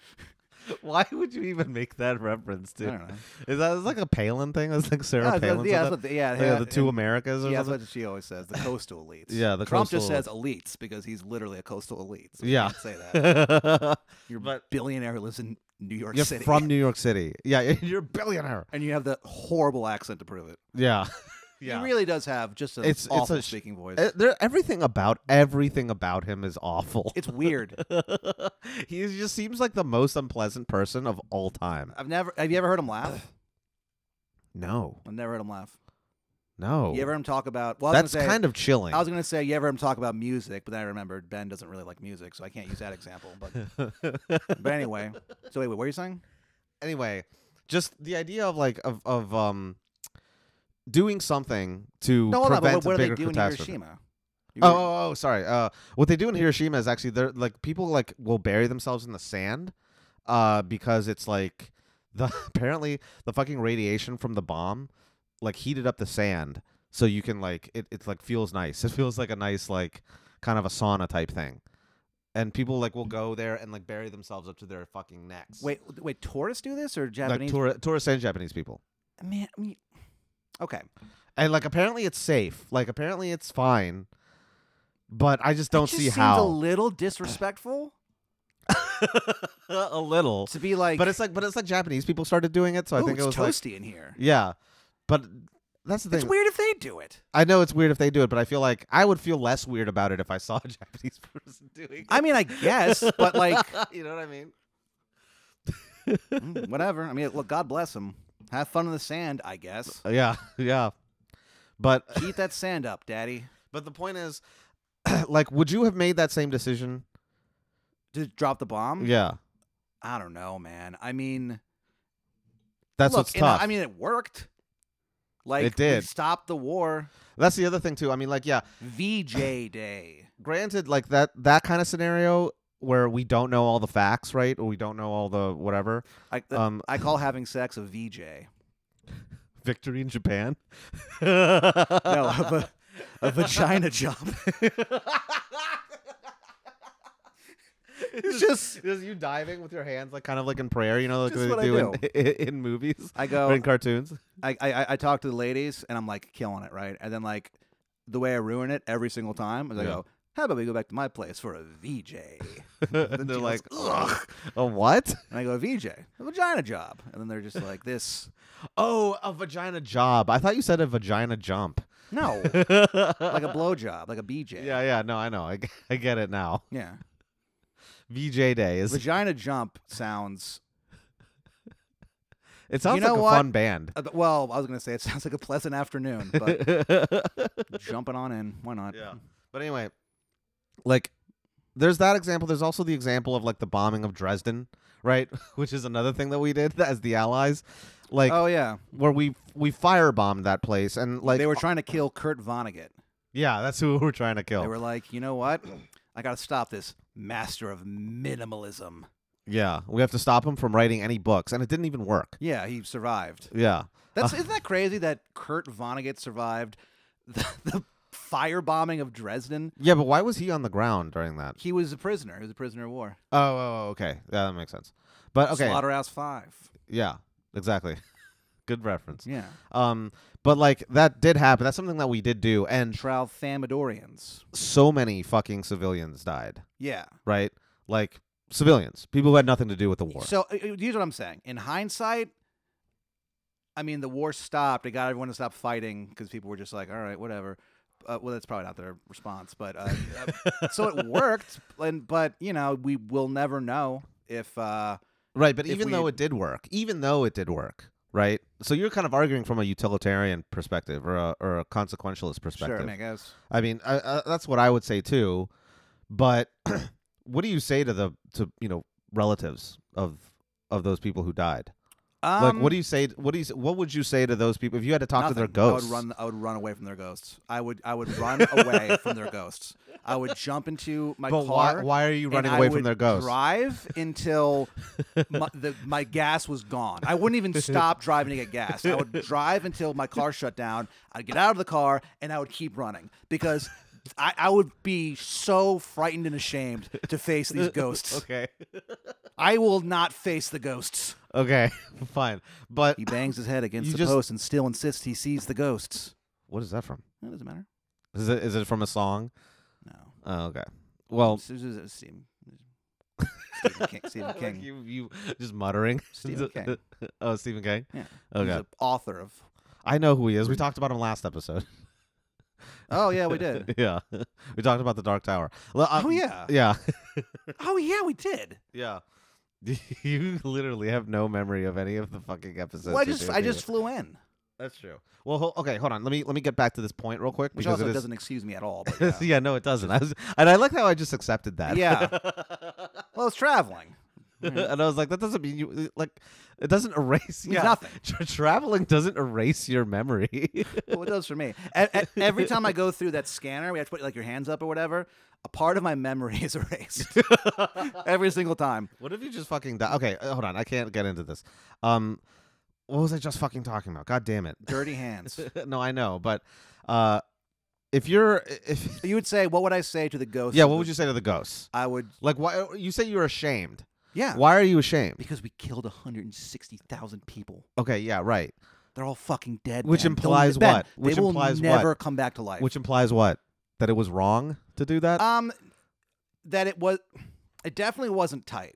Speaker 3: Why would you even make that reference,
Speaker 1: I
Speaker 3: dude?
Speaker 1: don't know.
Speaker 3: Is that is like a Palin thing? That's like
Speaker 1: Yeah,
Speaker 3: Sarah
Speaker 1: that's
Speaker 3: Palin.
Speaker 1: what- yeah, that's what they- yeah,
Speaker 3: yeah,
Speaker 1: yeah,
Speaker 3: the two
Speaker 1: and-
Speaker 3: Americas or
Speaker 1: Yeah, that's
Speaker 3: something.
Speaker 1: what she always says.
Speaker 3: (laughs)
Speaker 1: The coastal elites.
Speaker 3: Yeah, the
Speaker 1: Trump just
Speaker 3: coastal
Speaker 1: says elites because he's literally a coastal elite. so you
Speaker 3: Yeah.
Speaker 1: can't say that. Your
Speaker 3: But-
Speaker 1: billionaire who lives in New York
Speaker 3: (laughs) you're
Speaker 1: City.
Speaker 3: from New York City. Yeah, (laughs) you're a billionaire.
Speaker 1: (laughs) and you have the horrible accent to prove it.
Speaker 3: (laughs) Yeah,
Speaker 1: He really does have just an
Speaker 3: It's- it's
Speaker 1: awful
Speaker 3: a sh-
Speaker 1: speaking voice.
Speaker 3: Uh, there, everything about everything about him is awful.
Speaker 1: it's weird.
Speaker 3: (laughs) he just seems like the most unpleasant person of all time.
Speaker 1: I've never. Have you ever heard him laugh?
Speaker 3: No,
Speaker 1: I've never heard him laugh.
Speaker 3: no.
Speaker 1: You ever heard him talk about? Well, I was
Speaker 3: Oh. That's
Speaker 1: gonna say,
Speaker 3: kind of chilling.
Speaker 1: I was gonna say you ever heard him talk about music, but then I remembered Ben doesn't really like music, so I can't use that example. But
Speaker 3: (laughs)
Speaker 1: but anyway, so wait, wait, what are you saying?
Speaker 3: anyway, just the idea of like of of um doing something to
Speaker 1: No, hold on.
Speaker 3: prevent
Speaker 1: But what,
Speaker 3: a
Speaker 1: what do they
Speaker 3: bigger
Speaker 1: do in
Speaker 3: catastrophe.
Speaker 1: Hiroshima? You
Speaker 3: Oh,
Speaker 1: were-
Speaker 3: oh, oh, sorry. Uh, what they do in Hiroshima is actually they're like people like will bury themselves in the sand, uh, because it's like the (laughs) apparently the fucking radiation from the bomb, like heated up the sand, so you can like it. It's like feels nice. It feels like a nice like kind of a sauna type thing, and people like will go there and like bury themselves up to their fucking necks.
Speaker 1: Wait, wait. Tourists do this or Japanese?
Speaker 3: like tour, tourists and Japanese people.
Speaker 1: Man, I mean, Okay.
Speaker 3: and like apparently it's safe. Like apparently it's fine. But I just don't
Speaker 1: it just
Speaker 3: see
Speaker 1: seems a
Speaker 3: how
Speaker 1: little disrespectful
Speaker 3: (laughs) a little.
Speaker 1: to be like.
Speaker 3: But it's like but it's like Japanese people started doing it, so I
Speaker 1: "Ooh,
Speaker 3: think it
Speaker 1: it's
Speaker 3: was like
Speaker 1: toasty in here.
Speaker 3: yeah. But that's the
Speaker 1: It's
Speaker 3: thing.
Speaker 1: weird if they do it.
Speaker 3: I know it's weird if they do it, but I feel like I would feel less weird about it if I saw a (laughs) Japanese person doing it.
Speaker 1: I mean, I guess, but (laughs) like,
Speaker 3: (laughs) you know what I mean?
Speaker 1: mm, whatever. I mean, look, God bless them. Have fun in the sand, I guess.
Speaker 3: Yeah, yeah. But
Speaker 1: Eat that sand up, Daddy.
Speaker 3: but the point is (clears throat) like would you have made that same decision?
Speaker 1: Just drop the bomb.
Speaker 3: Yeah.
Speaker 1: I don't know, man. I mean,
Speaker 3: That's
Speaker 1: look,
Speaker 3: what's
Speaker 1: and I-
Speaker 3: tough.
Speaker 1: I mean, it worked. Like
Speaker 3: It
Speaker 1: we
Speaker 3: did.
Speaker 1: stopped the war.
Speaker 3: that's the other thing too. I mean like yeah,
Speaker 1: (laughs) VJ Day.
Speaker 3: granted like that that kind of scenario where we don't know all the facts right or we don't know all the whatever
Speaker 1: I, th-
Speaker 3: um
Speaker 1: I call having sex a (laughs) VJ.
Speaker 3: victory in japan
Speaker 1: No,
Speaker 3: (laughs) no
Speaker 1: a, va- a vagina job.
Speaker 3: it's (laughs) just, it's you diving with your hands like kind of like in prayer you know like
Speaker 1: Just
Speaker 3: they
Speaker 1: what I
Speaker 3: do, (laughs) In, in movies
Speaker 1: I
Speaker 3: or
Speaker 1: go.
Speaker 3: in cartoons (laughs)
Speaker 1: I, I I talk to the ladies and I'm like killing it, right? And then like the way I ruin it every single time is I
Speaker 3: Yeah.
Speaker 1: go, "How about we go back to my place for a VJ?"
Speaker 3: and they're
Speaker 1: she
Speaker 3: like
Speaker 1: goes,
Speaker 3: ugh a what
Speaker 1: And I go, "VJ, a vagina job." And then they're just like,
Speaker 3: (laughs)
Speaker 1: "This,
Speaker 3: (laughs) oh a vagina job i thought you said a vagina jump (laughs)
Speaker 1: no,
Speaker 3: like
Speaker 1: like a
Speaker 3: a
Speaker 1: blowjob, like a BJ."
Speaker 3: yeah yeah no i know i, g- I get it now
Speaker 1: yeah.
Speaker 3: vj day is
Speaker 1: Vagina jump sounds.
Speaker 3: It sounds
Speaker 1: know
Speaker 3: like a
Speaker 1: what?
Speaker 3: fun band.
Speaker 1: uh, th- Well, I was gonna say it (laughs) sounds like a pleasant afternoon, but
Speaker 3: (laughs) Uh,
Speaker 1: jumping on in, why not?
Speaker 3: yeah. (laughs) But anyway, like there's that example. There's also the example of like the bombing of Dresden, right? (laughs) Which is another thing that we did (laughs) as the Allies. Like
Speaker 1: oh yeah,
Speaker 3: where we we firebombed that place and like
Speaker 1: they were trying to kill Kurt Vonnegut.
Speaker 3: Yeah, that's who (laughs) we are trying to kill.
Speaker 1: They were like, you know what? I gotta stop this master of minimalism.
Speaker 3: yeah. We have to stop him from writing any books and it didn't even work.
Speaker 1: Yeah, he survived.
Speaker 3: Yeah.
Speaker 1: That's isn't that crazy that Kurt Vonnegut survived (laughs) the, the firebombing of Dresden?
Speaker 3: Yeah, but why was he on the ground during that?
Speaker 1: He was a prisoner. He was a prisoner of war.
Speaker 3: Oh, oh, oh, okay. Yeah, that makes sense. But okay.
Speaker 1: Slaughterhouse Five.
Speaker 3: Yeah, exactly. (laughs) Good reference.
Speaker 1: Yeah.
Speaker 3: Um, but like that did happen. That's something that we did do, and
Speaker 1: Tralfamadorians.
Speaker 3: so many fucking civilians died.
Speaker 1: Yeah.
Speaker 3: Right, like civilians, people who had nothing to do with the war.
Speaker 1: So uh, uh, here's what I'm saying. In hindsight, I mean, the war stopped. It got everyone to stop fighting because people were just like, all right, whatever. Uh, well, that's probably not their response, but uh,
Speaker 3: (laughs)
Speaker 1: uh, so it worked. And but you know, we will never know if uh,
Speaker 3: right, but
Speaker 1: if
Speaker 3: even though
Speaker 1: we-
Speaker 3: it did work, even though it did work, right? So you're kind of arguing from a utilitarian perspective or a, or a consequentialist
Speaker 1: sure.
Speaker 3: perspective.
Speaker 1: I, mean, I guess
Speaker 3: I mean, I, I, that's what I would say too. But (clears throat) what do you say to the to you know relatives of of those people who died? like, what do you say? What do you? s- What would you say to those people if you had to talk to their
Speaker 1: Um, Nothing. I
Speaker 3: ghosts?
Speaker 1: would run. I would run away from their ghosts. I would. I would run away from their ghosts. I would jump into my
Speaker 3: but
Speaker 1: car.
Speaker 3: why? Why are you
Speaker 1: and
Speaker 3: running
Speaker 1: I
Speaker 3: away
Speaker 1: would
Speaker 3: from their ghosts?
Speaker 1: Drive (laughs) until
Speaker 3: (laughs)
Speaker 1: my, the, my gas was gone. I wouldn't even stop driving to get gas. I would drive until my car shut down. I'd get out of the car and I would keep running because I, I would be so frightened and ashamed to face these ghosts.
Speaker 3: (laughs) Okay.
Speaker 1: I will not face the ghosts.
Speaker 3: Okay. (laughs) Fine. But
Speaker 1: He bangs his head against
Speaker 3: You
Speaker 1: the
Speaker 3: just-
Speaker 1: post and still insists he sees the ghosts.
Speaker 3: (laughs) what is that from?
Speaker 1: That doesn't matter.
Speaker 3: Is it is it from a song?
Speaker 1: No.
Speaker 3: Oh, okay. Well,
Speaker 1: This is- this is Stephen, Stephen King. Stephen
Speaker 3: (laughs) like
Speaker 1: King.
Speaker 3: you you just muttering. (laughs)
Speaker 1: Stephen King.
Speaker 3: oh, Stephen King.
Speaker 1: Yeah. He's
Speaker 3: Okay.
Speaker 1: the author of.
Speaker 3: I know who he is. We talked about him last episode.
Speaker 1: Oh yeah,
Speaker 3: (laughs)
Speaker 1: we did.
Speaker 3: yeah. We talked about the Dark Tower. Well, uh,
Speaker 1: oh yeah.
Speaker 3: Yeah. (laughs)
Speaker 1: Oh yeah, we did.
Speaker 3: Yeah. (laughs) You literally have no memory of any of the fucking episodes.
Speaker 1: Well, I
Speaker 3: you
Speaker 1: just
Speaker 3: do,
Speaker 1: I
Speaker 3: do you?
Speaker 1: just flew in,
Speaker 3: That's true. Well, ho- okay, hold on. Let me let me get back to this point real quick
Speaker 1: which
Speaker 3: because
Speaker 1: also
Speaker 3: it is- (laughs)
Speaker 1: doesn't excuse me at all. But yeah.
Speaker 3: yeah, no, it doesn't. I was, and I like how I just accepted that. (laughs)
Speaker 1: Yeah. well, it's traveling.
Speaker 3: and I was like, that doesn't mean you like. It doesn't (laughs) erase.
Speaker 1: Means nothing.
Speaker 3: Tra- traveling doesn't erase your memory. (laughs)
Speaker 1: Well, it does for me. E- e- every time I go through that scanner, we have to put like your hands up or whatever. A part of my memory (laughs) is erased
Speaker 3: (laughs)
Speaker 1: every single time.
Speaker 3: what if you just fucking die? Okay, uh, hold on. I can't get into this. Um, what was I just fucking talking about? God damn it. (laughs)
Speaker 1: Dirty hands.
Speaker 3: no, I know, but uh, if you're if (laughs)
Speaker 1: You would say, what would I say to the ghost?
Speaker 3: yeah,
Speaker 1: of
Speaker 3: what
Speaker 1: the-
Speaker 3: would you say to the ghosts?
Speaker 1: I would.
Speaker 3: Like, why uh, you say you're ashamed?
Speaker 1: Yeah.
Speaker 3: Why are you ashamed?
Speaker 1: Because we killed 160,000 people.
Speaker 3: Okay, yeah, right.
Speaker 1: They're all fucking dead.
Speaker 3: Which
Speaker 1: man. They'll
Speaker 3: implies
Speaker 1: ne- Ben,
Speaker 3: what? Which
Speaker 1: they will
Speaker 3: implies what?
Speaker 1: never come back to life.
Speaker 3: Which implies what? That it was wrong to do that?
Speaker 1: um, that it was, it definitely wasn't tight.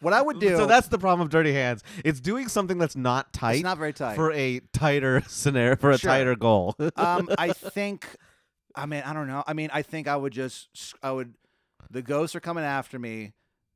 Speaker 1: What I would do.
Speaker 3: (laughs) So that's the problem of Dirty Hands. It's doing something that's not tight
Speaker 1: it's not very tight.
Speaker 3: for (laughs) a tighter scenario, for a
Speaker 1: Sure.
Speaker 3: tighter goal.
Speaker 1: um, I think. I mean, I don't know. I mean, I think I would just. s- I would. The ghosts are coming after me,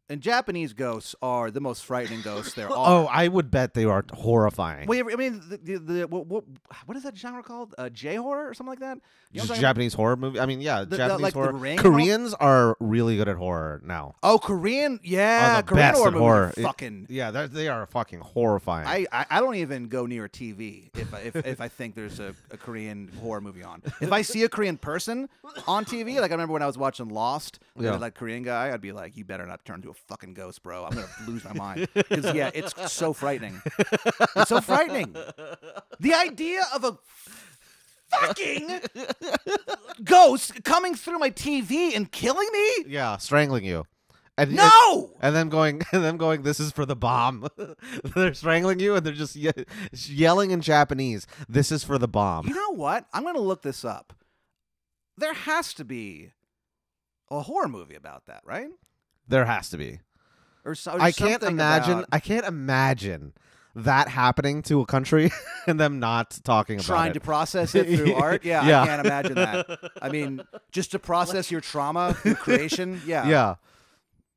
Speaker 1: and Japanese ghosts are the most frightening ghosts there
Speaker 3: (laughs) oh,
Speaker 1: are.
Speaker 3: I would bet they are horrifying.
Speaker 1: Well, you ever- I mean, the, the, the what, what what is that genre called? Uh, J horror or something like that? You know
Speaker 3: Just
Speaker 1: what I'm talking about?
Speaker 3: Japanese horror movie. I mean, yeah,
Speaker 1: The- the-
Speaker 3: Japanese
Speaker 1: like The
Speaker 3: horror.
Speaker 1: Ring and all-
Speaker 3: Koreans are really good at horror now.
Speaker 1: Oh, Korean, yeah,
Speaker 3: the
Speaker 1: Korean
Speaker 3: best
Speaker 1: horror
Speaker 3: at
Speaker 1: movies. are
Speaker 3: horror. It-
Speaker 1: Fucking,
Speaker 3: Yeah, they're- they are fucking horrifying.
Speaker 1: I, I I don't even go near a TV if I, if, (laughs) if I think there's a, a Korean horror movie on. If I see a Korean person on TV, like I remember when I was watching Lost, they
Speaker 3: Yeah.
Speaker 1: had that Korean guy, I'd be like, "You better not turn into a fucking ghost, bro. I'm gonna lose my mind." Because yeah, it's so frightening. It's so frightening. The idea of a fucking ghost coming through my TV and killing me?
Speaker 3: yeah, strangling you. And and-
Speaker 1: No.
Speaker 3: and then going (laughs) and then going this is for the bomb (laughs) they're strangling you and they're just ye- yelling in japanese this is for the
Speaker 1: You
Speaker 3: bomb
Speaker 1: know what? I'm going to look this up. There has to be a horror movie about that, right?
Speaker 3: there has to be
Speaker 1: Or, so, or
Speaker 3: i can't
Speaker 1: something
Speaker 3: imagine
Speaker 1: about
Speaker 3: i can't imagine that happening to a country (laughs) and them not talking
Speaker 1: trying
Speaker 3: about
Speaker 1: to
Speaker 3: it
Speaker 1: process it
Speaker 3: (laughs)
Speaker 1: through art. Yeah, I
Speaker 3: Yeah.
Speaker 1: can't imagine that. I
Speaker 3: (laughs)
Speaker 1: mean, just to process your trauma through creation. Yeah.
Speaker 3: yeah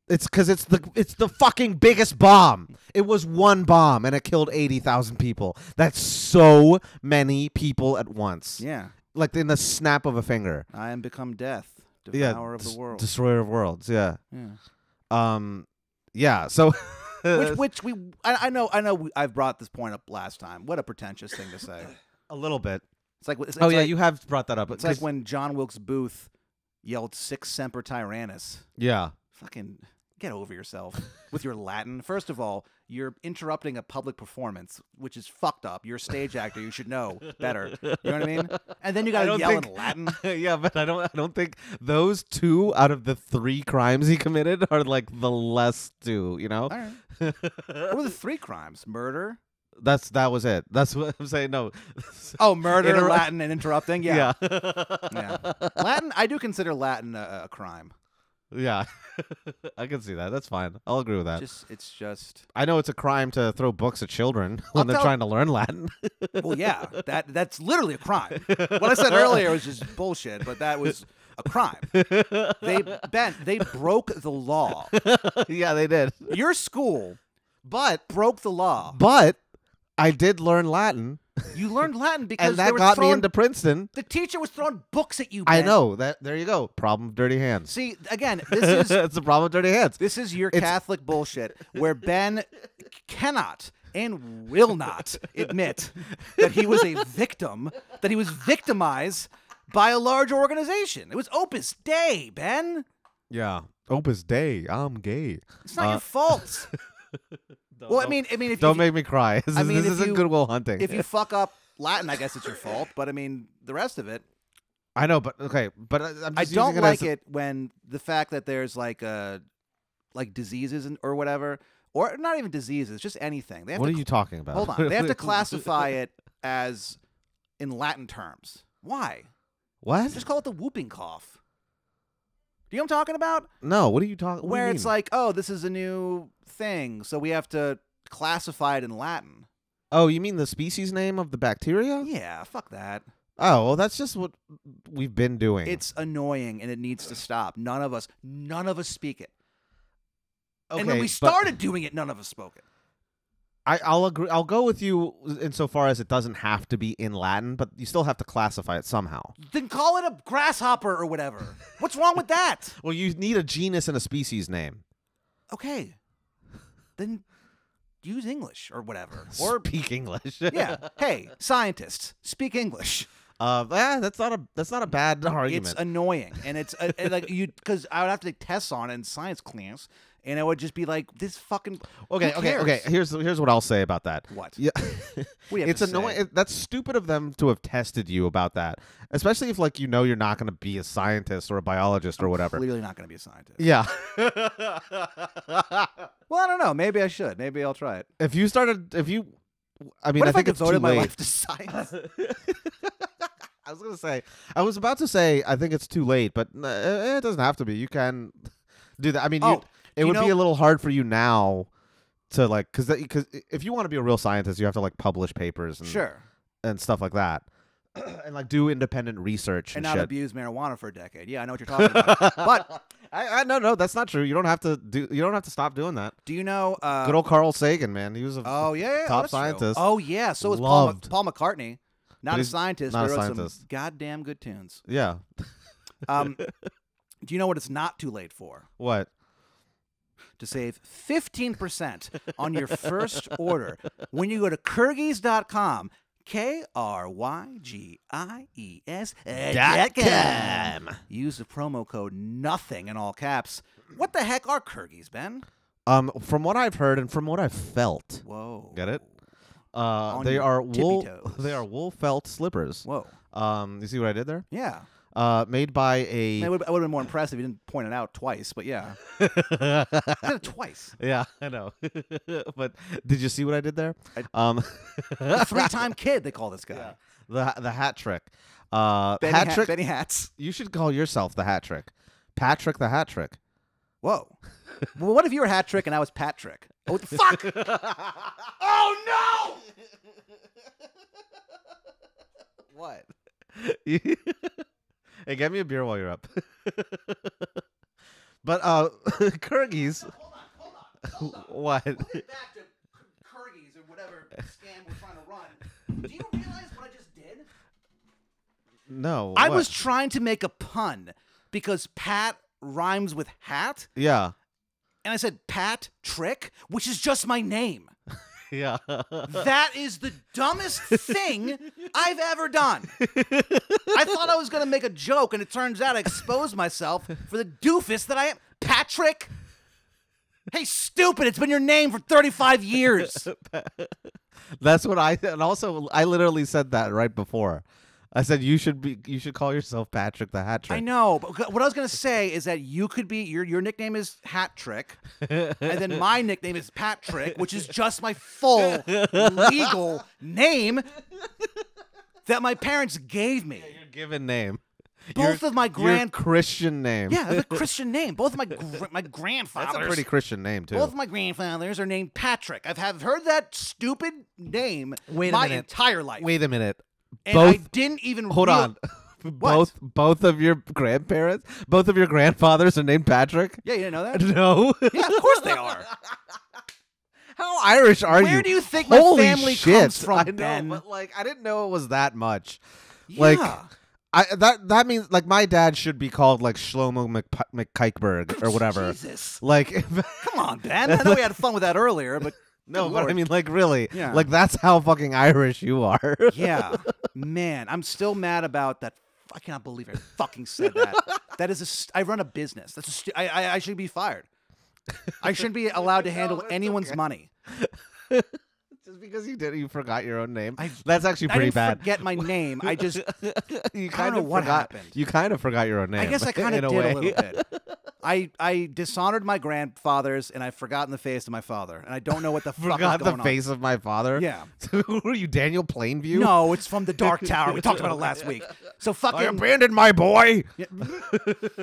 Speaker 3: it's because it's the it's the fucking biggest bomb. It was one bomb and it killed eighty thousand people. That's so many people at once,
Speaker 1: Yeah.
Speaker 3: like in the snap of a finger.
Speaker 1: I am become death,
Speaker 3: yeah,
Speaker 1: devourer of
Speaker 3: des-
Speaker 1: the world.
Speaker 3: destroyer of worlds. Yeah,
Speaker 1: yeah.
Speaker 3: Um, yeah. So, (laughs)
Speaker 1: Which, which we, I, I know, I know, we, I've brought this point up last time. What a pretentious thing to say.
Speaker 3: a little bit.
Speaker 1: It's like, it's,
Speaker 3: oh
Speaker 1: it's
Speaker 3: yeah,
Speaker 1: like-
Speaker 3: you have brought that up.
Speaker 1: it's like
Speaker 3: 'cause-
Speaker 1: when John Wilkes Booth yelled "Six Semper Tyrannis."
Speaker 3: yeah, (laughs)
Speaker 1: fucking get over yourself with your Latin. First of all, you're interrupting a public performance, which is fucked up. You're a stage actor. You should know better. You know what I mean? And then you
Speaker 3: I
Speaker 1: got to
Speaker 3: don't
Speaker 1: yell in
Speaker 3: think-
Speaker 1: Latin.
Speaker 3: yeah, but I don't. I don't think those two out of the three crimes he committed are like the less two. You know,
Speaker 1: All right. What were the three crimes? Murder?
Speaker 3: that's that was it. That's (laughs) what I'm saying. No.
Speaker 1: Oh, murder,
Speaker 3: Interrupt-
Speaker 1: Latin, and interrupting. Yeah.
Speaker 3: yeah.
Speaker 1: Yeah. Latin, I do consider Latin a, a crime.
Speaker 3: Yeah. (laughs) I can see that. That's fine. I'll agree with that.
Speaker 1: Just, it's just,
Speaker 3: I know it's a crime to throw books at children (laughs) when they're
Speaker 1: tell-
Speaker 3: trying to learn Latin. (laughs)
Speaker 1: well, yeah, that that's literally a crime. What I said earlier was just bullshit, but that was a crime. They bent, they broke the law.
Speaker 3: yeah, they did.
Speaker 1: Your school
Speaker 3: But
Speaker 1: broke the law.
Speaker 3: but I did learn Latin,
Speaker 1: You
Speaker 3: (laughs)
Speaker 1: learned Latin because
Speaker 3: and
Speaker 1: they
Speaker 3: that
Speaker 1: were
Speaker 3: got me
Speaker 1: throwing-
Speaker 3: into Princeton.
Speaker 1: The teacher was throwing books at you.
Speaker 3: I
Speaker 1: Ben.
Speaker 3: know that. There you go. Problem of dirty hands. (laughs)
Speaker 1: See, again, this is
Speaker 3: it's the problem of dirty hands.
Speaker 1: this is your
Speaker 3: It's-
Speaker 1: Catholic bullshit, where Ben cannot and will not admit that he was
Speaker 3: (laughs)
Speaker 1: a victim, that he was victimized by a large organization. It was Opus Dei, Ben.
Speaker 3: Yeah. Opus Day. I'm gay.
Speaker 1: It's not
Speaker 3: Uh,
Speaker 1: your
Speaker 3: (laughs)
Speaker 1: fault. well, I mean, I mean, if,
Speaker 3: Don't
Speaker 1: if,
Speaker 3: make me cry. (laughs) This,
Speaker 1: I
Speaker 3: is-
Speaker 1: mean,
Speaker 3: this
Speaker 1: if
Speaker 3: isn't
Speaker 1: you-
Speaker 3: Goodwill Hunting.
Speaker 1: if
Speaker 3: (laughs)
Speaker 1: you fuck up Latin, I guess it's your fault. But I mean, the rest of it,
Speaker 3: I know, but okay, but I, I'm just
Speaker 1: I
Speaker 3: using
Speaker 1: don't
Speaker 3: it
Speaker 1: like
Speaker 3: as,
Speaker 1: it when the fact that there's like uh like diseases and, or whatever, or not even diseases, just anything. They have
Speaker 3: What
Speaker 1: to
Speaker 3: are you talking about?
Speaker 1: hold on. They
Speaker 3: (laughs)
Speaker 1: have to classify it as in Latin terms. Why?
Speaker 3: What?
Speaker 1: Just call it the whooping cough. Do you know what I'm talking about?
Speaker 3: No. What are you talking?
Speaker 1: Where it's like, oh, this is a new thing, so we have to classify it in Latin.
Speaker 3: oh, you mean the species name of the bacteria?
Speaker 1: Yeah, fuck that.
Speaker 3: Oh, well, that's just what we've been doing.
Speaker 1: It's annoying and it needs to stop. None of us, none of us speak it.
Speaker 3: okay,
Speaker 1: and when we
Speaker 3: but-
Speaker 1: started doing it, none of us spoke it.
Speaker 3: I, I'll agree. I'll go with you insofar as it doesn't have to be in Latin, but you still have to classify it somehow.
Speaker 1: Then call it a grasshopper or whatever. What's wrong with that?
Speaker 3: (laughs) Well, you need a genus and a species name.
Speaker 1: Okay. Then use English or
Speaker 3: (laughs)
Speaker 1: whatever.
Speaker 3: Or
Speaker 1: Or
Speaker 3: peak English.
Speaker 1: yeah. Hey, scientists, speak English.
Speaker 3: (laughs) Uh, ah, that's not a that's not a bad argument.
Speaker 1: It's annoying and it's uh, uh, like you cuz I would have to take tests on it in science class and I would just be like, "This fucking
Speaker 3: Okay,
Speaker 1: Who
Speaker 3: okay, okay.
Speaker 1: cares?
Speaker 3: Here's here's what I'll say about that.
Speaker 1: what?
Speaker 3: Yeah, (laughs)
Speaker 1: what do you have
Speaker 3: it's
Speaker 1: to say?
Speaker 3: annoying. it- That's stupid of them to have tested you about that, especially if like you know you're not going to be a scientist or a biologist or whatever.
Speaker 1: Clearly not going to be a scientist.
Speaker 3: Yeah.
Speaker 1: Well, I don't know. Maybe I should. Maybe I'll try it.
Speaker 3: if you started, if you, I mean,
Speaker 1: what
Speaker 3: I
Speaker 1: if
Speaker 3: think
Speaker 1: I
Speaker 3: it's too
Speaker 1: devoted my
Speaker 3: late. Mm.
Speaker 1: life to
Speaker 3: (laughs)
Speaker 1: science?
Speaker 3: I was gonna say, I was about to say, I think it's too late, but uh, eh, it doesn't have to be. You can do that. I mean, you,
Speaker 1: Oh,
Speaker 3: it
Speaker 1: you
Speaker 3: would be
Speaker 1: know-
Speaker 3: a little hard for you now to like, because because if you want to be a real scientist, you have to like publish papers and
Speaker 1: sure,
Speaker 3: and stuff like that, (clears throat) and like do independent research
Speaker 1: and
Speaker 3: and,
Speaker 1: not
Speaker 3: (laughs) shit.
Speaker 1: abuse marijuana for a decade. Yeah, I know what you're talking about.
Speaker 3: (laughs)
Speaker 1: But-
Speaker 3: I, I no no that's not true. You don't have to do. You don't have to stop doing that.
Speaker 1: Do you know? Uh,
Speaker 3: Good old Carl Sagan, man. He was a
Speaker 1: oh yeah, yeah, yeah,
Speaker 3: top
Speaker 1: that's true.
Speaker 3: scientist.
Speaker 1: Oh yeah, so was Paul, Mc-
Speaker 3: Loved.
Speaker 1: Paul McCartney. Not a
Speaker 3: he's
Speaker 1: scientist,
Speaker 3: not
Speaker 1: but
Speaker 3: a
Speaker 1: wrote some
Speaker 3: scientist.
Speaker 1: goddamn good tunes.
Speaker 3: yeah. (laughs)
Speaker 1: Um, do you know what it's not too late for?
Speaker 3: What?
Speaker 1: to save 15% on your first order when you go to Kyrgyz.com. K R Y G I E S uh, dot com. Use the promo code nothing in all caps. What the heck are Kyrgyz, Ben?
Speaker 3: Um, from what I've heard and from what I've felt,
Speaker 1: Whoa.
Speaker 3: Get it? uh,
Speaker 1: On
Speaker 3: they
Speaker 1: your
Speaker 3: are
Speaker 1: tippy
Speaker 3: wool. (laughs)
Speaker 1: toes.
Speaker 3: They are wool felt slippers.
Speaker 1: Whoa.
Speaker 3: Um, you see what I did there?
Speaker 1: Yeah.
Speaker 3: Uh, made by
Speaker 1: I
Speaker 3: a. (laughs)
Speaker 1: would have been more impressed if you didn't point it out twice, but yeah. I did it
Speaker 3: (laughs)
Speaker 1: twice.
Speaker 3: yeah, I know. but did you see what I did there?
Speaker 1: I-
Speaker 3: um, (laughs)
Speaker 1: A three time kid, they call this guy.
Speaker 3: Yeah. the the hat trick. Uh,
Speaker 1: Benny,
Speaker 3: hat
Speaker 1: Hat-
Speaker 3: trick.
Speaker 1: Benny Hats.
Speaker 3: You should call yourself the hat trick. Patrick the hat trick. (laughs)
Speaker 1: Whoa. well, what if you were Hat Trick and I was Patrick? Oh, what the
Speaker 3: (laughs)
Speaker 1: fuck?
Speaker 3: oh no! what? hey, get me a beer while you're up. (laughs) but uh (laughs) Kyrgyz. (laughs) What?
Speaker 1: it back to Kyrgyz or whatever scam we're trying to run. Do you realize what I just did?
Speaker 3: No.
Speaker 1: I
Speaker 3: what?
Speaker 1: was trying to make a pun because Pat rhymes with hat,
Speaker 3: Yeah.
Speaker 1: and I said Pat Trick, which is just my name. (laughs)
Speaker 3: Yeah.
Speaker 1: That is the dumbest thing I've ever done. I thought I was going to make a joke, and it turns out I exposed myself for the doofus that I am. Patrick? Hey, stupid, it's been your name for 35 years.
Speaker 3: That's what I and also I literally said that right before. I said you should be you should call yourself Patrick the Hat Trick.
Speaker 1: I know, but g- what I was gonna say is that you could be your your nickname is Hat Trick, and then my nickname is Pat Trick, which is just my full legal name that my parents gave me.
Speaker 3: Your given name.
Speaker 1: Both of my grand-
Speaker 3: your Christian name.
Speaker 1: Yeah,
Speaker 3: (laughs)
Speaker 1: that's a Christian name. Both of my gr- my grandfathers.
Speaker 3: That's a pretty Christian name too.
Speaker 1: both my grandfathers are named Patrick. I've have heard that stupid name
Speaker 3: Wait a
Speaker 1: my
Speaker 3: minute.
Speaker 1: entire life,
Speaker 3: Wait a minute.
Speaker 1: and I
Speaker 3: both
Speaker 1: didn't even
Speaker 3: hold
Speaker 1: real-
Speaker 3: on. (laughs) both both of your grandparents, both of your grandfathers are named Patrick?
Speaker 1: Yeah, you didn't know
Speaker 3: (laughs)
Speaker 1: that?
Speaker 3: No.
Speaker 1: (laughs) yeah, of course they are.
Speaker 3: How Irish are you?
Speaker 1: Where do you think my
Speaker 3: Holy
Speaker 1: family
Speaker 3: shit.
Speaker 1: comes from,
Speaker 3: I know,
Speaker 1: Ben?
Speaker 3: but like I didn't know it was that much. Like
Speaker 1: Yeah.
Speaker 3: I that that means like my dad should be called like Shlomo McP- McKikeberg (laughs) or
Speaker 1: (laughs)
Speaker 3: whatever.
Speaker 1: Jesus.
Speaker 3: Like (laughs) if-
Speaker 1: Come on, Ben. I know we had fun with that earlier, but
Speaker 3: (laughs) no,
Speaker 1: Good
Speaker 3: but I
Speaker 1: lord.
Speaker 3: mean like really.
Speaker 1: Yeah.
Speaker 3: Like that's how fucking Irish you are. (laughs)
Speaker 1: yeah, man, I'm still mad about that. I cannot believe I fucking said that. That is a. St- I run a business. That's a stu- I, I I should be fired. I shouldn't
Speaker 3: (laughs)
Speaker 1: be allowed to handle
Speaker 3: that's
Speaker 1: anyone's
Speaker 3: okay.
Speaker 1: money.
Speaker 3: Just because you did, you forgot your own name.
Speaker 1: I-
Speaker 3: That's actually
Speaker 1: I
Speaker 3: pretty
Speaker 1: didn't
Speaker 3: bad.
Speaker 1: forget my name. I just.
Speaker 3: (laughs) you kind
Speaker 1: I don't know
Speaker 3: of
Speaker 1: what
Speaker 3: forgot.
Speaker 1: happened.
Speaker 3: You kind of forgot your own name.
Speaker 1: I guess I kind
Speaker 3: (laughs) in
Speaker 1: of
Speaker 3: a
Speaker 1: did
Speaker 3: way.
Speaker 1: a little bit.
Speaker 3: (laughs)
Speaker 1: I I dishonored my grandfathers, and I've forgotten the face of my father, and I don't know what
Speaker 3: (laughs)
Speaker 1: the fuck
Speaker 3: Forgot
Speaker 1: is
Speaker 3: the
Speaker 1: going
Speaker 3: face of my father.
Speaker 1: on. Yeah.
Speaker 3: (laughs) Who are you, Daniel Plainview?
Speaker 1: No, it's from the
Speaker 3: (laughs)
Speaker 1: Dark Tower. We talked about it last week. So
Speaker 3: I
Speaker 1: fucking
Speaker 3: abandoned my boy.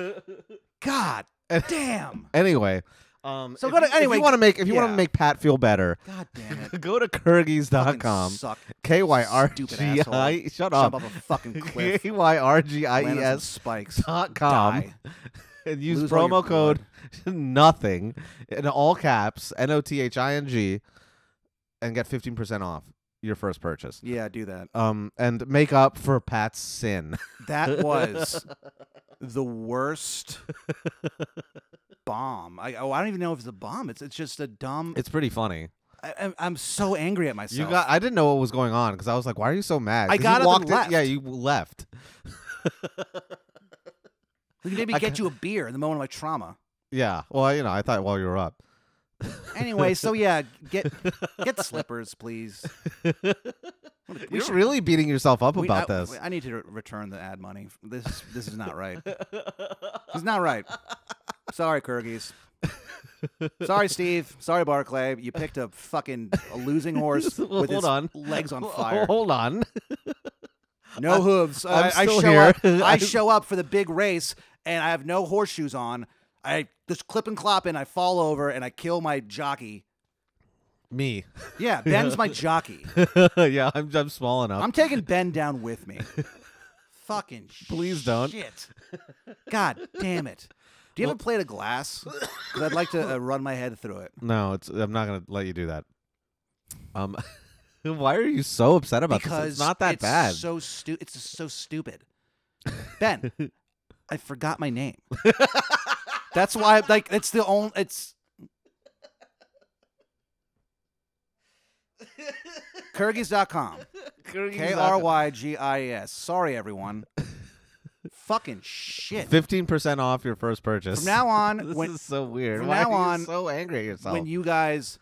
Speaker 3: (laughs)
Speaker 1: God damn.
Speaker 3: Anyway, um,
Speaker 1: So
Speaker 3: if
Speaker 1: go to-
Speaker 3: you, If
Speaker 1: anyway,
Speaker 3: you want to make if you want
Speaker 1: yeah.
Speaker 3: to make Pat
Speaker 1: (laughs)
Speaker 3: feel better,
Speaker 1: God damn
Speaker 3: (laughs)
Speaker 1: it.
Speaker 3: go to
Speaker 1: Fucking
Speaker 3: Kyrgyz.com.
Speaker 1: Suck.
Speaker 3: K y r
Speaker 1: Stupid
Speaker 3: g i. E
Speaker 1: asshole.
Speaker 3: Shut
Speaker 1: Jump
Speaker 3: um. up. (laughs)
Speaker 1: off a fucking cliff.
Speaker 3: K y r g i
Speaker 1: Land
Speaker 3: e
Speaker 1: on some
Speaker 3: s.
Speaker 1: spikes.
Speaker 3: dot com
Speaker 1: Die.
Speaker 3: and (laughs) use
Speaker 1: Lose all your
Speaker 3: promo code (laughs) nothing in all caps N O T H I N G and get fifteen percent off your first purchase.
Speaker 1: Yeah, do that.
Speaker 3: Um, and make up for Pat's sin. (laughs)
Speaker 1: That was the worst bomb. I, oh, I don't even know if it's a bomb. It's it's just a dumb.
Speaker 3: It's pretty funny.
Speaker 1: I, I'm- I'm so angry at myself.
Speaker 3: You got. I didn't know what was going on because I was like, "Why are you so mad?"
Speaker 1: I
Speaker 3: 'Cause
Speaker 1: got up
Speaker 3: you
Speaker 1: and
Speaker 3: walked
Speaker 1: left.
Speaker 3: In, yeah, you left.
Speaker 1: we can maybe
Speaker 3: I
Speaker 1: get you a beer in the moment of my trauma.
Speaker 3: Yeah. Well, you know, I thought while you
Speaker 1: (laughs)
Speaker 3: were up.
Speaker 1: Anyway, so yeah, get
Speaker 3: (laughs)
Speaker 1: get slippers, please. We
Speaker 3: You're
Speaker 1: should-
Speaker 3: really beating yourself up
Speaker 1: we-
Speaker 3: about
Speaker 1: I-
Speaker 3: this.
Speaker 1: I need to re- return the ad money. This this is not right. It's not right. Sorry, Kurgis. Sorry, Steve. Sorry, Barclay. You picked a fucking a
Speaker 3: (laughs)
Speaker 1: losing horse
Speaker 3: Well,
Speaker 1: with his
Speaker 3: hold on.
Speaker 1: legs
Speaker 3: (laughs)
Speaker 1: on
Speaker 3: Well,
Speaker 1: fire.
Speaker 3: Hold on. (laughs)
Speaker 1: No hooves.
Speaker 3: I'm
Speaker 1: I, I
Speaker 3: still
Speaker 1: show
Speaker 3: here. (laughs)
Speaker 1: up. I
Speaker 3: I'm-
Speaker 1: show up for the big race, and I have no horseshoes on. I just clip and clop, and I fall over, and I kill my jockey.
Speaker 3: Me. (laughs)
Speaker 1: Yeah, Ben's my jockey.
Speaker 3: yeah, I'm I'm small enough.
Speaker 1: I'm taking Ben down with
Speaker 3: (laughs)
Speaker 1: me. Fucking
Speaker 3: Please don't.
Speaker 1: Shit. God damn it. Do you have a plate of glass? 'Cause I'd like to uh, run my head through it.
Speaker 3: no, it's I'm not gonna let you do that. Um (laughs) why are you so upset about
Speaker 1: because
Speaker 3: this? It's not that
Speaker 1: it's
Speaker 3: bad.
Speaker 1: So stu- It's just so stupid. Ben, I forgot my
Speaker 3: (laughs)
Speaker 1: name. That's why. Like, it's the only. It's. Kyrgyz.com. K R Y G I S. Sorry, everyone. Fucking shit.
Speaker 3: Fifteen percent off your first purchase.
Speaker 1: From
Speaker 3: (laughs)
Speaker 1: now on,
Speaker 3: this
Speaker 1: when
Speaker 3: is so weird.
Speaker 1: from
Speaker 3: Why
Speaker 1: now
Speaker 3: are
Speaker 1: on,
Speaker 3: you so angry at yourself?
Speaker 1: when you guys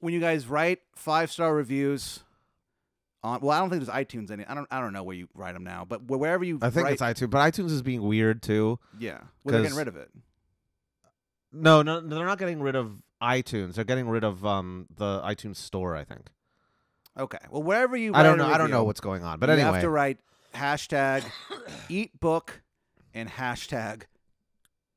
Speaker 1: when you guys write five star reviews on well, I don't think there's iTunes any. I don't I don't know where you write them now, but wherever you
Speaker 3: I think
Speaker 1: write,
Speaker 3: it's iTunes, but iTunes is being weird too.
Speaker 1: yeah, well, they're getting
Speaker 3: 'cause-
Speaker 1: rid of it.
Speaker 3: No, no, no, they're not getting rid of iTunes. They're getting rid of um the iTunes store. I think.
Speaker 1: Okay, well, wherever you
Speaker 3: I don't
Speaker 1: write a
Speaker 3: know. I don't know
Speaker 1: review,
Speaker 3: what's going on. But
Speaker 1: you
Speaker 3: anyway,
Speaker 1: have to write hashtag eat book and hashtag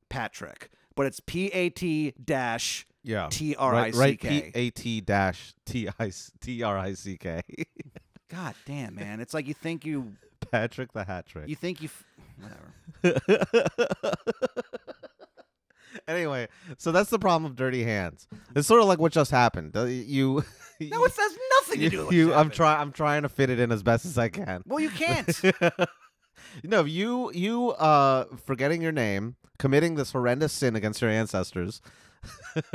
Speaker 1: Patrick, but it's P A T dash
Speaker 3: yeah.
Speaker 1: T R I
Speaker 3: Right,
Speaker 1: C
Speaker 3: right. P
Speaker 1: K.
Speaker 3: A T dash T I C- T R I C K. (laughs)
Speaker 1: God damn, man! It's like you think you
Speaker 3: Patrick the Hat Trick.
Speaker 1: you think you f-
Speaker 3: (laughs)
Speaker 1: whatever.
Speaker 3: anyway, so that's the problem of dirty hands. It's sort of like what just happened. Uh, You. (laughs)
Speaker 1: No, it has nothing to do
Speaker 3: You,
Speaker 1: with
Speaker 3: you
Speaker 1: what's
Speaker 3: I'm
Speaker 1: happened.
Speaker 3: trying. I'm trying to fit it in as best as I can.
Speaker 1: Well, you
Speaker 3: (laughs)
Speaker 1: can't.
Speaker 3: no, you you uh forgetting your name, committing this horrendous sin against your ancestors. (laughs)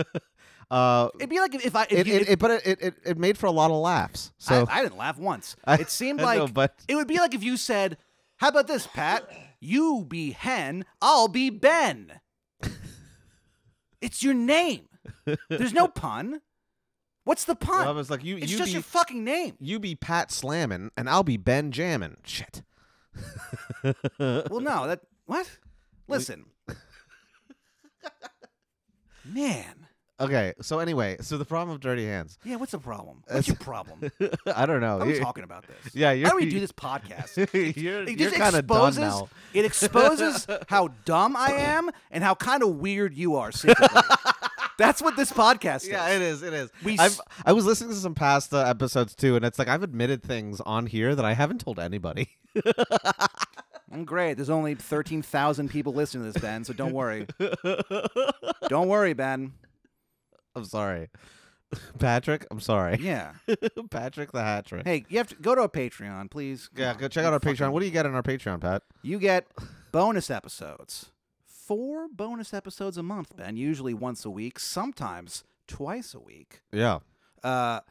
Speaker 3: uh
Speaker 1: It'd be like if, if I if
Speaker 3: it,
Speaker 1: you,
Speaker 3: it, it but it, it- it it made for a lot of laughs. So
Speaker 1: I, I didn't laugh once.
Speaker 3: (laughs) I-
Speaker 1: it seemed
Speaker 3: I
Speaker 1: like
Speaker 3: know, but
Speaker 1: it would be like if you said, "How about this, Pat? You be Hen, I'll be Ben." it's your name. There's no pun. What's the pun?
Speaker 3: I was like you
Speaker 1: it's
Speaker 3: you
Speaker 1: just
Speaker 3: be
Speaker 1: your fucking
Speaker 3: (laughs)
Speaker 1: name.
Speaker 3: you be Pat Slammin' and I'll be Ben Jammin'. Shit.
Speaker 1: Well, no, that what? Listen, man.
Speaker 3: Okay, so anyway, so the problem of dirty hands. (laughs)
Speaker 1: Yeah, what's the problem? What's your problem?
Speaker 3: I don't know.
Speaker 1: I'm
Speaker 3: (laughs) You-
Speaker 1: talking about this.
Speaker 3: yeah, you're
Speaker 1: Why do we do this podcast?
Speaker 3: you're,
Speaker 1: It
Speaker 3: you're
Speaker 1: just
Speaker 3: kind of done
Speaker 1: exposes.
Speaker 3: now.
Speaker 1: (laughs) It exposes how dumb I am and how kind of weird you are.
Speaker 3: (laughs)
Speaker 1: Secretly. That's what this podcast
Speaker 3: Yeah,
Speaker 1: is.
Speaker 3: it is. It is.
Speaker 1: We
Speaker 3: I've,
Speaker 1: s-
Speaker 3: I was listening to some past uh, episodes too, and it's like I've admitted things on here that I haven't told anybody. (laughs)
Speaker 1: Mm, Great. There's only thirteen thousand people listening to this, Ben. So don't
Speaker 3: (laughs)
Speaker 1: worry. don't worry, Ben.
Speaker 3: I'm sorry, (laughs) Patrick. I'm sorry,
Speaker 1: Yeah.
Speaker 3: (laughs) Patrick the Hat Trick.
Speaker 1: Hey, you have to go to our Patreon, please. Come
Speaker 3: yeah,
Speaker 1: on.
Speaker 3: go check out our
Speaker 1: fucking-
Speaker 3: Patreon. What do you get on our Patreon, Pat?
Speaker 1: You get bonus episodes. Four bonus episodes a month, Ben. Usually once a week. Sometimes twice a week.
Speaker 3: Yeah,
Speaker 1: uh,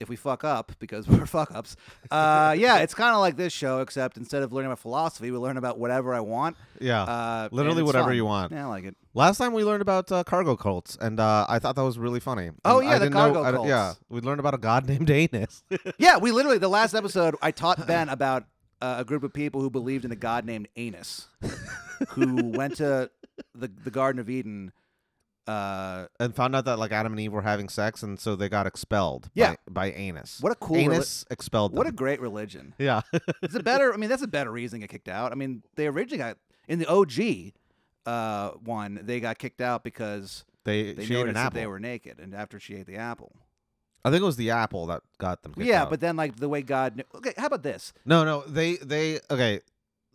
Speaker 1: if we fuck up because (laughs) we're fuck ups, uh, yeah, it's kind of like this show, except instead of learning about philosophy, we learn about whatever I want.
Speaker 3: yeah.
Speaker 1: Uh, and
Speaker 3: Literally
Speaker 1: it's
Speaker 3: whatever
Speaker 1: fun.
Speaker 3: you want.
Speaker 1: Yeah, I like it.
Speaker 3: Last time we learned about uh, cargo cults, and uh, I thought that was really funny.
Speaker 1: Oh,
Speaker 3: And
Speaker 1: yeah,
Speaker 3: I
Speaker 1: the
Speaker 3: didn't
Speaker 1: cargo
Speaker 3: know, I don't- Yeah,
Speaker 1: cults.
Speaker 3: we learned about a god (laughs) named Anus.
Speaker 1: Yeah, we literally the last episode I taught
Speaker 3: (laughs)
Speaker 1: Ben about uh, a group of people who believed in a god named Anus, who went to the the Garden of Eden. Uh,
Speaker 3: and found out that like Adam and Eve were having sex, and so they got expelled.
Speaker 1: Yeah.
Speaker 3: by, by Anus.
Speaker 1: what a cool, reli-
Speaker 3: Anus expelled them. (laughs)
Speaker 1: what a great religion.
Speaker 3: yeah.
Speaker 1: It's a better. I mean, that's a better reason to get kicked out. I mean, they originally got in the OG uh, one. They got kicked out because
Speaker 3: they,
Speaker 1: they
Speaker 3: she ate
Speaker 1: noticed
Speaker 3: an
Speaker 1: that
Speaker 3: apple.
Speaker 1: they were naked, and after she ate the apple,
Speaker 3: I think it was the apple that got them. kicked
Speaker 1: yeah.
Speaker 3: out.
Speaker 1: But then, like the way God, knew, okay, how about this?
Speaker 3: no, no, they they okay,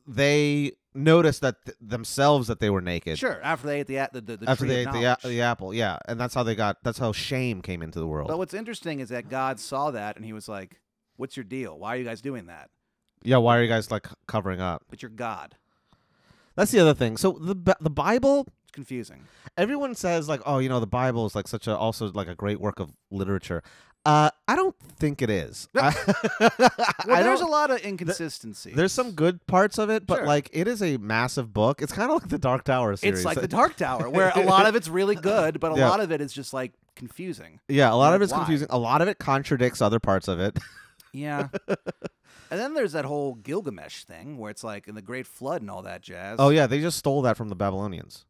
Speaker 3: they noticed that th- themselves that they were naked.
Speaker 1: Sure, after they ate the a- the, the, the
Speaker 3: After
Speaker 1: tree
Speaker 3: they ate
Speaker 1: of
Speaker 3: the, a-
Speaker 1: knowledge.
Speaker 3: the apple, yeah, and that's how they got. That's how shame came into the world.
Speaker 1: But what's interesting is that God saw that, and He was like, "What's your deal? Why are you guys doing that?"
Speaker 3: yeah, why are you guys like covering up?
Speaker 1: But you're God.
Speaker 3: That's the other thing. So the Bi- the Bible,
Speaker 1: It's confusing.
Speaker 3: everyone says like, oh, you know, the Bible is like such a also like a great work of literature. Uh, I don't think it is. I, (laughs)
Speaker 1: Well,
Speaker 3: I
Speaker 1: there's a
Speaker 3: don't-
Speaker 1: lot of inconsistency.
Speaker 3: there's some good parts of it, but
Speaker 1: Sure.
Speaker 3: like it is a massive book. It's kind of like the Dark Tower series.
Speaker 1: It's like the Dark Tower, where a lot of it's
Speaker 3: (laughs)
Speaker 1: really good, but a
Speaker 3: Yeah.
Speaker 1: lot of it is just like confusing.
Speaker 3: yeah, a lot
Speaker 1: like,
Speaker 3: of it's
Speaker 1: why?
Speaker 3: confusing. A lot of it contradicts other parts of it.
Speaker 1: Yeah. (laughs) and then there's that whole Gilgamesh thing, where it's like in the Great Flood and all that jazz.
Speaker 3: Oh yeah, they just stole that from the Babylonians,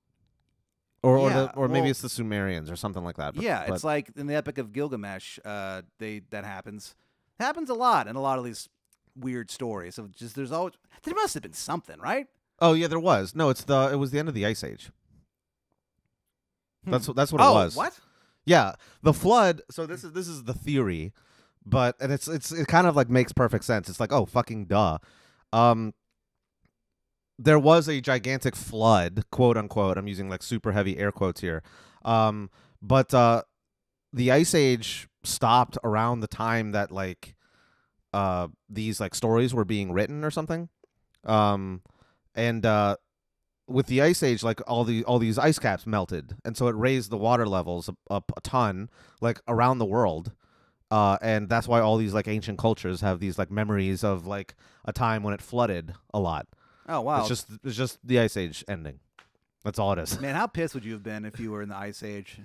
Speaker 3: or or,
Speaker 1: Yeah,
Speaker 3: the, or maybe
Speaker 1: well-
Speaker 3: it's the Sumerians or something like that. But,
Speaker 1: yeah.
Speaker 3: but
Speaker 1: It's like in the Epic of Gilgamesh, uh, they that happens. It happens a lot in a lot of these weird stories. Of just there's always there must have been something, right?
Speaker 3: oh yeah, there was no. It's the it was the end of the Ice Age.
Speaker 1: Hmm.
Speaker 3: That's what that's what
Speaker 1: oh,
Speaker 3: it was.
Speaker 1: what?
Speaker 3: Yeah, the flood. So this is this is the theory, but and it's it's it kind of like makes perfect sense. It's like oh fucking duh, um, there was a gigantic flood, quote unquote. I'm using like super heavy air quotes here, um, but uh, the ice age stopped around the time that like uh these like stories were being written or something, um, and uh with the ice age like all the all these ice caps melted and so it raised the water levels up, up a ton like around the world uh, and that's why all these like ancient cultures have these like memories of like a time when it flooded a lot
Speaker 1: Oh wow.
Speaker 3: it's just it's just the ice age ending that's all it is (laughs)
Speaker 1: Man, how pissed would you have been if you were in the Ice Age?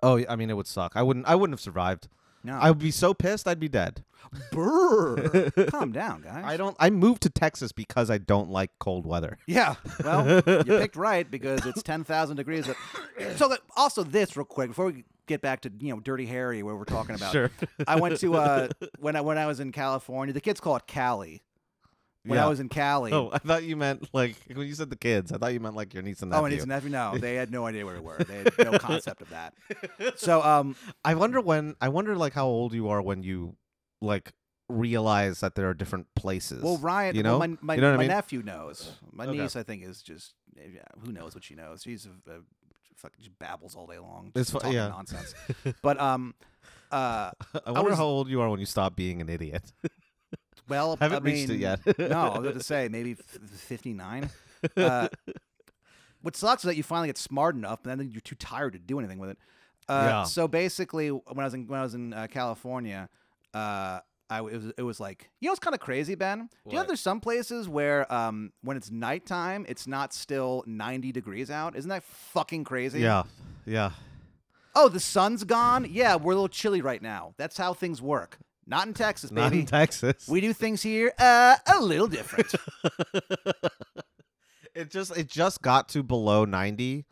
Speaker 3: oh yeah, i mean it would suck i wouldn't i wouldn't have survived
Speaker 1: No,
Speaker 3: i would be so pissed i'd be dead
Speaker 1: Brr. (laughs) Calm down, guys.
Speaker 3: i don't i moved to texas because i don't like cold weather (laughs)
Speaker 1: Yeah. Well, you picked right because it's 10,000 degrees. Up. So, like, also, this real quick before we get back to, you know, Dirty Harry, where we're talking about.
Speaker 3: sure
Speaker 1: I went to,
Speaker 3: (laughs)
Speaker 1: uh, when I when I was in California, the kids call it Cali. When I
Speaker 3: Yeah.
Speaker 1: was in Cali.
Speaker 3: oh i thought you meant like when you said the kids i thought you meant like your niece and nephew
Speaker 1: Oh, and it's nephew. No, they had no idea where we were. They had no
Speaker 3: (laughs)
Speaker 1: concept of that. So, um,
Speaker 3: I wonder when I wonder like how old you are when you like realize that there are different places.
Speaker 1: well, Ryan,
Speaker 3: you
Speaker 1: well,
Speaker 3: know,
Speaker 1: my, my,
Speaker 3: You know what I
Speaker 1: my
Speaker 3: mean?
Speaker 1: nephew knows. My
Speaker 3: Okay.
Speaker 1: niece, I think, is just yeah, who knows what she knows. She's a, a fucking she babbles all day long. just
Speaker 3: It's fu-
Speaker 1: talking
Speaker 3: yeah.
Speaker 1: nonsense. But um, uh,
Speaker 3: (laughs) I wonder
Speaker 1: was-
Speaker 3: how old you are when you stop being an idiot.
Speaker 1: (laughs) well,
Speaker 3: Haven't
Speaker 1: I
Speaker 3: reached it
Speaker 1: mean,
Speaker 3: yet.
Speaker 1: (laughs) no, I was going to say
Speaker 3: (laughs)
Speaker 1: maybe fifty nine. Uh, what sucks is that you finally get smart enough, and then you're too tired to do anything with it. Uh,
Speaker 3: Yeah.
Speaker 1: So basically, when I was in when I was in uh, California, uh, I w- it was, it was like you know it's kind of crazy, Ben. Do you know
Speaker 3: What?
Speaker 1: there's some places where um, when it's nighttime, it's not still 90 degrees out. Isn't that fucking crazy?
Speaker 3: yeah, yeah.
Speaker 1: Oh, the sun's gone. Yeah, we're a little chilly right now. That's how things work. Not in Texas,
Speaker 3: Not
Speaker 1: baby.
Speaker 3: in Texas.
Speaker 1: we do things here uh, a little
Speaker 3: (laughs)
Speaker 1: different.
Speaker 3: it just it just got to below ninety,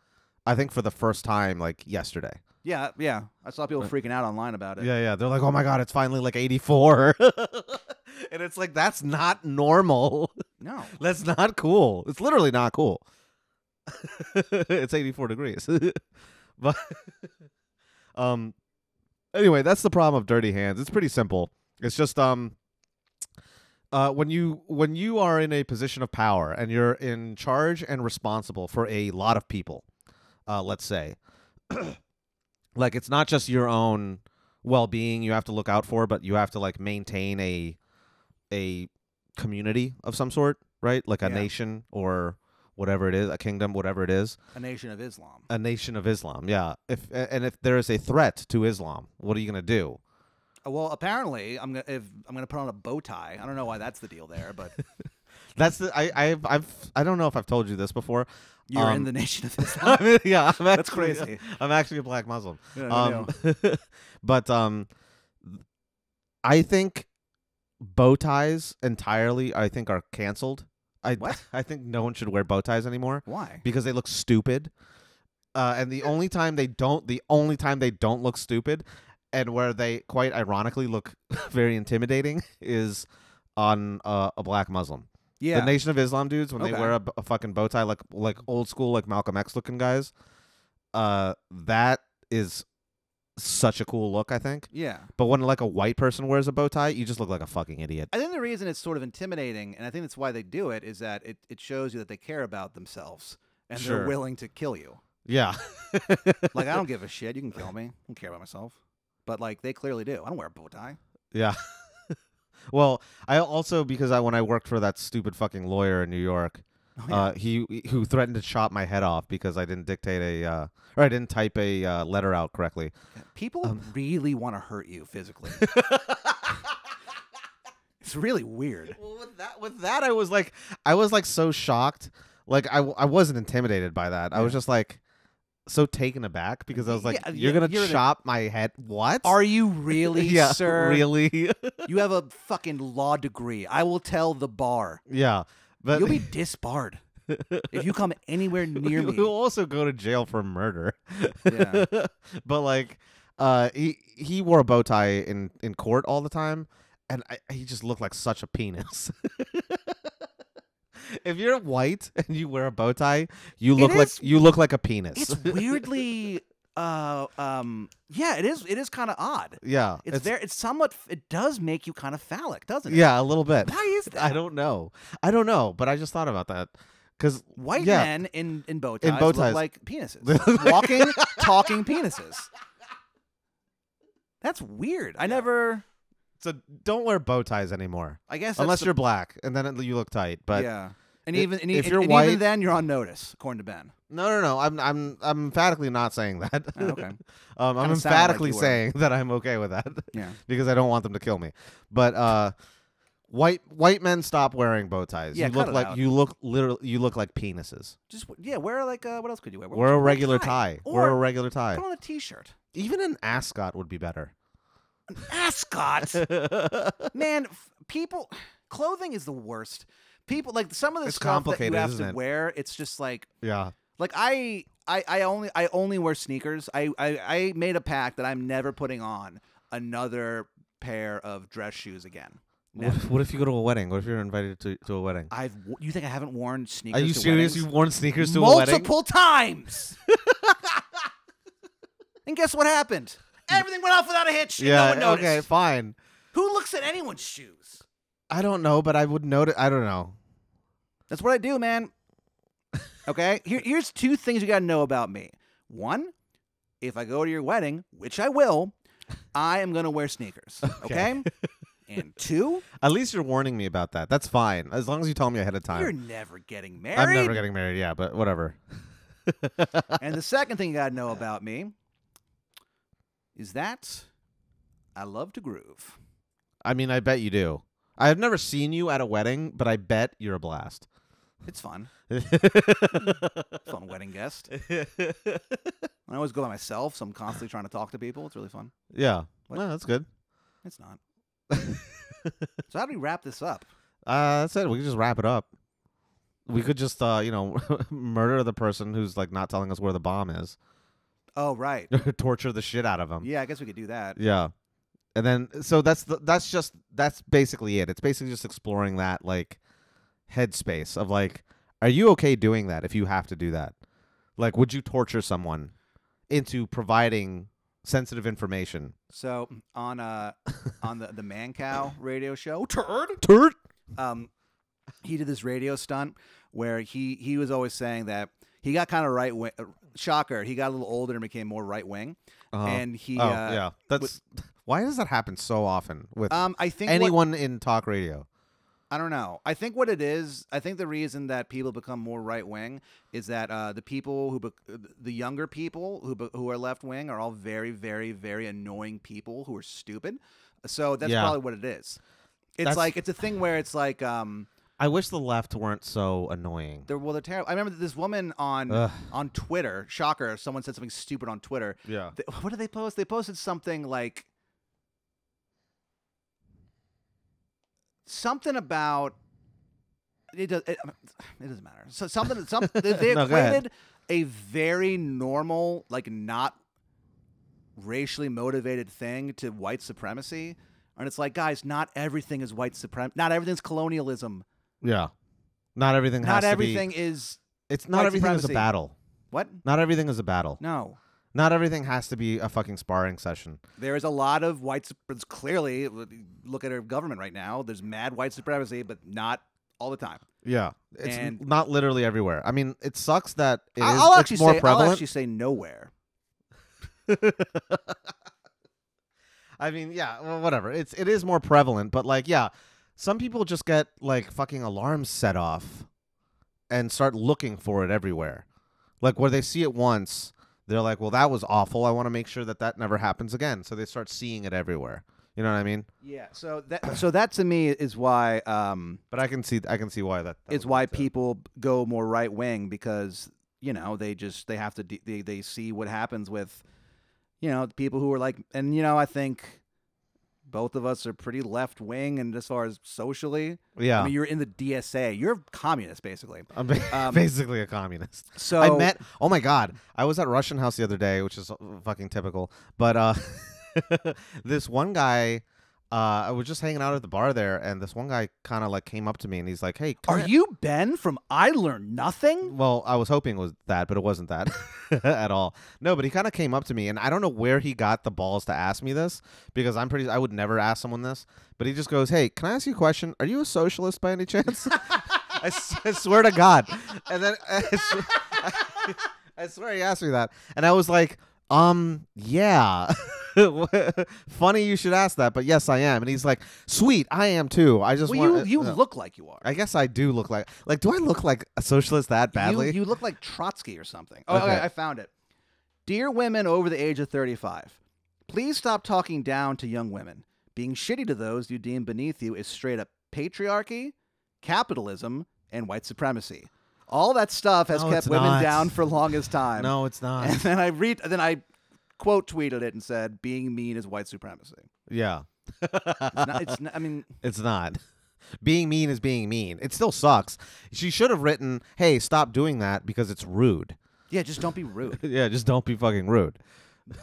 Speaker 3: I think for the first time like yesterday.
Speaker 1: yeah, yeah. I saw people freaking out online about it.
Speaker 3: Yeah, yeah. They're like, oh my god, it's finally like eighty four, (laughs) and it's like that's not normal. (laughs)
Speaker 1: No.
Speaker 3: That's not cool. It's literally not cool. (laughs) it's 84 degrees. (laughs) but um anyway, that's the problem of dirty hands. It's pretty simple. It's just um uh when you when you are in a position of power and you're in charge and responsible for a lot of people, uh let's say (clears throat) like it's not just your own well-being you have to look out for, but you have to like maintain a a community of some sort, right? Like a
Speaker 1: Yeah.
Speaker 3: nation or whatever it is, a kingdom, whatever it is,
Speaker 1: A nation of Islam.
Speaker 3: a nation of Islam. Yeah. If a- and if there is a threat to Islam, what are you going to do?
Speaker 1: Uh, Well, apparently, I'm gonna if I'm gonna put on a bow tie. I don't know why that's the deal there,
Speaker 3: (laughs)
Speaker 1: but
Speaker 3: That's the I I've I've I don't know if I've told you this before. (laughs)
Speaker 1: you're in
Speaker 3: Um,
Speaker 1: the nation
Speaker 3: (laughs)
Speaker 1: of Islam.
Speaker 3: I mean, yeah, I'm
Speaker 1: That's
Speaker 3: actually-
Speaker 1: crazy.
Speaker 3: (laughs) I'm actually a black Muslim.
Speaker 1: (laughs) Yeah, I know.
Speaker 3: um, (laughs) but um, I think bow ties entirely. I think are canceled. I
Speaker 1: What?
Speaker 3: (laughs) I think no one should wear bow ties anymore
Speaker 1: why?
Speaker 3: because they look stupid. Uh, and the only time they don't, the only time they don't look stupid, and where they quite ironically look (laughs) very intimidating, is on uh, a black Muslim.
Speaker 1: Yeah,
Speaker 3: The Nation of Islam dudes when
Speaker 1: Okay.
Speaker 3: they wear a, b- a fucking bow tie, like like old school, like Malcolm X looking guys. Uh, that is such a cool look, I think.
Speaker 1: yeah.
Speaker 3: But when like a white person wears a bow tie, you just look like a fucking idiot.
Speaker 1: I think the reason it's sort of intimidating, and I think that's why they do it, is that it, it shows you that they care about themselves and they're
Speaker 3: Sure.
Speaker 1: willing to kill you.
Speaker 3: Yeah.
Speaker 1: Like I
Speaker 3: (laughs)
Speaker 1: don't give a shit. You can kill me. I don't care about myself. But like they clearly do. I don't wear a bow tie. (laughs)
Speaker 3: Yeah. well, I also because I when I worked for that stupid fucking lawyer in New York,
Speaker 1: Oh,
Speaker 3: uh, he who threatened to chop my head off because I didn't dictate a uh, or I didn't type a uh, letter out correctly.
Speaker 1: yeah. People really want to hurt you (laughs) physically. it's really weird.
Speaker 3: Well, with that, with (laughs) that, I was like, I was like so shocked. Like I, w- I wasn't intimidated by that. I was just like so taken aback because I was like,
Speaker 1: Yeah,
Speaker 3: you're
Speaker 1: yeah,
Speaker 3: gonna
Speaker 1: you're the-
Speaker 3: chop my head. What? (laughs)
Speaker 1: Are you (laughs) really,
Speaker 3: yeah,
Speaker 1: sir?
Speaker 3: Really? (laughs)
Speaker 1: You have a fucking law degree. I will tell the bar.
Speaker 3: yeah.
Speaker 1: (laughs)
Speaker 3: But
Speaker 1: You'll be disbarred if you come anywhere
Speaker 3: (laughs)
Speaker 1: near
Speaker 3: Who-
Speaker 1: me.
Speaker 3: Who also go to jail for murder.
Speaker 1: (laughs) Yeah.
Speaker 3: (laughs) but like, uh, he he wore a bow tie in in court all the time, and I, he just looked like such a penis. (laughs) if you're white and you wear a bow tie, you
Speaker 1: It
Speaker 3: look like
Speaker 1: is-
Speaker 3: you look like a penis. (laughs)
Speaker 1: It's weirdly, uh, um, yeah, it is. It is kind of odd.
Speaker 3: yeah,
Speaker 1: It's, there. It's somewhat. It does make you kind of phallic, doesn't it?
Speaker 3: Yeah, a little bit.
Speaker 1: Why is that?
Speaker 3: (laughs) I don't know. I don't know, but I just thought about that because
Speaker 1: White
Speaker 3: yeah.
Speaker 1: men in in bow ties,
Speaker 3: bow
Speaker 1: look
Speaker 3: ties.
Speaker 1: like
Speaker 3: (laughs)
Speaker 1: penises, walking, talking penises. That's weird. I never.
Speaker 3: So don't wear bow ties anymore,
Speaker 1: I guess that's
Speaker 3: unless
Speaker 1: the-
Speaker 3: you're black, and then it- you look tight. But
Speaker 1: yeah. And
Speaker 3: i-
Speaker 1: even and, if
Speaker 3: if you're
Speaker 1: you're and
Speaker 3: white-
Speaker 1: even then you're on notice, according to
Speaker 3: (laughs)
Speaker 1: Ben.
Speaker 3: No, no, no. I'm, I'm, I'm emphatically not saying that.
Speaker 1: Oh, okay. Kinda sounded
Speaker 3: um, I'm
Speaker 1: like you
Speaker 3: emphatically
Speaker 1: were.
Speaker 3: saying (laughs) that I'm okay with that
Speaker 1: Yeah.
Speaker 3: because I don't want them to kill me. But uh, white white men stop wearing bow ties.
Speaker 1: Yeah,
Speaker 3: you look
Speaker 1: cut it
Speaker 3: like
Speaker 1: out.
Speaker 3: you look literally you look like penises.
Speaker 1: Just w- yeah. Wear like uh, what else could you wear?
Speaker 3: Wear a regular tie. Wear a
Speaker 1: Or
Speaker 3: regular tie.
Speaker 1: put on a t-shirt.
Speaker 3: Even an ascot would be better.
Speaker 1: An
Speaker 3: (laughs)
Speaker 1: ascot. Man, f- people, clothing is the worst. People like some of the
Speaker 3: It's
Speaker 1: stuff that
Speaker 3: complicated,
Speaker 1: you have
Speaker 3: isn't
Speaker 1: to
Speaker 3: it?
Speaker 1: wear. It's just like
Speaker 3: yeah.
Speaker 1: like I. I, I only I only wear sneakers. I, I, I made a pact that I'm never putting on another pair of dress shoes again.
Speaker 3: What if, what if you go to a wedding? What if you're invited to, to a wedding?
Speaker 1: I've w- Ah, you think I haven't worn
Speaker 3: Are
Speaker 1: sneakers? to
Speaker 3: you serious?
Speaker 1: weddings?
Speaker 3: You've worn sneakers to a wedding?
Speaker 1: multiple
Speaker 3: (laughs)
Speaker 1: times. and guess what happened? Everything went off without a hitch. and
Speaker 3: Yeah.
Speaker 1: no one noticed.
Speaker 3: okay. Fine.
Speaker 1: Who looks at anyone's shoes?
Speaker 3: I don't know, but I would notice. I don't know.
Speaker 1: That's what I do, man.
Speaker 3: (laughs)
Speaker 1: Okay? Here, here's two things you got to know about me. One, if I go to your wedding, which I will, I am going to wear sneakers. Okay?
Speaker 3: (laughs) Okay.
Speaker 1: and two,
Speaker 3: At least you're warning me about that. That's fine. As long as you tell me ahead of (laughs) time.
Speaker 1: you're never getting married.
Speaker 3: I'm never getting married. Yeah, but whatever. (laughs)
Speaker 1: and the second thing you got to know about me is that I love to groove.
Speaker 3: I mean, I bet you do. I've never seen you at a wedding, but I bet you're a blast.
Speaker 1: It's
Speaker 3: (laughs)
Speaker 1: fun.
Speaker 3: yeah,
Speaker 1: Fun wedding guest. I always go by myself, so I'm constantly trying to talk to people. It's really fun. What?
Speaker 3: No, that's good.
Speaker 1: It's not. so how do we wrap this up?
Speaker 3: Uh, that's it. We could just wrap it up. We could just, uh, you know, (laughs) murder the person who's like not telling us where the bomb is, (laughs)
Speaker 1: Oh right.
Speaker 3: torture the shit out of him.
Speaker 1: Yeah, I guess we could do that.
Speaker 3: Yeah. And then so that's the, that's just that's basically it. It's basically just exploring that like headspace of like are you okay doing that if you have to do that? Like would you torture someone into providing sensitive information?
Speaker 1: So on
Speaker 3: (laughs)
Speaker 1: uh on the the Man Cow radio show, turd.
Speaker 3: Turt.
Speaker 1: Um, he did this radio stunt where he he was always saying that he got kind of right wing. Shocker, he got a little older and became more right wing, and he.
Speaker 3: oh,
Speaker 1: uh,
Speaker 3: yeah. That's (laughs) why does that happen so often with
Speaker 1: Um, I think what-
Speaker 3: anyone in talk radio?
Speaker 1: I don't know. I think what it is, I think the reason that people become more right wing is that uh, the people who, bec uh, the younger people who be- who are left wing are all very, very, very annoying people who are stupid. So that's
Speaker 3: Yeah.
Speaker 1: probably what it is. It's
Speaker 3: That's-
Speaker 1: like it's a thing where it's like um,
Speaker 3: I wish the left weren't so annoying.
Speaker 1: they're well, they're terrible. I remember this woman on
Speaker 3: Ugh.
Speaker 1: on Twitter. Shocker! Someone said something stupid on Twitter.
Speaker 3: Yeah.
Speaker 1: Th- what did they post? They posted something like something about it. Does, it, it doesn't matter. So something. (laughs) Some they, they
Speaker 3: No, go ahead.
Speaker 1: equated a very normal, like not racially motivated thing to white supremacy, and it's like, guys, not everything is white supremacy. Not everything's colonialism.
Speaker 3: Yeah. Not everything has
Speaker 1: Not
Speaker 3: to be-
Speaker 1: everything is
Speaker 3: it's not
Speaker 1: white
Speaker 3: everything is a
Speaker 1: supremacy.
Speaker 3: battle.
Speaker 1: what?
Speaker 3: Not everything is a battle.
Speaker 1: No.
Speaker 3: Not everything has to be a fucking sparring session.
Speaker 1: There is a lot of white. sup- it's Clearly, look at our government right now. There's mad white supremacy, but not all the time.
Speaker 3: Yeah, it's n-
Speaker 1: And-
Speaker 3: not literally everywhere. I mean, it sucks that it
Speaker 1: I-
Speaker 3: is-
Speaker 1: I'll
Speaker 3: it's
Speaker 1: actually
Speaker 3: more
Speaker 1: say, I'll
Speaker 3: prevalent.
Speaker 1: actually say nowhere.
Speaker 3: I mean, yeah, well, whatever. It's it is more prevalent, but like, yeah, some people just get like fucking alarms set off and start looking for it everywhere. Like where they see it once, they're like, "Well, that was awful. I want to make sure that that never happens again." So they start seeing it everywhere. You know what I mean?
Speaker 1: Yeah. So that (clears throat) so that to me is why um
Speaker 3: But I can see I can see why that, that
Speaker 1: is
Speaker 3: would
Speaker 1: why
Speaker 3: be so.
Speaker 1: people go more right wing because you know they just they have to de- they they see what happens with you know people who are like and you know I think both of us are pretty left wing and as far as socially
Speaker 3: Yeah.
Speaker 1: I mean you're in the DSA you're communist basically
Speaker 3: I'm ba-
Speaker 1: um,
Speaker 3: (laughs) basically a communist.
Speaker 1: so
Speaker 3: I met. Oh my god! I was at Russian House the other day, which is fucking typical. But uh, (laughs) this one guy, uh, I was just hanging out at the bar there, and this one guy kind of like came up to me and he's like, "Hey, come
Speaker 1: are
Speaker 3: here."
Speaker 1: you Ben from I Learned Nothing
Speaker 3: Well, I was hoping it was that, but it wasn't that (laughs) at all. No, but he kind of came up to me, and I don't know where he got the balls to ask me this because I'm pretty. I would never ask someone this, but he just goes, "Hey, can I ask you a question? Are you a socialist by any chance?" (laughs) I, s- I swear to God. And then (laughs) I, s- I swear he asked me that, and I was like, "Um, yeah." (laughs) Funny you should ask that, but yes, I am. And he's like, "Sweet, I am too. I just
Speaker 1: well you
Speaker 3: want
Speaker 1: you
Speaker 3: uh,
Speaker 1: look like you are
Speaker 3: I guess I do look like like do I look like a socialist that badly?
Speaker 1: You, you look like Trotsky or something. Oh,
Speaker 3: Okay.
Speaker 1: okay, I found it. Dear women over the age of 35, please stop talking down to young women. Being shitty to those you deem beneath you is straight up patriarchy, capitalism, and white supremacy. All that stuff has
Speaker 3: No,
Speaker 1: kept
Speaker 3: it's
Speaker 1: women
Speaker 3: not.
Speaker 1: down for longest time.
Speaker 3: no, it's not.
Speaker 1: (laughs) And then I read then I quote tweeted it and said being mean is white supremacy.
Speaker 3: (laughs) yeah.
Speaker 1: It's not, it's not, I mean
Speaker 3: It's not. (laughs) Being mean is being mean. It still sucks. She should have written, "Hey, stop doing that because it's rude."
Speaker 1: yeah, just don't be rude.
Speaker 3: (laughs) yeah, just don't be fucking rude.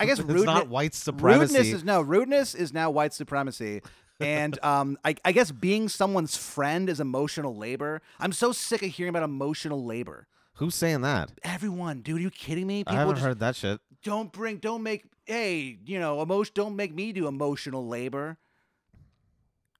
Speaker 1: I guess
Speaker 3: (laughs) it's
Speaker 1: rudeness,
Speaker 3: not white supremacy.
Speaker 1: Rudeness is no rudeness is now white supremacy, and (laughs) um, I, I guess being someone's friend is emotional labor. I'm so sick of hearing about emotional labor.
Speaker 3: Who's saying that?
Speaker 1: Everyone, dude, are you kidding me?
Speaker 3: I
Speaker 1: People
Speaker 3: haven't
Speaker 1: just
Speaker 3: heard that shit.
Speaker 1: don't bring, don't make, hey, you know, emotion, don't make me do emotional labor.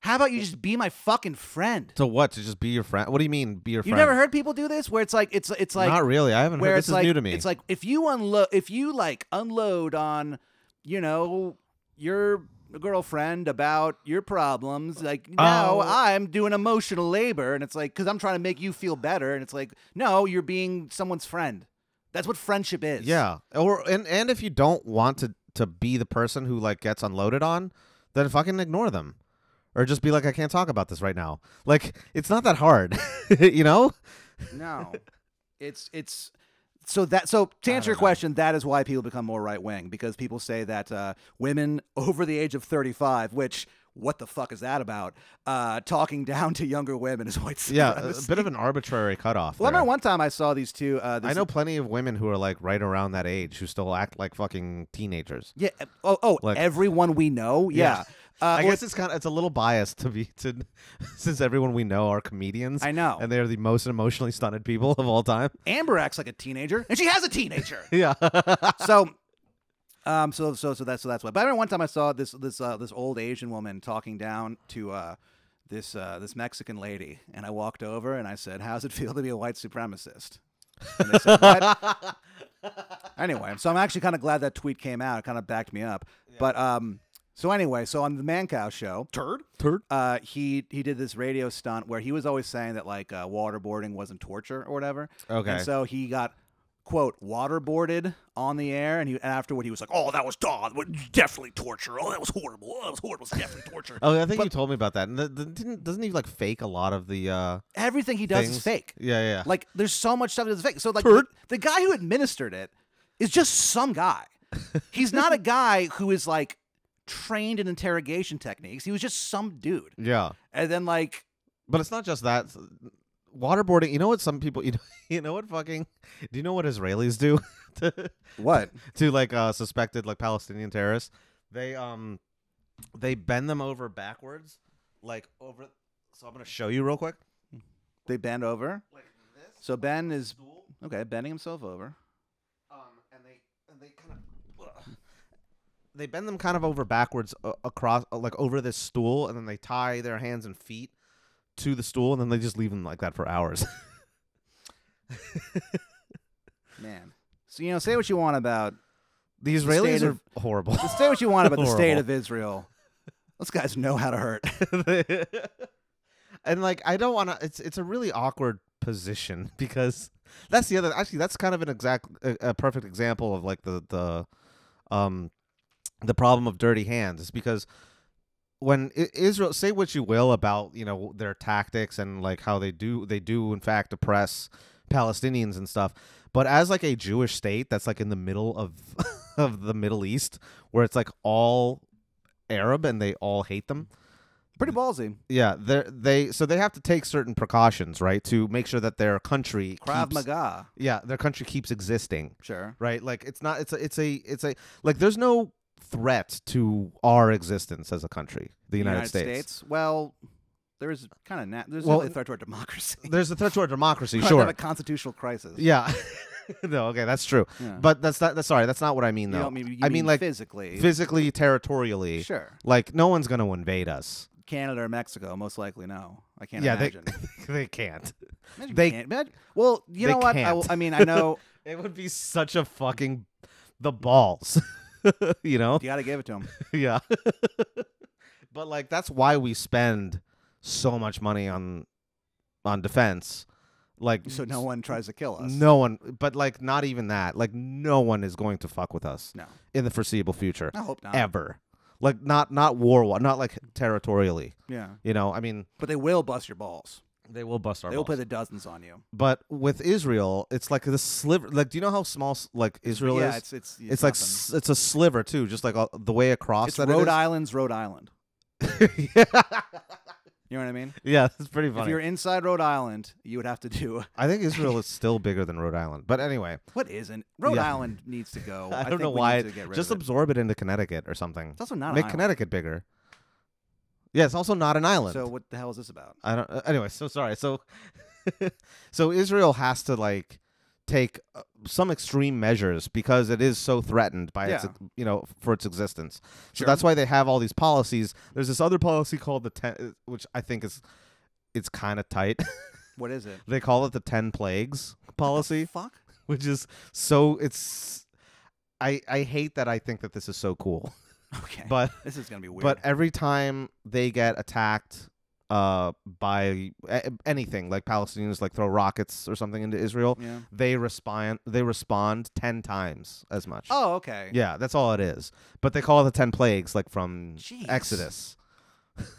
Speaker 1: How about you just be my fucking friend?
Speaker 3: To what? To just be your friend? What do you mean, be your
Speaker 1: You've
Speaker 3: friend?
Speaker 1: never heard people do this, where it's like it's it's like
Speaker 3: not really. I haven't
Speaker 1: where
Speaker 3: heard.
Speaker 1: it's
Speaker 3: This is
Speaker 1: like
Speaker 3: new to me.
Speaker 1: it's like if you unload if you like unload on you know your girlfriend about your problems like now
Speaker 3: Oh.
Speaker 1: i'm doing emotional labor and it's like because i'm trying to make you feel better and it's like no you're being someone's friend that's what friendship is
Speaker 3: Yeah. Or and and if you don't want to to be the person who like gets unloaded on, then fucking ignore them. Or just be like I can't talk about this right now. Like it's not that hard. (laughs) you know? (laughs)
Speaker 1: no it's it's so that so to
Speaker 3: I
Speaker 1: answer your
Speaker 3: don't know.
Speaker 1: question that is why people become more right wing because people say that uh, women (laughs) over the age of 35 which what the fuck is that about uh, talking down to younger women is white (laughs)
Speaker 3: Yeah, uh,
Speaker 1: supremacy.
Speaker 3: a a bit of an arbitrary cutoff.
Speaker 1: Well, I
Speaker 3: there.
Speaker 1: remember one time I saw these two. Uh, this
Speaker 3: I know plenty of women who are like right around that age who still act like fucking teenagers.
Speaker 1: Yeah. Oh, oh
Speaker 3: Like-
Speaker 1: everyone we know. Yeah. Uh,
Speaker 3: I
Speaker 1: well,
Speaker 3: guess it's kind of it's a little biased to be to (laughs) since everyone we know are comedians.
Speaker 1: I know.
Speaker 3: and they are the most emotionally stunted people of all time.
Speaker 1: Amber acts like a teenager, and she has a teenager.
Speaker 3: (laughs) Yeah,
Speaker 1: so, um, so so so that's so that's why. But I remember one time I saw this this uh, this old Asian woman talking down to uh, this uh, this Mexican lady, and I walked over and I said, "How's it feel to be a white supremacist?" And they said,
Speaker 3: (laughs)
Speaker 1: "What?" anyway, so I'm actually kind of glad that tweet came out. It kind of backed me up. But um, so anyway, so on the Man Cow show,
Speaker 3: turd, turd.
Speaker 1: uh, he he did this radio stunt where he was always saying that like uh, waterboarding wasn't torture or whatever.
Speaker 3: Okay.
Speaker 1: And so he got quote waterboarded on the air, and he and afterward he was like, "Oh, that was daw, that was definitely torture. Oh, that was horrible. Oh, that was horrible. It was definitely torture."
Speaker 3: Oh, I think you told me about that. And th- th- didn't, doesn't he like fake a lot of the uh
Speaker 1: Everything he does
Speaker 3: things?
Speaker 1: is fake.
Speaker 3: Yeah, yeah. yeah.
Speaker 1: Like there's so much stuff that's fake. So like the,
Speaker 3: Turd.
Speaker 1: the guy who administered it is just some
Speaker 3: (laughs)
Speaker 1: guy. He's not a guy who is like trained in interrogation techniques. He was just some dude.
Speaker 3: yeah.
Speaker 1: And then like
Speaker 3: But it's not just that S- waterboarding. You know what some people (laughs) you know, you know what fucking do you know what Israelis do (laughs) to,
Speaker 1: what?
Speaker 3: to like uh suspected like Palestinian terrorists? They um they bend them over backwards like over so I'm going to show you real quick.
Speaker 1: They bend over.
Speaker 3: Like this
Speaker 1: So Ben is
Speaker 3: stool
Speaker 1: okay, bending himself over.
Speaker 3: um and they and they kind of they bend them kind of over backwards uh, across uh, like over this stool and then they tie their hands and feet to the stool and then they just leave them like that for hours
Speaker 1: Man. So you know, say what you want about
Speaker 3: the
Speaker 1: The
Speaker 3: israelis
Speaker 1: state
Speaker 3: are
Speaker 1: of-
Speaker 3: horrible
Speaker 1: say what you want about the state
Speaker 3: Horrible.
Speaker 1: of Israel. Those guys know how to hurt.
Speaker 3: (laughs) and like i don't want to it's it's a really awkward position (laughs) because that's the other. Actually, that's kind of an exact, a, a perfect example of like the the, um, the problem of dirty hands is because when I- Israel say what you will about you know their tactics and like how they do they do in fact oppress Palestinians and stuff, but as like a Jewish state that's like in the middle of (laughs) of the Middle East where it's like all Arab and they all hate them.
Speaker 1: Pretty ballsy.
Speaker 3: Yeah, they they so they have to take certain precautions, right, to make sure that their country
Speaker 1: Krav
Speaker 3: keeps,
Speaker 1: Maga.
Speaker 3: yeah, their country keeps existing,
Speaker 1: Sure.
Speaker 3: right? Like it's not it's a it's a it's a like there's no threat to our existence as a country, the United,
Speaker 1: Well, there's kind of na- there's
Speaker 3: Well,
Speaker 1: definitely a threat to our
Speaker 3: (laughs)
Speaker 1: democracy. (laughs)
Speaker 3: There's a threat to our democracy,
Speaker 1: Might have
Speaker 3: sure.
Speaker 1: a constitutional crisis.
Speaker 3: (laughs) Yeah. no, okay, that's true.
Speaker 1: Yeah.
Speaker 3: But that's not that's sorry, that's not what I mean
Speaker 1: You
Speaker 3: though.
Speaker 1: don't mean, you
Speaker 3: I mean, like
Speaker 1: physically.
Speaker 3: physically, territorially.
Speaker 1: sure.
Speaker 3: Like no one's going to invade us.
Speaker 1: Canada or Mexico, most likely no. I can't
Speaker 3: Yeah, they-
Speaker 1: imagine.
Speaker 3: (laughs) they can't.
Speaker 1: Imagine
Speaker 3: they-
Speaker 1: can't- imagine- well, you
Speaker 3: they
Speaker 1: know what? I,
Speaker 3: can't.
Speaker 1: will- I mean, I
Speaker 3: (laughs)
Speaker 1: know
Speaker 3: It would be such a fucking the balls. (laughs) you know?
Speaker 1: you got to give it to them.
Speaker 3: Yeah. (laughs) but like that's why we spend so much money on on defense. Like
Speaker 1: So no one tries to kill us.
Speaker 3: no one but like not even that. Like no one is going to fuck with us
Speaker 1: No.
Speaker 3: in the foreseeable future.
Speaker 1: I hope not.
Speaker 3: Ever. Like not not war not like territorially.
Speaker 1: Yeah.
Speaker 3: You know, I mean
Speaker 1: But they will bust your balls.
Speaker 3: they will bust our
Speaker 1: They will play the dozens on you.
Speaker 3: but with Israel, it's like this sliver like do you know how small s- like Israel
Speaker 1: yeah,
Speaker 3: is?
Speaker 1: it's it's
Speaker 3: It's, like
Speaker 1: nothing.
Speaker 3: s- it's a sliver too, just like uh, the way across
Speaker 1: it's
Speaker 3: that
Speaker 1: Rhode
Speaker 3: it is. (laughs)
Speaker 1: Island's Rhode Island.
Speaker 3: yeah.
Speaker 1: You know what I mean?
Speaker 3: yeah, it's pretty
Speaker 1: If
Speaker 3: funny.
Speaker 1: you're inside Rhode Island, you would have to do (laughs)
Speaker 3: I think Israel is still bigger than Rhode Island, but anyway,
Speaker 1: what isn't Rhode
Speaker 3: Yeah.
Speaker 1: Island needs to
Speaker 3: (laughs)
Speaker 1: go.
Speaker 3: I don't
Speaker 1: Oh, think
Speaker 3: know
Speaker 1: we
Speaker 3: why.
Speaker 1: Need to get rid
Speaker 3: Just
Speaker 1: of it.
Speaker 3: absorb it into Connecticut or something.
Speaker 1: It's also not an
Speaker 3: Make
Speaker 1: island.
Speaker 3: Connecticut bigger. Yeah, it's also not an island.
Speaker 1: So what the hell is this about?
Speaker 3: I don't. Uh, anyway, so sorry. So, (laughs) so Israel has to like take uh, some extreme measures because it is so threatened by its,
Speaker 1: Yeah.
Speaker 3: you know, for its existence. So
Speaker 1: Sure.
Speaker 3: that's why they have all these policies. There's this other policy called the ten, uh, which I think is, it's kind of tight. (laughs)
Speaker 1: What is it?
Speaker 3: they call it the ten plagues policy,
Speaker 1: Fuck.
Speaker 3: (laughs) which is so it's. I I hate that I think that this is so cool, (laughs)
Speaker 1: (laughs) Okay.
Speaker 3: but
Speaker 1: this is gonna be weird.
Speaker 3: but every time they get attacked uh by a- anything like palestinians like throw rockets or something into israel
Speaker 1: yeah.
Speaker 3: they respond they respond 10 times as much
Speaker 1: Oh, okay.
Speaker 3: yeah that's all it is but they call it the 10 plagues like from
Speaker 1: Jeez.
Speaker 3: exodus (laughs)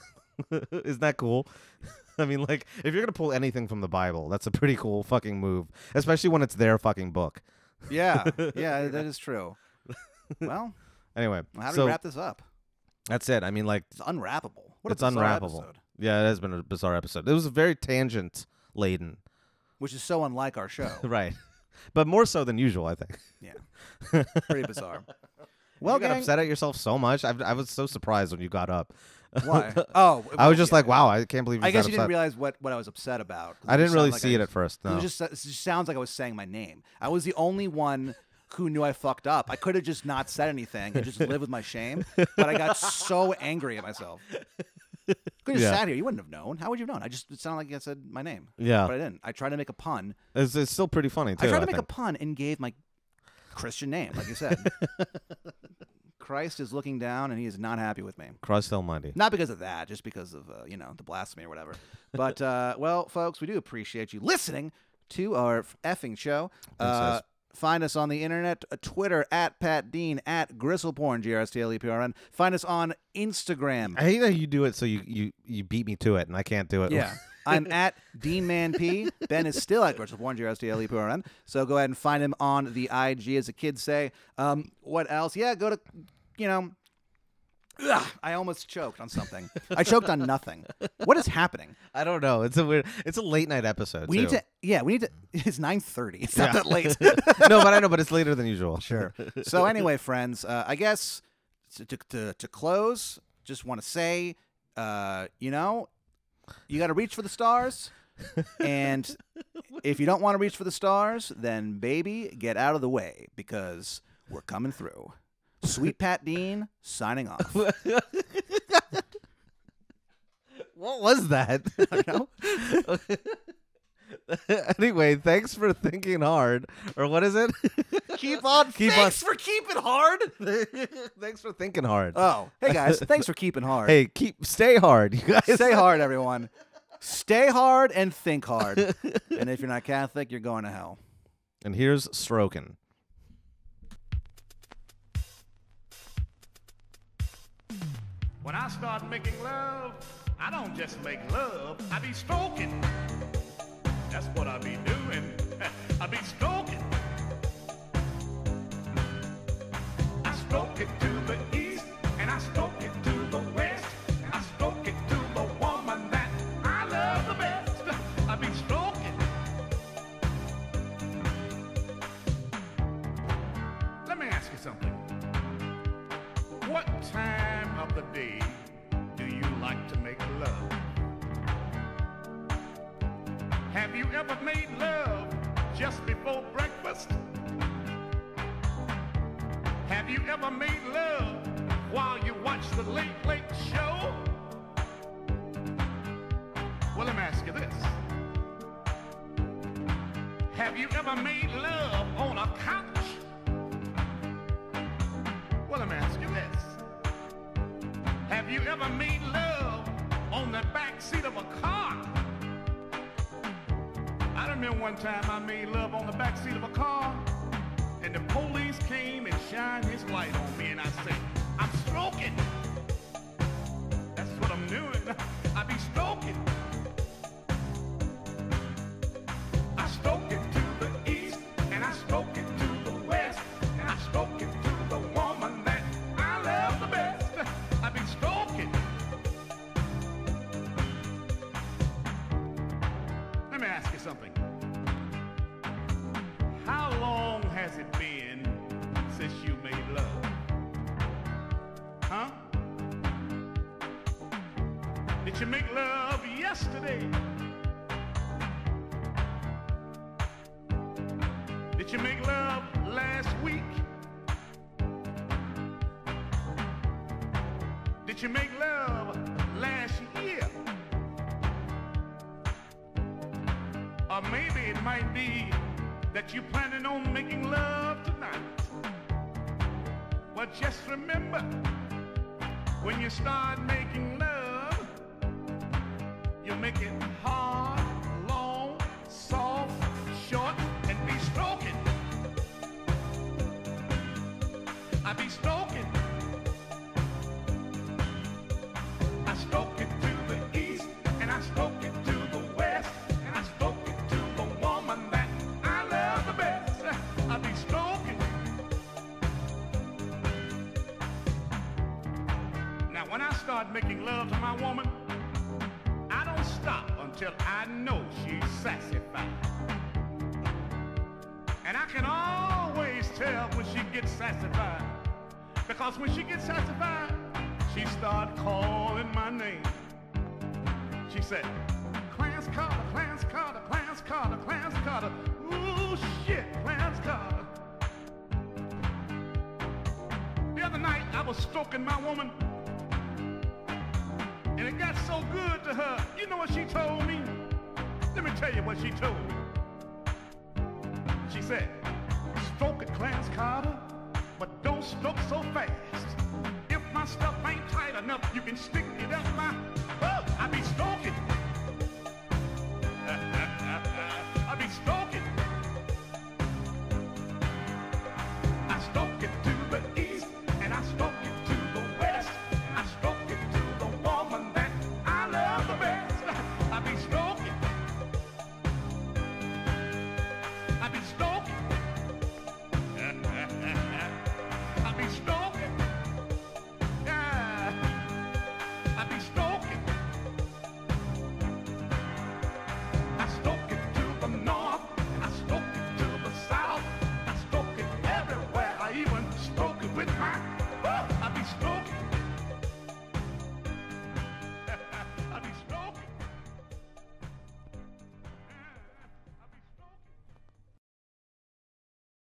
Speaker 3: isn't that cool (laughs) i mean like if you're gonna pull anything from the bible that's a pretty cool fucking move especially when it's their fucking book
Speaker 1: Yeah.
Speaker 3: (laughs)
Speaker 1: Yeah. That is true. Well,
Speaker 3: anyway
Speaker 1: how do
Speaker 3: so
Speaker 1: we wrap this up?
Speaker 3: that's it i mean like
Speaker 1: It's unwrappable. What
Speaker 3: it's
Speaker 1: a bizarre
Speaker 3: unwrappable.
Speaker 1: episode,
Speaker 3: Yeah, it has been a bizarre episode. It was very tangent
Speaker 1: (laughs)
Speaker 3: laden,
Speaker 1: which is so unlike our show.
Speaker 3: (laughs) right? But more so than usual, I think.
Speaker 1: Pretty
Speaker 3: (laughs)
Speaker 1: bizarre. Well,
Speaker 3: you got
Speaker 1: gang,
Speaker 3: upset at yourself so much. I, I was so surprised when you got up.
Speaker 1: why? Oh,
Speaker 3: I was just
Speaker 1: yeah.
Speaker 3: like, wow, I can't believe you
Speaker 1: I guess
Speaker 3: got
Speaker 1: you didn't
Speaker 3: upset.
Speaker 1: realize what, what I was upset about. 'cause
Speaker 3: I didn't
Speaker 1: just
Speaker 3: really
Speaker 1: sounded like
Speaker 3: see
Speaker 1: I
Speaker 3: it at
Speaker 1: just-
Speaker 3: first. No.
Speaker 1: It just it just sounds like I was saying my name. I was the only one who knew I fucked up. I could have just not said anything and just lived with my shame, but I got so angry at myself. Could have
Speaker 3: Yeah.
Speaker 1: sat here. You wouldn't have known. How would you have known? I just it sounded like I said my name,
Speaker 3: yeah,
Speaker 1: but I didn't. I tried to make a pun.
Speaker 3: it's, it's still pretty funny too.
Speaker 1: I tried
Speaker 3: I
Speaker 1: to make
Speaker 3: think.
Speaker 1: a pun and gave my Christian name, like you
Speaker 3: (laughs)
Speaker 1: said. Christ is looking down and he is not happy with me.
Speaker 3: Christ Almighty.
Speaker 1: Not because of that, just because of uh, you know the blasphemy or whatever. But uh, well, folks, we do appreciate you listening to our f- effing show. Uh,
Speaker 3: guys.
Speaker 1: Find us on the internet, uh, Twitter at Pat Dean at Gristleporn G R S T L E P R N. Find us on Instagram.
Speaker 3: I hate that you do it, so you you you beat me to it, and I can't do it.
Speaker 1: Yeah. I'm at Dean Man P. Ben is still at Gristleporn G R S T L E P R N. So go ahead and find him on the IG, as the kids say. Um, what else? Yeah, go to you know. Ugh, I almost choked on something. I choked on nothing. What is happening?
Speaker 3: (laughs) I don't know. It's a weird. It's a late night episode.
Speaker 1: We need
Speaker 3: too.
Speaker 1: to. Yeah, we need to. (laughs) It's nine thirty. It's
Speaker 3: Yeah.
Speaker 1: not that late.
Speaker 3: (laughs) no, but I know, but it's later than usual.
Speaker 1: sure. So (laughs) anyway, friends, uh, I guess to, to, to, to close, just want to say, uh, you know, you got to reach for the stars, and if you don't want to reach for the stars, then baby, get out of the way because we're coming through. Sweet Pat Dean signing off.
Speaker 3: What was (laughs) that? (laughs) anyway, thanks for thinking hard. Or what is it?
Speaker 1: (laughs) (laughs) Keep on.
Speaker 3: (laughs) Keep Oh.
Speaker 1: thanks for keeping hard.
Speaker 3: (laughs) thanks for thinking hard.
Speaker 1: Oh, hey guys, thanks for keeping hard.
Speaker 3: hey, keep stay hard, you guys.
Speaker 1: Stay hard, everyone. Stay hard and think hard. (laughs) and if you're not Catholic, you're going to hell.
Speaker 3: And here's Strokin.
Speaker 2: When I start making love, I don't just make love, I be stroking. That's what I be doing. (laughs) I be stroking. I stroke it to the east, and I stroke it to the west. I stroke it to the woman that I love the best. I be stroking. Let me ask you something. What time of the day do you like to make love? Have you ever made love just before breakfast? Have you ever made love while you watch the Late Late Show? Well, let me ask you this. Have you ever made love on a couch? Well, let me ask you this. Have you ever made love on the back seat of a car? I remember one time I made love on the back seat of a car, and the police came and shined his light on me, and I said, I'm stroking. That's what I'm doing. (laughs) I be stroking. I stroke it to the east, and I stroke it to the west, and I stroke it to the woman that I love the best. I be stroking. Let me ask you something. How long has it been since you made love? Huh? Did you make love yesterday? Did you make love last week? Did you make love last year? Or maybe it might be that you're planning on making love tonight. Well, just remember, when you start making love, you make it hard, long, soft, short, and be stroking. I be stroking. I stroke it to the east, and I stroke it to the west, and I stroke it to the woman that I love the best. I be stroking. Now, when I start making love to my woman, I don't stop until I know she's satisfied. And I can always tell when she gets satisfied. Because when she gets satisfied, she start calling my name. She said, Clarence Carter, Clarence Carter, Clarence Carter, Clarence Carter. Ooh, shit, Clarence Carter. The other night, I was stroking my woman, and it got so good to her. You know what she told me? Let me tell you what she told me. She said, stroke it, Clarence Carter, but don't stroke so fast. If my stuff ain't tight enough, you can stick it up my (laughs) (laughs) (laughs) (laughs)